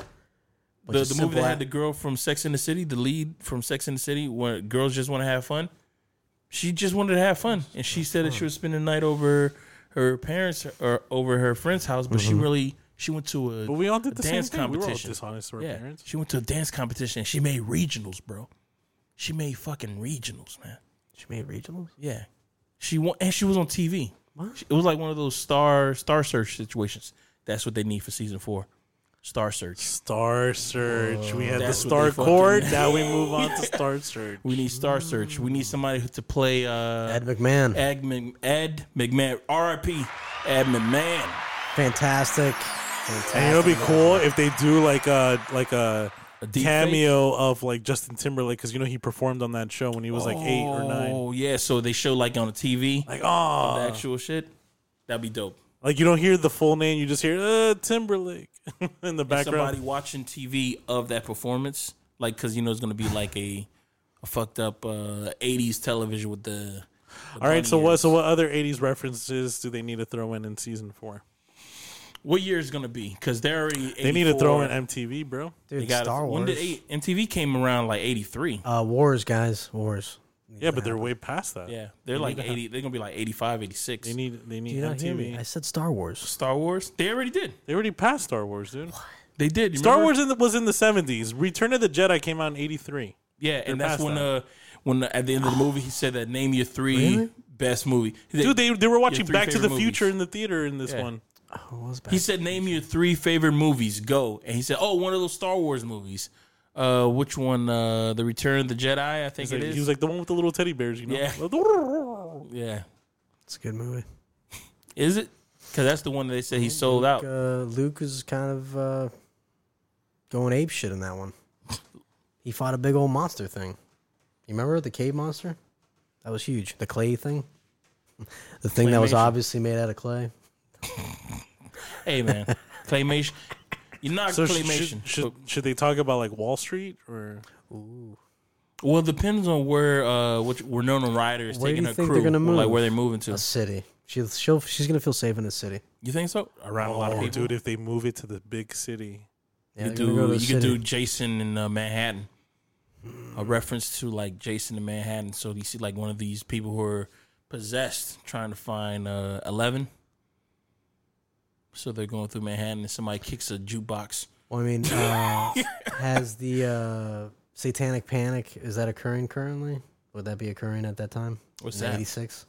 [SPEAKER 2] which
[SPEAKER 1] the,
[SPEAKER 2] is
[SPEAKER 1] the movie
[SPEAKER 2] simple
[SPEAKER 1] that had
[SPEAKER 2] act.
[SPEAKER 1] the girl from Sex in the City, the lead from Sex in the City, where girls just want to have fun. She just wanted to have fun, and she said that she was spending the night over her parents or over her friend's house, but she really she went to a
[SPEAKER 3] Mm-hmm. But we all did the same
[SPEAKER 1] dance
[SPEAKER 3] thing. We were all
[SPEAKER 1] competition.
[SPEAKER 3] dishonest to our
[SPEAKER 1] yeah,
[SPEAKER 3] parents.
[SPEAKER 1] she went to a dance competition. and She made regionals, bro. She made fucking regionals, man.
[SPEAKER 2] She made regionals?
[SPEAKER 1] Yeah, she won, and she was on TV. She- It was like one of those star star search situations. That's what they need for season four, star search.
[SPEAKER 3] Star Search. We had the
[SPEAKER 1] That's what
[SPEAKER 3] Star
[SPEAKER 1] they fucking-
[SPEAKER 3] Chord. Now we move on to Star Search.
[SPEAKER 1] We need star search. We need somebody who- to play uh,
[SPEAKER 2] Ed McMahon.
[SPEAKER 1] Ed, Mc, Ed McMahon, R.I.P. Ed McMahon.
[SPEAKER 2] Fantastic. Fantastic.
[SPEAKER 3] And it would be cool if they do like a like a,
[SPEAKER 1] A deep
[SPEAKER 3] cameo of like Justin Timberlake because you know he performed on that show when he was like eight or nine.
[SPEAKER 1] Oh yeah, so they show like on the TV
[SPEAKER 3] Like
[SPEAKER 1] the
[SPEAKER 3] oh,
[SPEAKER 1] actual shit. That'd be dope.
[SPEAKER 3] like you don't hear the full name, you just hear uh, Timberlake in the
[SPEAKER 1] somebody
[SPEAKER 3] background.
[SPEAKER 1] watching TV of that performance, like because you know it's gonna be like a, a fucked up uh, '80s television with the. the
[SPEAKER 3] All right,
[SPEAKER 1] bunny
[SPEAKER 3] so what
[SPEAKER 1] ears.
[SPEAKER 3] so what other '80s references do they need to throw in in season four?
[SPEAKER 1] What year is gonna be? Because they're already.
[SPEAKER 3] They need to throw in
[SPEAKER 1] 84.
[SPEAKER 3] MTV, bro.
[SPEAKER 2] Dude,
[SPEAKER 1] They got
[SPEAKER 2] Star Wars.
[SPEAKER 1] When did eight, MTV came around? Like '83.
[SPEAKER 2] Uh, wars, guys. Wars.
[SPEAKER 3] Yeah, but they're way past that.
[SPEAKER 1] Yeah, they're like
[SPEAKER 3] to have-
[SPEAKER 1] '80. They're gonna be like '85, '86.
[SPEAKER 3] They need they need
[SPEAKER 2] You don't hear me. I
[SPEAKER 3] MTV.
[SPEAKER 2] said Star Wars.
[SPEAKER 1] Star Wars. They already did.
[SPEAKER 3] They already passed Star Wars, dude.
[SPEAKER 1] They did. You
[SPEAKER 3] Star
[SPEAKER 1] remember?
[SPEAKER 3] Wars in the, was in the '70s. Return of the Jedi came out in '83.
[SPEAKER 1] Yeah, and that's
[SPEAKER 3] past
[SPEAKER 1] when
[SPEAKER 3] that.
[SPEAKER 1] uh when uh, at the end of the movie he said that name your three
[SPEAKER 2] Really?
[SPEAKER 1] best movie. He said-
[SPEAKER 3] Dude, they, they were watching
[SPEAKER 1] three
[SPEAKER 3] Back to the
[SPEAKER 1] favorite
[SPEAKER 3] Future
[SPEAKER 1] movies.
[SPEAKER 3] in the theater in this
[SPEAKER 1] Yeah.
[SPEAKER 3] one.
[SPEAKER 2] Oh, what was back?
[SPEAKER 1] He said, "Name your three favorite movies." Go, and he said, "Oh, one of those Star Wars movies. Uh, which one? Uh, The Return of the Jedi. I think
[SPEAKER 3] Like,
[SPEAKER 1] it is.
[SPEAKER 3] he was like the one with the little teddy bears, you know.
[SPEAKER 1] yeah,
[SPEAKER 2] It's a good movie.
[SPEAKER 1] is it? Because that's the one that they said he sold out.
[SPEAKER 2] Uh, Luke is kind of uh, going ape shit in that one. He fought a big old monster thing. You remember the cave monster? That was huge. The clay thing. The thing that was
[SPEAKER 1] Claymation.
[SPEAKER 2] obviously made out of clay.
[SPEAKER 1] Hey man, claymation. You knocked
[SPEAKER 3] So sh-
[SPEAKER 1] claymation.
[SPEAKER 3] should, should, should they talk about like Wall Street or
[SPEAKER 1] well, it depends on where uh which where Nona Ryder is
[SPEAKER 2] Where do
[SPEAKER 1] taking
[SPEAKER 2] you
[SPEAKER 1] her
[SPEAKER 2] think
[SPEAKER 1] crew,
[SPEAKER 2] they're gonna
[SPEAKER 1] like
[SPEAKER 2] move?
[SPEAKER 1] where they're moving to.
[SPEAKER 2] A city. She'll, she'll she's gonna feel safe in the city.
[SPEAKER 1] You think so? Around a lot of
[SPEAKER 3] oh,
[SPEAKER 1] people.
[SPEAKER 3] dude, if they move it to the big city?
[SPEAKER 2] Yeah,
[SPEAKER 1] you
[SPEAKER 2] they're gonna
[SPEAKER 1] do
[SPEAKER 2] go to the
[SPEAKER 1] you could do
[SPEAKER 2] city.
[SPEAKER 1] Jason in uh, Manhattan. A reference to like Jason in Manhattan. So you see like one of these people who are possessed trying to find uh, Eleven. So they're going through Manhattan and somebody kicks a jukebox.
[SPEAKER 2] Well, I mean, uh, has the uh, Satanic Panic is that occurring currently? Would that be occurring at that time?
[SPEAKER 1] What's
[SPEAKER 2] In
[SPEAKER 1] that?
[SPEAKER 2] 86.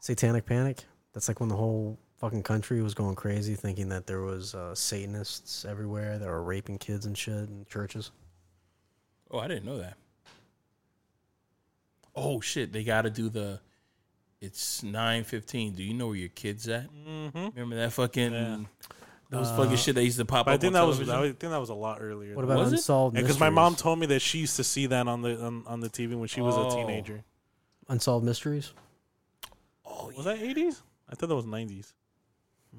[SPEAKER 2] Satanic Panic. That's like when the whole fucking country was going crazy, thinking that there was uh, Satanists everywhere that were raping kids and shit in churches.
[SPEAKER 1] Oh, I didn't know that. Oh shit! They got to do the. It's nine fifteen. Do you know where your kids at?
[SPEAKER 3] Mm-hmm.
[SPEAKER 1] Remember that fucking
[SPEAKER 3] Yeah.
[SPEAKER 1] those
[SPEAKER 2] Uh,
[SPEAKER 1] fucking shit that used to pop
[SPEAKER 3] But I
[SPEAKER 1] up.
[SPEAKER 3] think
[SPEAKER 1] on
[SPEAKER 3] that was,
[SPEAKER 1] television?
[SPEAKER 3] that was I think that was a lot earlier.
[SPEAKER 2] What about
[SPEAKER 1] Was it?
[SPEAKER 2] unsolved?
[SPEAKER 3] because
[SPEAKER 2] mysteries?
[SPEAKER 3] my mom told me that she used to see that on the on, on the TV when she was
[SPEAKER 1] Oh.
[SPEAKER 3] a teenager.
[SPEAKER 2] unsolved mysteries.
[SPEAKER 1] Oh,
[SPEAKER 3] Was that eighties? I thought that was nineties.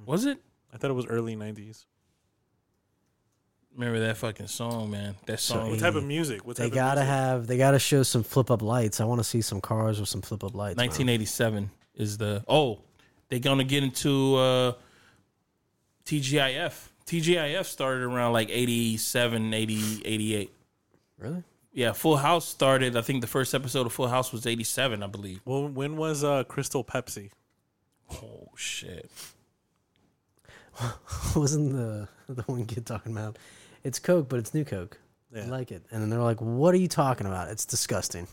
[SPEAKER 1] was it?
[SPEAKER 3] I thought it was early nineties.
[SPEAKER 1] Remember that fucking song, man? That
[SPEAKER 2] So
[SPEAKER 1] song.
[SPEAKER 2] it-
[SPEAKER 3] What type of music? What type
[SPEAKER 2] They
[SPEAKER 3] of
[SPEAKER 2] gotta
[SPEAKER 3] music?
[SPEAKER 2] have. They gotta show some flip up lights. I want to see some cars with some flip up lights. man.
[SPEAKER 1] 1987 is the oh they're gonna get into uh TGIF. TGIF started around like 87, 80, 88.
[SPEAKER 2] Really?
[SPEAKER 1] Yeah, Full House started. I think the first episode of Full House was 87, I believe.
[SPEAKER 3] Well, when was uh, Crystal Pepsi?
[SPEAKER 1] Oh, shit.
[SPEAKER 2] Wasn't the the one kid talking about? It's Coke, but it's new Coke. I
[SPEAKER 3] Yeah.
[SPEAKER 2] like it. And then they're like, "What are you talking about? It's disgusting."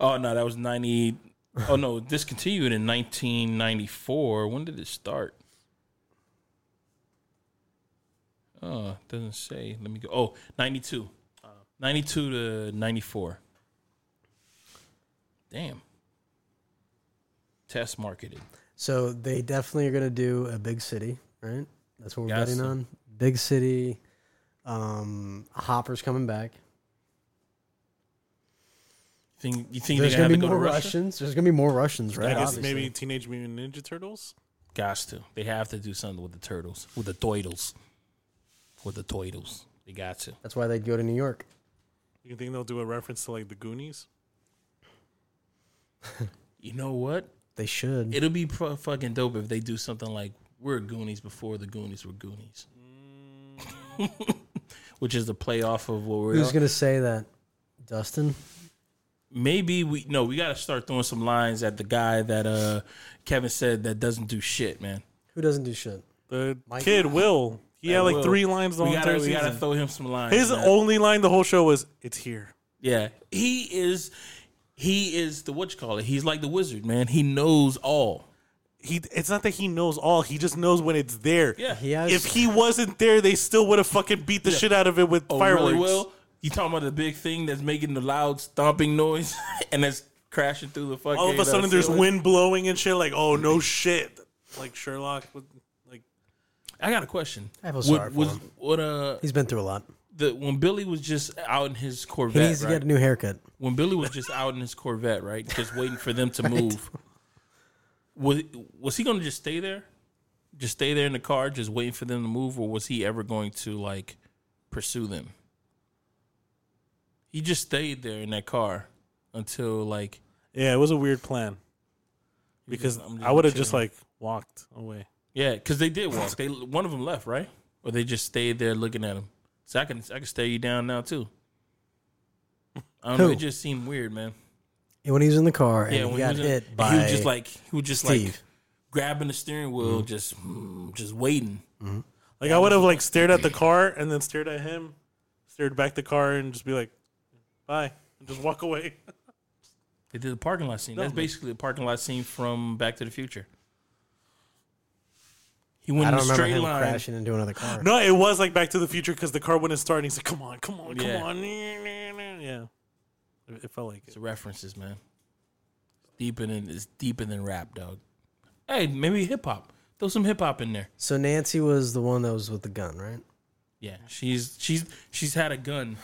[SPEAKER 1] Oh, no, that was 90. Oh, no, it discontinued in 1994. When did it start? Oh, it doesn't say. Let me go. Oh, 92. 92 to 94. Damn. Test marketed.
[SPEAKER 2] So they definitely are gonna do a big city, right? That's what we're
[SPEAKER 1] Gotta
[SPEAKER 2] betting
[SPEAKER 1] so.
[SPEAKER 2] on. Big city. Um, Hopper's coming back.
[SPEAKER 1] Think, you think they're
[SPEAKER 2] There's
[SPEAKER 1] going to have
[SPEAKER 2] gonna
[SPEAKER 1] to
[SPEAKER 2] be
[SPEAKER 1] go to
[SPEAKER 2] more
[SPEAKER 1] Russia?
[SPEAKER 2] Russians. There's gonna be more Russians, right?
[SPEAKER 3] I guess
[SPEAKER 2] Obviously.
[SPEAKER 3] maybe Teenage Mutant Ninja Turtles.
[SPEAKER 1] Gots to. They have to do something with the turtles, with the toidles, with the toidles. They got to.
[SPEAKER 2] that's why they'd go to New York.
[SPEAKER 3] You think they'll do a reference to like the Goonies?
[SPEAKER 1] You know what?
[SPEAKER 2] They should.
[SPEAKER 1] It'll be pro- fucking dope if they do something like we're Goonies before the Goonies were Goonies, which is the playoff of what we're.
[SPEAKER 2] Who's gonna say that? Dustin.
[SPEAKER 1] Maybe we no, we got to start throwing some lines at the guy that uh Kevin said that doesn't do shit, man.
[SPEAKER 2] Who doesn't do shit?
[SPEAKER 3] The kid Will. He had like
[SPEAKER 1] Will.
[SPEAKER 3] three lines the
[SPEAKER 1] We
[SPEAKER 3] whole
[SPEAKER 1] gotta,
[SPEAKER 3] entire
[SPEAKER 1] we gotta
[SPEAKER 3] season.
[SPEAKER 1] throw him some lines.
[SPEAKER 3] His
[SPEAKER 1] man.
[SPEAKER 3] only line the whole show was "It's here."
[SPEAKER 1] Yeah, he is. He is the what you call it. He's like the wizard, man. He knows all.
[SPEAKER 3] He. It's not that he knows all. He just knows when it's there.
[SPEAKER 1] Yeah,
[SPEAKER 2] He has.
[SPEAKER 3] If he wasn't there, they still would have fucking beat the shit out of it with
[SPEAKER 1] Oh,
[SPEAKER 3] fireworks.
[SPEAKER 1] really, Will? You talking about the big thing that's making the loud stomping noise and that's crashing through the fucking. uh,
[SPEAKER 3] All of a sudden, there's wind blowing and shit. Like, oh
[SPEAKER 1] Mm-hmm.
[SPEAKER 3] no, shit. Like Sherlock. would- Like,
[SPEAKER 1] I got a question.
[SPEAKER 2] I feel
[SPEAKER 1] Would-
[SPEAKER 2] sorry for
[SPEAKER 1] was,
[SPEAKER 2] him.
[SPEAKER 1] What uh,
[SPEAKER 2] He's been through a lot.
[SPEAKER 1] the when Billy was just out in his
[SPEAKER 2] He
[SPEAKER 1] Corvette,
[SPEAKER 2] needs to
[SPEAKER 1] right?
[SPEAKER 2] get a new haircut.
[SPEAKER 1] when Billy was just out in his Corvette, right, just waiting for them to move. Was was he going to just stay there, just stay there in the car, just waiting for them to move, or was he ever going to like pursue them? He just stayed there in that car until like
[SPEAKER 3] yeah, it was a weird plan because
[SPEAKER 1] I'm just
[SPEAKER 3] I would have just like walked away.
[SPEAKER 1] Yeah, because they did walk. They one of them left, right? Or they just stayed there looking at him. So I can I can stare you down now too. I don't know.
[SPEAKER 2] Who?
[SPEAKER 1] It just seemed weird, man.
[SPEAKER 2] And when he was in the car and
[SPEAKER 1] Yeah,
[SPEAKER 2] he
[SPEAKER 1] when
[SPEAKER 2] got
[SPEAKER 1] he was in-
[SPEAKER 2] hit
[SPEAKER 1] and
[SPEAKER 2] by
[SPEAKER 1] he was just like he was just like
[SPEAKER 2] Steve. Mm-hmm.
[SPEAKER 1] grabbing the steering wheel, just mm, just waiting.
[SPEAKER 3] Like, I would have like stared at the car and then stared at him, stared back the car, and just be like, "Bye," and just walk away.
[SPEAKER 1] They did a parking lot scene. That's
[SPEAKER 3] man.
[SPEAKER 1] basically a parking lot scene from Back to the Future. He
[SPEAKER 2] I
[SPEAKER 1] went in
[SPEAKER 2] don't
[SPEAKER 1] a
[SPEAKER 2] remember
[SPEAKER 1] straight
[SPEAKER 2] him
[SPEAKER 1] line.
[SPEAKER 2] crashing into another car.
[SPEAKER 3] No, it was like Back to the Future because the car wouldn't start. And he's like, "Come on, come on, come
[SPEAKER 1] Yeah.
[SPEAKER 3] on!" Yeah, it, it felt like
[SPEAKER 1] It's
[SPEAKER 3] it.
[SPEAKER 1] references, man. Deeper than it's deeper than rap, dog. Hey, maybe hip hop. Throw some hip hop in there.
[SPEAKER 2] So Nancy was the one that was with the gun, right?
[SPEAKER 1] Yeah, she's she's she's had a gun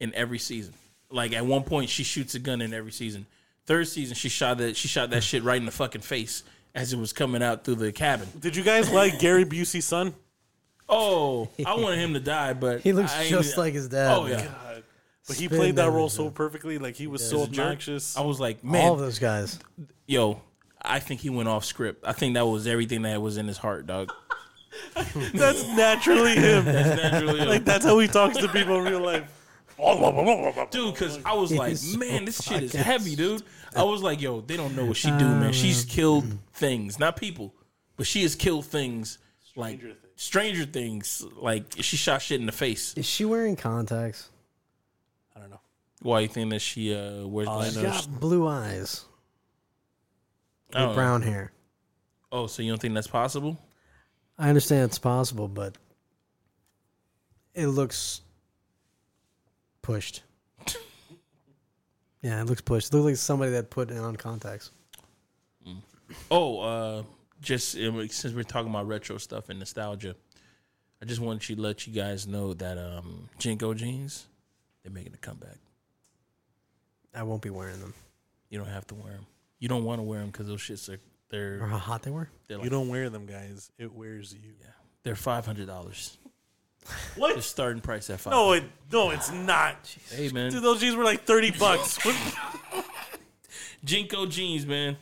[SPEAKER 1] in every season. Like at one point, she shoots a gun in every season. Third season, she shot that she shot that shit right in the fucking face as it was coming out through the cabin.
[SPEAKER 3] Did you guys like Gary Busey's son?
[SPEAKER 1] Oh, I wanted him to die, but
[SPEAKER 2] He looks
[SPEAKER 1] I ain't-
[SPEAKER 2] just like his dad.
[SPEAKER 1] Oh yeah,
[SPEAKER 3] God. But he
[SPEAKER 2] Spin
[SPEAKER 3] played that
[SPEAKER 2] them
[SPEAKER 3] role
[SPEAKER 2] into-
[SPEAKER 3] so perfectly. Like he was so
[SPEAKER 1] As a jerk,
[SPEAKER 3] obnoxious.
[SPEAKER 1] I was like,
[SPEAKER 2] All of
[SPEAKER 1] man,
[SPEAKER 2] those guys.
[SPEAKER 1] yo, I think he went off script. I think that was everything that was in his heart, dog.
[SPEAKER 3] That's naturally him.
[SPEAKER 1] Naturally, yo.
[SPEAKER 3] like that's how he talks to people in real life.
[SPEAKER 1] dude. Because I was like,
[SPEAKER 2] is so
[SPEAKER 1] man, this shit is heavy, dude. I was like, yo, they don't know what she do, man.
[SPEAKER 2] Um,
[SPEAKER 1] She's killed things, not people, but she has killed things like
[SPEAKER 3] Stranger Things.
[SPEAKER 1] Stranger Things. Like she shot shit in the face.
[SPEAKER 2] Is she wearing contacts?
[SPEAKER 3] I don't know.
[SPEAKER 1] Why you think that she uh, wears?
[SPEAKER 3] All I
[SPEAKER 1] glasses?
[SPEAKER 2] Oh,
[SPEAKER 3] know
[SPEAKER 2] She
[SPEAKER 3] No,
[SPEAKER 2] got blue eyes,
[SPEAKER 1] I don't
[SPEAKER 2] with
[SPEAKER 1] know.
[SPEAKER 2] brown hair.
[SPEAKER 1] Oh, so you don't think that's possible?
[SPEAKER 2] I understand it's possible, but it looks pushed. yeah, it looks pushed. It looks like somebody that put it on contacts.
[SPEAKER 1] Oh, uh, just um, since we're talking about retro stuff and nostalgia, I just wanted to let you guys know that um, Jinko jeans they're making a comeback.
[SPEAKER 2] I won't be wearing them.
[SPEAKER 1] You don't have to wear them. You don't want to wear them because those shits are
[SPEAKER 2] Or
[SPEAKER 1] they're
[SPEAKER 2] how hot they were?
[SPEAKER 1] they're
[SPEAKER 3] You
[SPEAKER 1] like,
[SPEAKER 3] don't wear them, guys. It wears you.
[SPEAKER 1] they're five hundred dollars. Their
[SPEAKER 3] What?
[SPEAKER 1] starting price at five.
[SPEAKER 3] No, it no, it's not.
[SPEAKER 1] hey man,
[SPEAKER 3] Dude, those jeans were like thirty bucks. What-
[SPEAKER 1] Jinko jeans, man.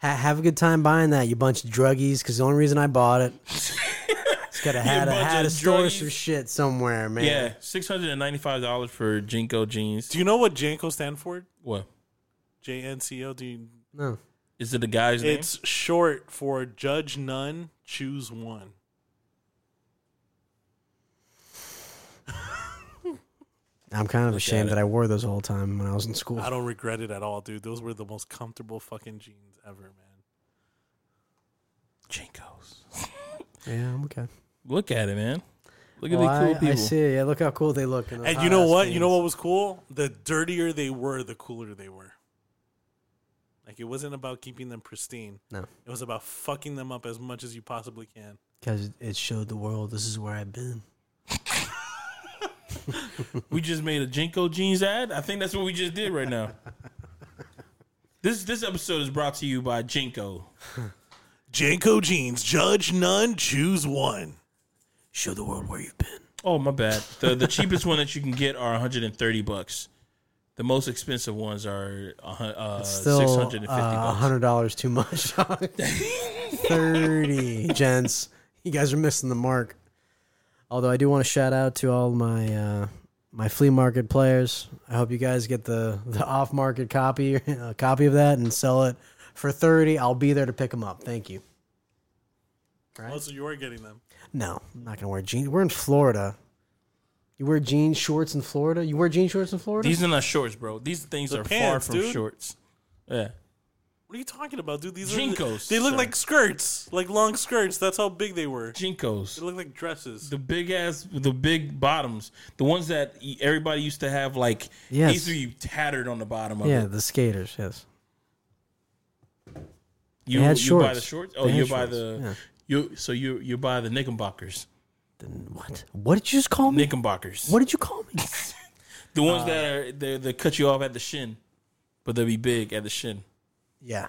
[SPEAKER 2] Ha- have a good time buying that, you bunch of druggies. Because the only reason I bought it, it's got a had a
[SPEAKER 1] bunch
[SPEAKER 2] had
[SPEAKER 1] of
[SPEAKER 2] a store some
[SPEAKER 1] druggies.
[SPEAKER 2] shit somewhere, man.
[SPEAKER 1] Yeah, six hundred and ninety-five dollars for Jinko jeans.
[SPEAKER 3] Do you know what Janko stand for?
[SPEAKER 1] What
[SPEAKER 3] J N C O. Do you,
[SPEAKER 2] No.
[SPEAKER 1] is it? A guy's name?
[SPEAKER 3] it's short for Judge None, Choose One.
[SPEAKER 2] I'm kind of
[SPEAKER 1] Look
[SPEAKER 2] ashamed
[SPEAKER 1] at it.
[SPEAKER 2] that I wore those the whole time when I was in school.
[SPEAKER 3] I don't regret it at all, dude. Those were the most comfortable fucking jeans ever, man.
[SPEAKER 1] Jinkos.
[SPEAKER 2] Yeah, I'm okay.
[SPEAKER 1] Look at it, man. Look at
[SPEAKER 2] Well,
[SPEAKER 1] the cool
[SPEAKER 2] Oh, I, I
[SPEAKER 1] people.
[SPEAKER 2] see. Yeah, look how cool they look. in those
[SPEAKER 3] And you know
[SPEAKER 2] hot-ass
[SPEAKER 3] what? You know
[SPEAKER 2] jeans.
[SPEAKER 3] what was cool? The dirtier they were, the cooler they were. Like it wasn't about keeping them pristine.
[SPEAKER 2] No.
[SPEAKER 3] It was about fucking them up as much as you possibly can.
[SPEAKER 2] Because it showed the world this is where I've been.
[SPEAKER 1] We just made a Jinko jeans ad. I think that's what we just did right now. this this episode is brought to you by Jinko.
[SPEAKER 3] Janko jeans, judge none, choose one.
[SPEAKER 2] Show the world where you've been.
[SPEAKER 1] Oh my bad. The the cheapest one that you can get are 130 bucks. The most expensive ones are a hun- uh,
[SPEAKER 2] Still,
[SPEAKER 1] 650
[SPEAKER 2] uh,
[SPEAKER 1] bucks.
[SPEAKER 2] hundred dollars too much. dog. Thirty, gents. You guys are missing the mark. Although I do want to shout out to all my uh, my flea market players. I hope you guys get the the off market copy a copy of that and sell it for thirty. I'll be there to pick them up. Thank you.
[SPEAKER 3] Oh, so you are getting them.
[SPEAKER 2] No, I'm not gonna wear jeans. We're in Florida. You wear jeans, shorts in Florida. You wear jean shorts in Florida.
[SPEAKER 1] These are not shorts, bro. These things
[SPEAKER 3] They're
[SPEAKER 1] are
[SPEAKER 3] pants,
[SPEAKER 1] far from
[SPEAKER 3] dude.
[SPEAKER 1] shorts. Yeah.
[SPEAKER 3] What are you talking about, dude? These
[SPEAKER 1] Jinkos,
[SPEAKER 3] are they look
[SPEAKER 1] sir.
[SPEAKER 3] like skirts, like long skirts. That's how big they were.
[SPEAKER 1] Jinkos.
[SPEAKER 3] They look like dresses.
[SPEAKER 1] the big ass, the big bottoms, the ones that e- everybody used to have, like
[SPEAKER 2] Yes.
[SPEAKER 1] these used to be tattered on the bottom of
[SPEAKER 2] yeah,
[SPEAKER 1] it.
[SPEAKER 2] the skaters. Yes.
[SPEAKER 1] You,
[SPEAKER 2] they had
[SPEAKER 1] you buy the
[SPEAKER 2] shorts.
[SPEAKER 1] shorts? Oh,
[SPEAKER 2] They had
[SPEAKER 1] you buy
[SPEAKER 2] shorts,
[SPEAKER 1] the
[SPEAKER 2] yeah.
[SPEAKER 1] you. So you you buy the Knickerbockers,
[SPEAKER 2] Then what? What did you just call me?
[SPEAKER 1] Knickerbockers.
[SPEAKER 2] What did you call me?
[SPEAKER 1] The ones that are they they cut you off at the shin, but they'll be big at the shin.
[SPEAKER 2] yeah.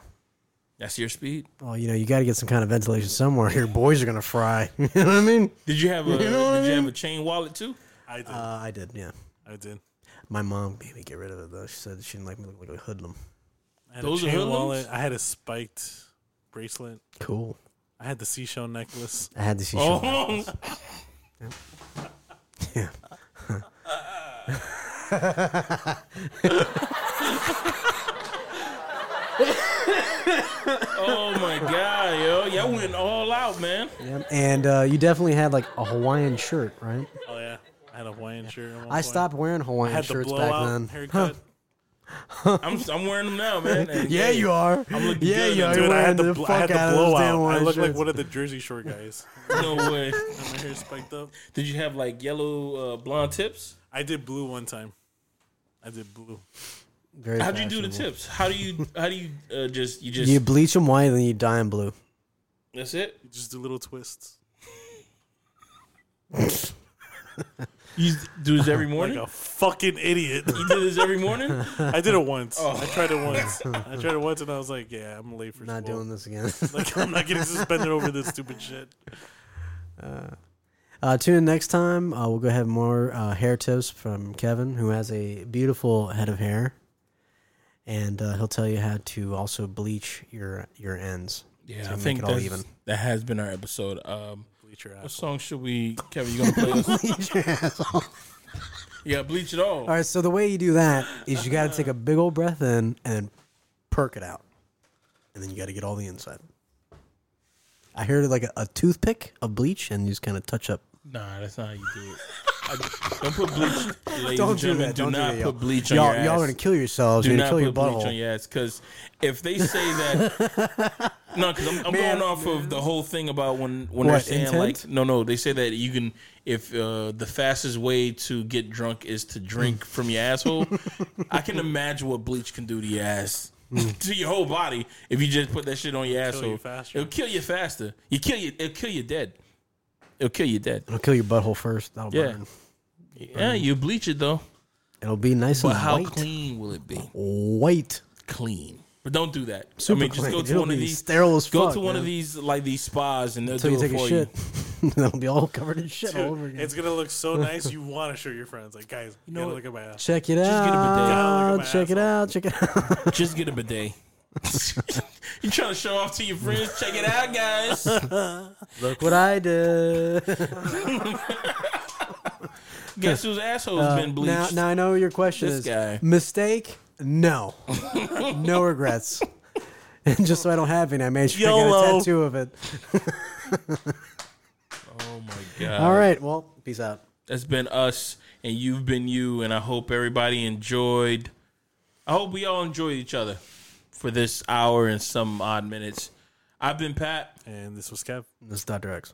[SPEAKER 1] That's your speed.
[SPEAKER 2] Well, you know, you got to get some kind of ventilation somewhere. Your boys are gonna fry. you know what I mean?
[SPEAKER 1] Did you have a
[SPEAKER 2] know what
[SPEAKER 1] did
[SPEAKER 2] I
[SPEAKER 1] you
[SPEAKER 2] mean?
[SPEAKER 1] have a chain wallet too?
[SPEAKER 3] I did.
[SPEAKER 2] Uh, I did. Yeah.
[SPEAKER 3] I did.
[SPEAKER 2] My mom made me get rid of it though. She said she didn't like me look like a hoodlum.
[SPEAKER 3] I had
[SPEAKER 1] Those
[SPEAKER 3] a
[SPEAKER 1] are
[SPEAKER 3] chain
[SPEAKER 1] hoodlums?
[SPEAKER 3] wallet. I had a spiked bracelet.
[SPEAKER 2] Cool.
[SPEAKER 3] I had the seashell necklace.
[SPEAKER 2] I had to see. Oh.
[SPEAKER 1] Oh,
[SPEAKER 2] Yeah.
[SPEAKER 1] oh my god, yo, y'all went all out, man.
[SPEAKER 2] Yep. And uh, you definitely had like a Hawaiian shirt, right?
[SPEAKER 3] Oh yeah, I had a Hawaiian shirt. at one
[SPEAKER 2] I
[SPEAKER 3] point.
[SPEAKER 2] stopped wearing
[SPEAKER 3] I
[SPEAKER 2] Hawaiian
[SPEAKER 3] had the
[SPEAKER 2] shirts back
[SPEAKER 3] blowout
[SPEAKER 2] then.
[SPEAKER 3] haircut.
[SPEAKER 1] I'm I'm wearing them now, man. And-
[SPEAKER 2] Yeah, you are.
[SPEAKER 1] looking
[SPEAKER 2] yeah,
[SPEAKER 1] good.
[SPEAKER 2] you are.
[SPEAKER 1] Dude,
[SPEAKER 2] You're
[SPEAKER 3] Dude, I
[SPEAKER 2] wearing
[SPEAKER 3] had the,
[SPEAKER 2] the
[SPEAKER 3] bl- I
[SPEAKER 2] fuck
[SPEAKER 3] had
[SPEAKER 2] out
[SPEAKER 3] the
[SPEAKER 2] of those
[SPEAKER 3] blowout.
[SPEAKER 2] damn
[SPEAKER 3] I
[SPEAKER 2] Hawaiian
[SPEAKER 3] looked like
[SPEAKER 2] shirts.
[SPEAKER 3] one of the Jersey Shore guys.
[SPEAKER 1] No way.
[SPEAKER 3] And my hair spiked up.
[SPEAKER 1] Did you have like yellow uh, blonde tips?
[SPEAKER 3] I did blue one time. I did blue.
[SPEAKER 2] Very
[SPEAKER 1] How'd you do the
[SPEAKER 2] fashionable.
[SPEAKER 1] tips? How do you how do you uh, just you just
[SPEAKER 2] You bleach them white, then you dye them blue.
[SPEAKER 1] that's it?
[SPEAKER 3] Just do little twists.
[SPEAKER 1] You do this every
[SPEAKER 3] Like
[SPEAKER 1] morning?
[SPEAKER 3] a fucking idiot.
[SPEAKER 1] you do this every morning?
[SPEAKER 3] I did it once.
[SPEAKER 1] Oh.
[SPEAKER 3] I tried it once. I tried it once, and I was like, "Yeah, I'm late for
[SPEAKER 2] Not
[SPEAKER 3] school.
[SPEAKER 2] doing this again.
[SPEAKER 3] Like I'm not getting suspended over this stupid shit."
[SPEAKER 2] Uh, tune in next time. Uh, we'll go have more uh, hair tips from Kevin, who has a beautiful head of hair, and uh, he'll tell you how to also bleach your your ends.
[SPEAKER 1] Yeah,
[SPEAKER 2] to
[SPEAKER 1] I
[SPEAKER 2] make
[SPEAKER 1] think
[SPEAKER 2] it all
[SPEAKER 1] that's,
[SPEAKER 2] even.
[SPEAKER 1] that has been our episode. Um,
[SPEAKER 3] Bleach your
[SPEAKER 1] what
[SPEAKER 3] ass.
[SPEAKER 1] song should we, Kevin? You gonna play us? yeah, bleach it all.
[SPEAKER 2] All right. So the way you do that is you got to take a big old breath in and then perk it out, and then you got to get all the inside. I heard it like a, a toothpick of bleach, and you just kind of touch up.
[SPEAKER 1] Nah, that's not how you do it. I- don't put bleach, ladies and
[SPEAKER 2] Don't do
[SPEAKER 1] gentlemen.
[SPEAKER 2] that.
[SPEAKER 1] Do
[SPEAKER 2] Don't do
[SPEAKER 1] not
[SPEAKER 2] that, y'all.
[SPEAKER 1] put bleach on
[SPEAKER 2] Y'all,
[SPEAKER 1] your
[SPEAKER 2] y'all
[SPEAKER 1] ass.
[SPEAKER 2] are gonna kill yourselves.
[SPEAKER 1] do
[SPEAKER 2] you're gonna
[SPEAKER 1] not
[SPEAKER 2] kill
[SPEAKER 1] put
[SPEAKER 2] your
[SPEAKER 1] bleach
[SPEAKER 2] butthole.
[SPEAKER 1] on your ass because if they say that, no, because I'm, I'm going off of the whole thing about when when they're
[SPEAKER 2] What,
[SPEAKER 1] saying
[SPEAKER 2] intent?
[SPEAKER 1] like no, no, they say that you can if uh, the fastest way to get drunk is to drink
[SPEAKER 2] Mm.
[SPEAKER 1] from your asshole. I can imagine what bleach can do to your ass.
[SPEAKER 2] Mm.
[SPEAKER 1] to your whole body, if you just put that shit on your asshole,
[SPEAKER 3] you faster.
[SPEAKER 1] it'll kill you faster. You kill you, it'll kill you dead. It'll kill you dead.
[SPEAKER 2] It'll kill your butthole first. That'll
[SPEAKER 1] Yeah.
[SPEAKER 2] burn.
[SPEAKER 1] Yeah, you bleach it though,
[SPEAKER 2] It'll be nice
[SPEAKER 1] but
[SPEAKER 2] and
[SPEAKER 1] how
[SPEAKER 2] white.
[SPEAKER 1] clean will it be?
[SPEAKER 2] white.
[SPEAKER 1] clean. But don't do that.
[SPEAKER 2] Super
[SPEAKER 1] I mean, just
[SPEAKER 2] clean.
[SPEAKER 1] go to
[SPEAKER 2] It'll
[SPEAKER 1] one of
[SPEAKER 2] be
[SPEAKER 1] these
[SPEAKER 2] sterile as
[SPEAKER 1] Go
[SPEAKER 2] fuck,
[SPEAKER 1] to one of
[SPEAKER 2] man.
[SPEAKER 1] these like these spas and they'll
[SPEAKER 2] until
[SPEAKER 1] do
[SPEAKER 2] you
[SPEAKER 1] it
[SPEAKER 2] take
[SPEAKER 1] for
[SPEAKER 2] a
[SPEAKER 1] you.
[SPEAKER 2] shit. That'll be all covered in shit all over
[SPEAKER 3] Dude,
[SPEAKER 2] again.
[SPEAKER 3] it's gonna look so nice. You want to show your friends, like, guys, you know,
[SPEAKER 1] know
[SPEAKER 3] look at my ass.
[SPEAKER 2] check it
[SPEAKER 1] get a bidet.
[SPEAKER 2] out.
[SPEAKER 3] Look at my
[SPEAKER 2] Check it out. Check it out.
[SPEAKER 1] Just get a bidet. you trying to show off to your friends? Check it out, guys.
[SPEAKER 2] Look what I did.
[SPEAKER 1] Guess whose asshole's been bleached?
[SPEAKER 2] Uh, now, now I know your question
[SPEAKER 1] This
[SPEAKER 2] is
[SPEAKER 1] guy.
[SPEAKER 2] mistake. No, no regrets. And just so I don't have any, I made sure I got
[SPEAKER 3] YOLO.
[SPEAKER 2] a tattoo of it.
[SPEAKER 1] Oh my god!
[SPEAKER 2] All right. Well, peace out.
[SPEAKER 1] that's been us, and you've been you, and I hope everybody enjoyed. I hope we all enjoyed each other for this hour and some odd minutes. I've been Pat.
[SPEAKER 3] And this was Kev.
[SPEAKER 2] This is Dr. X.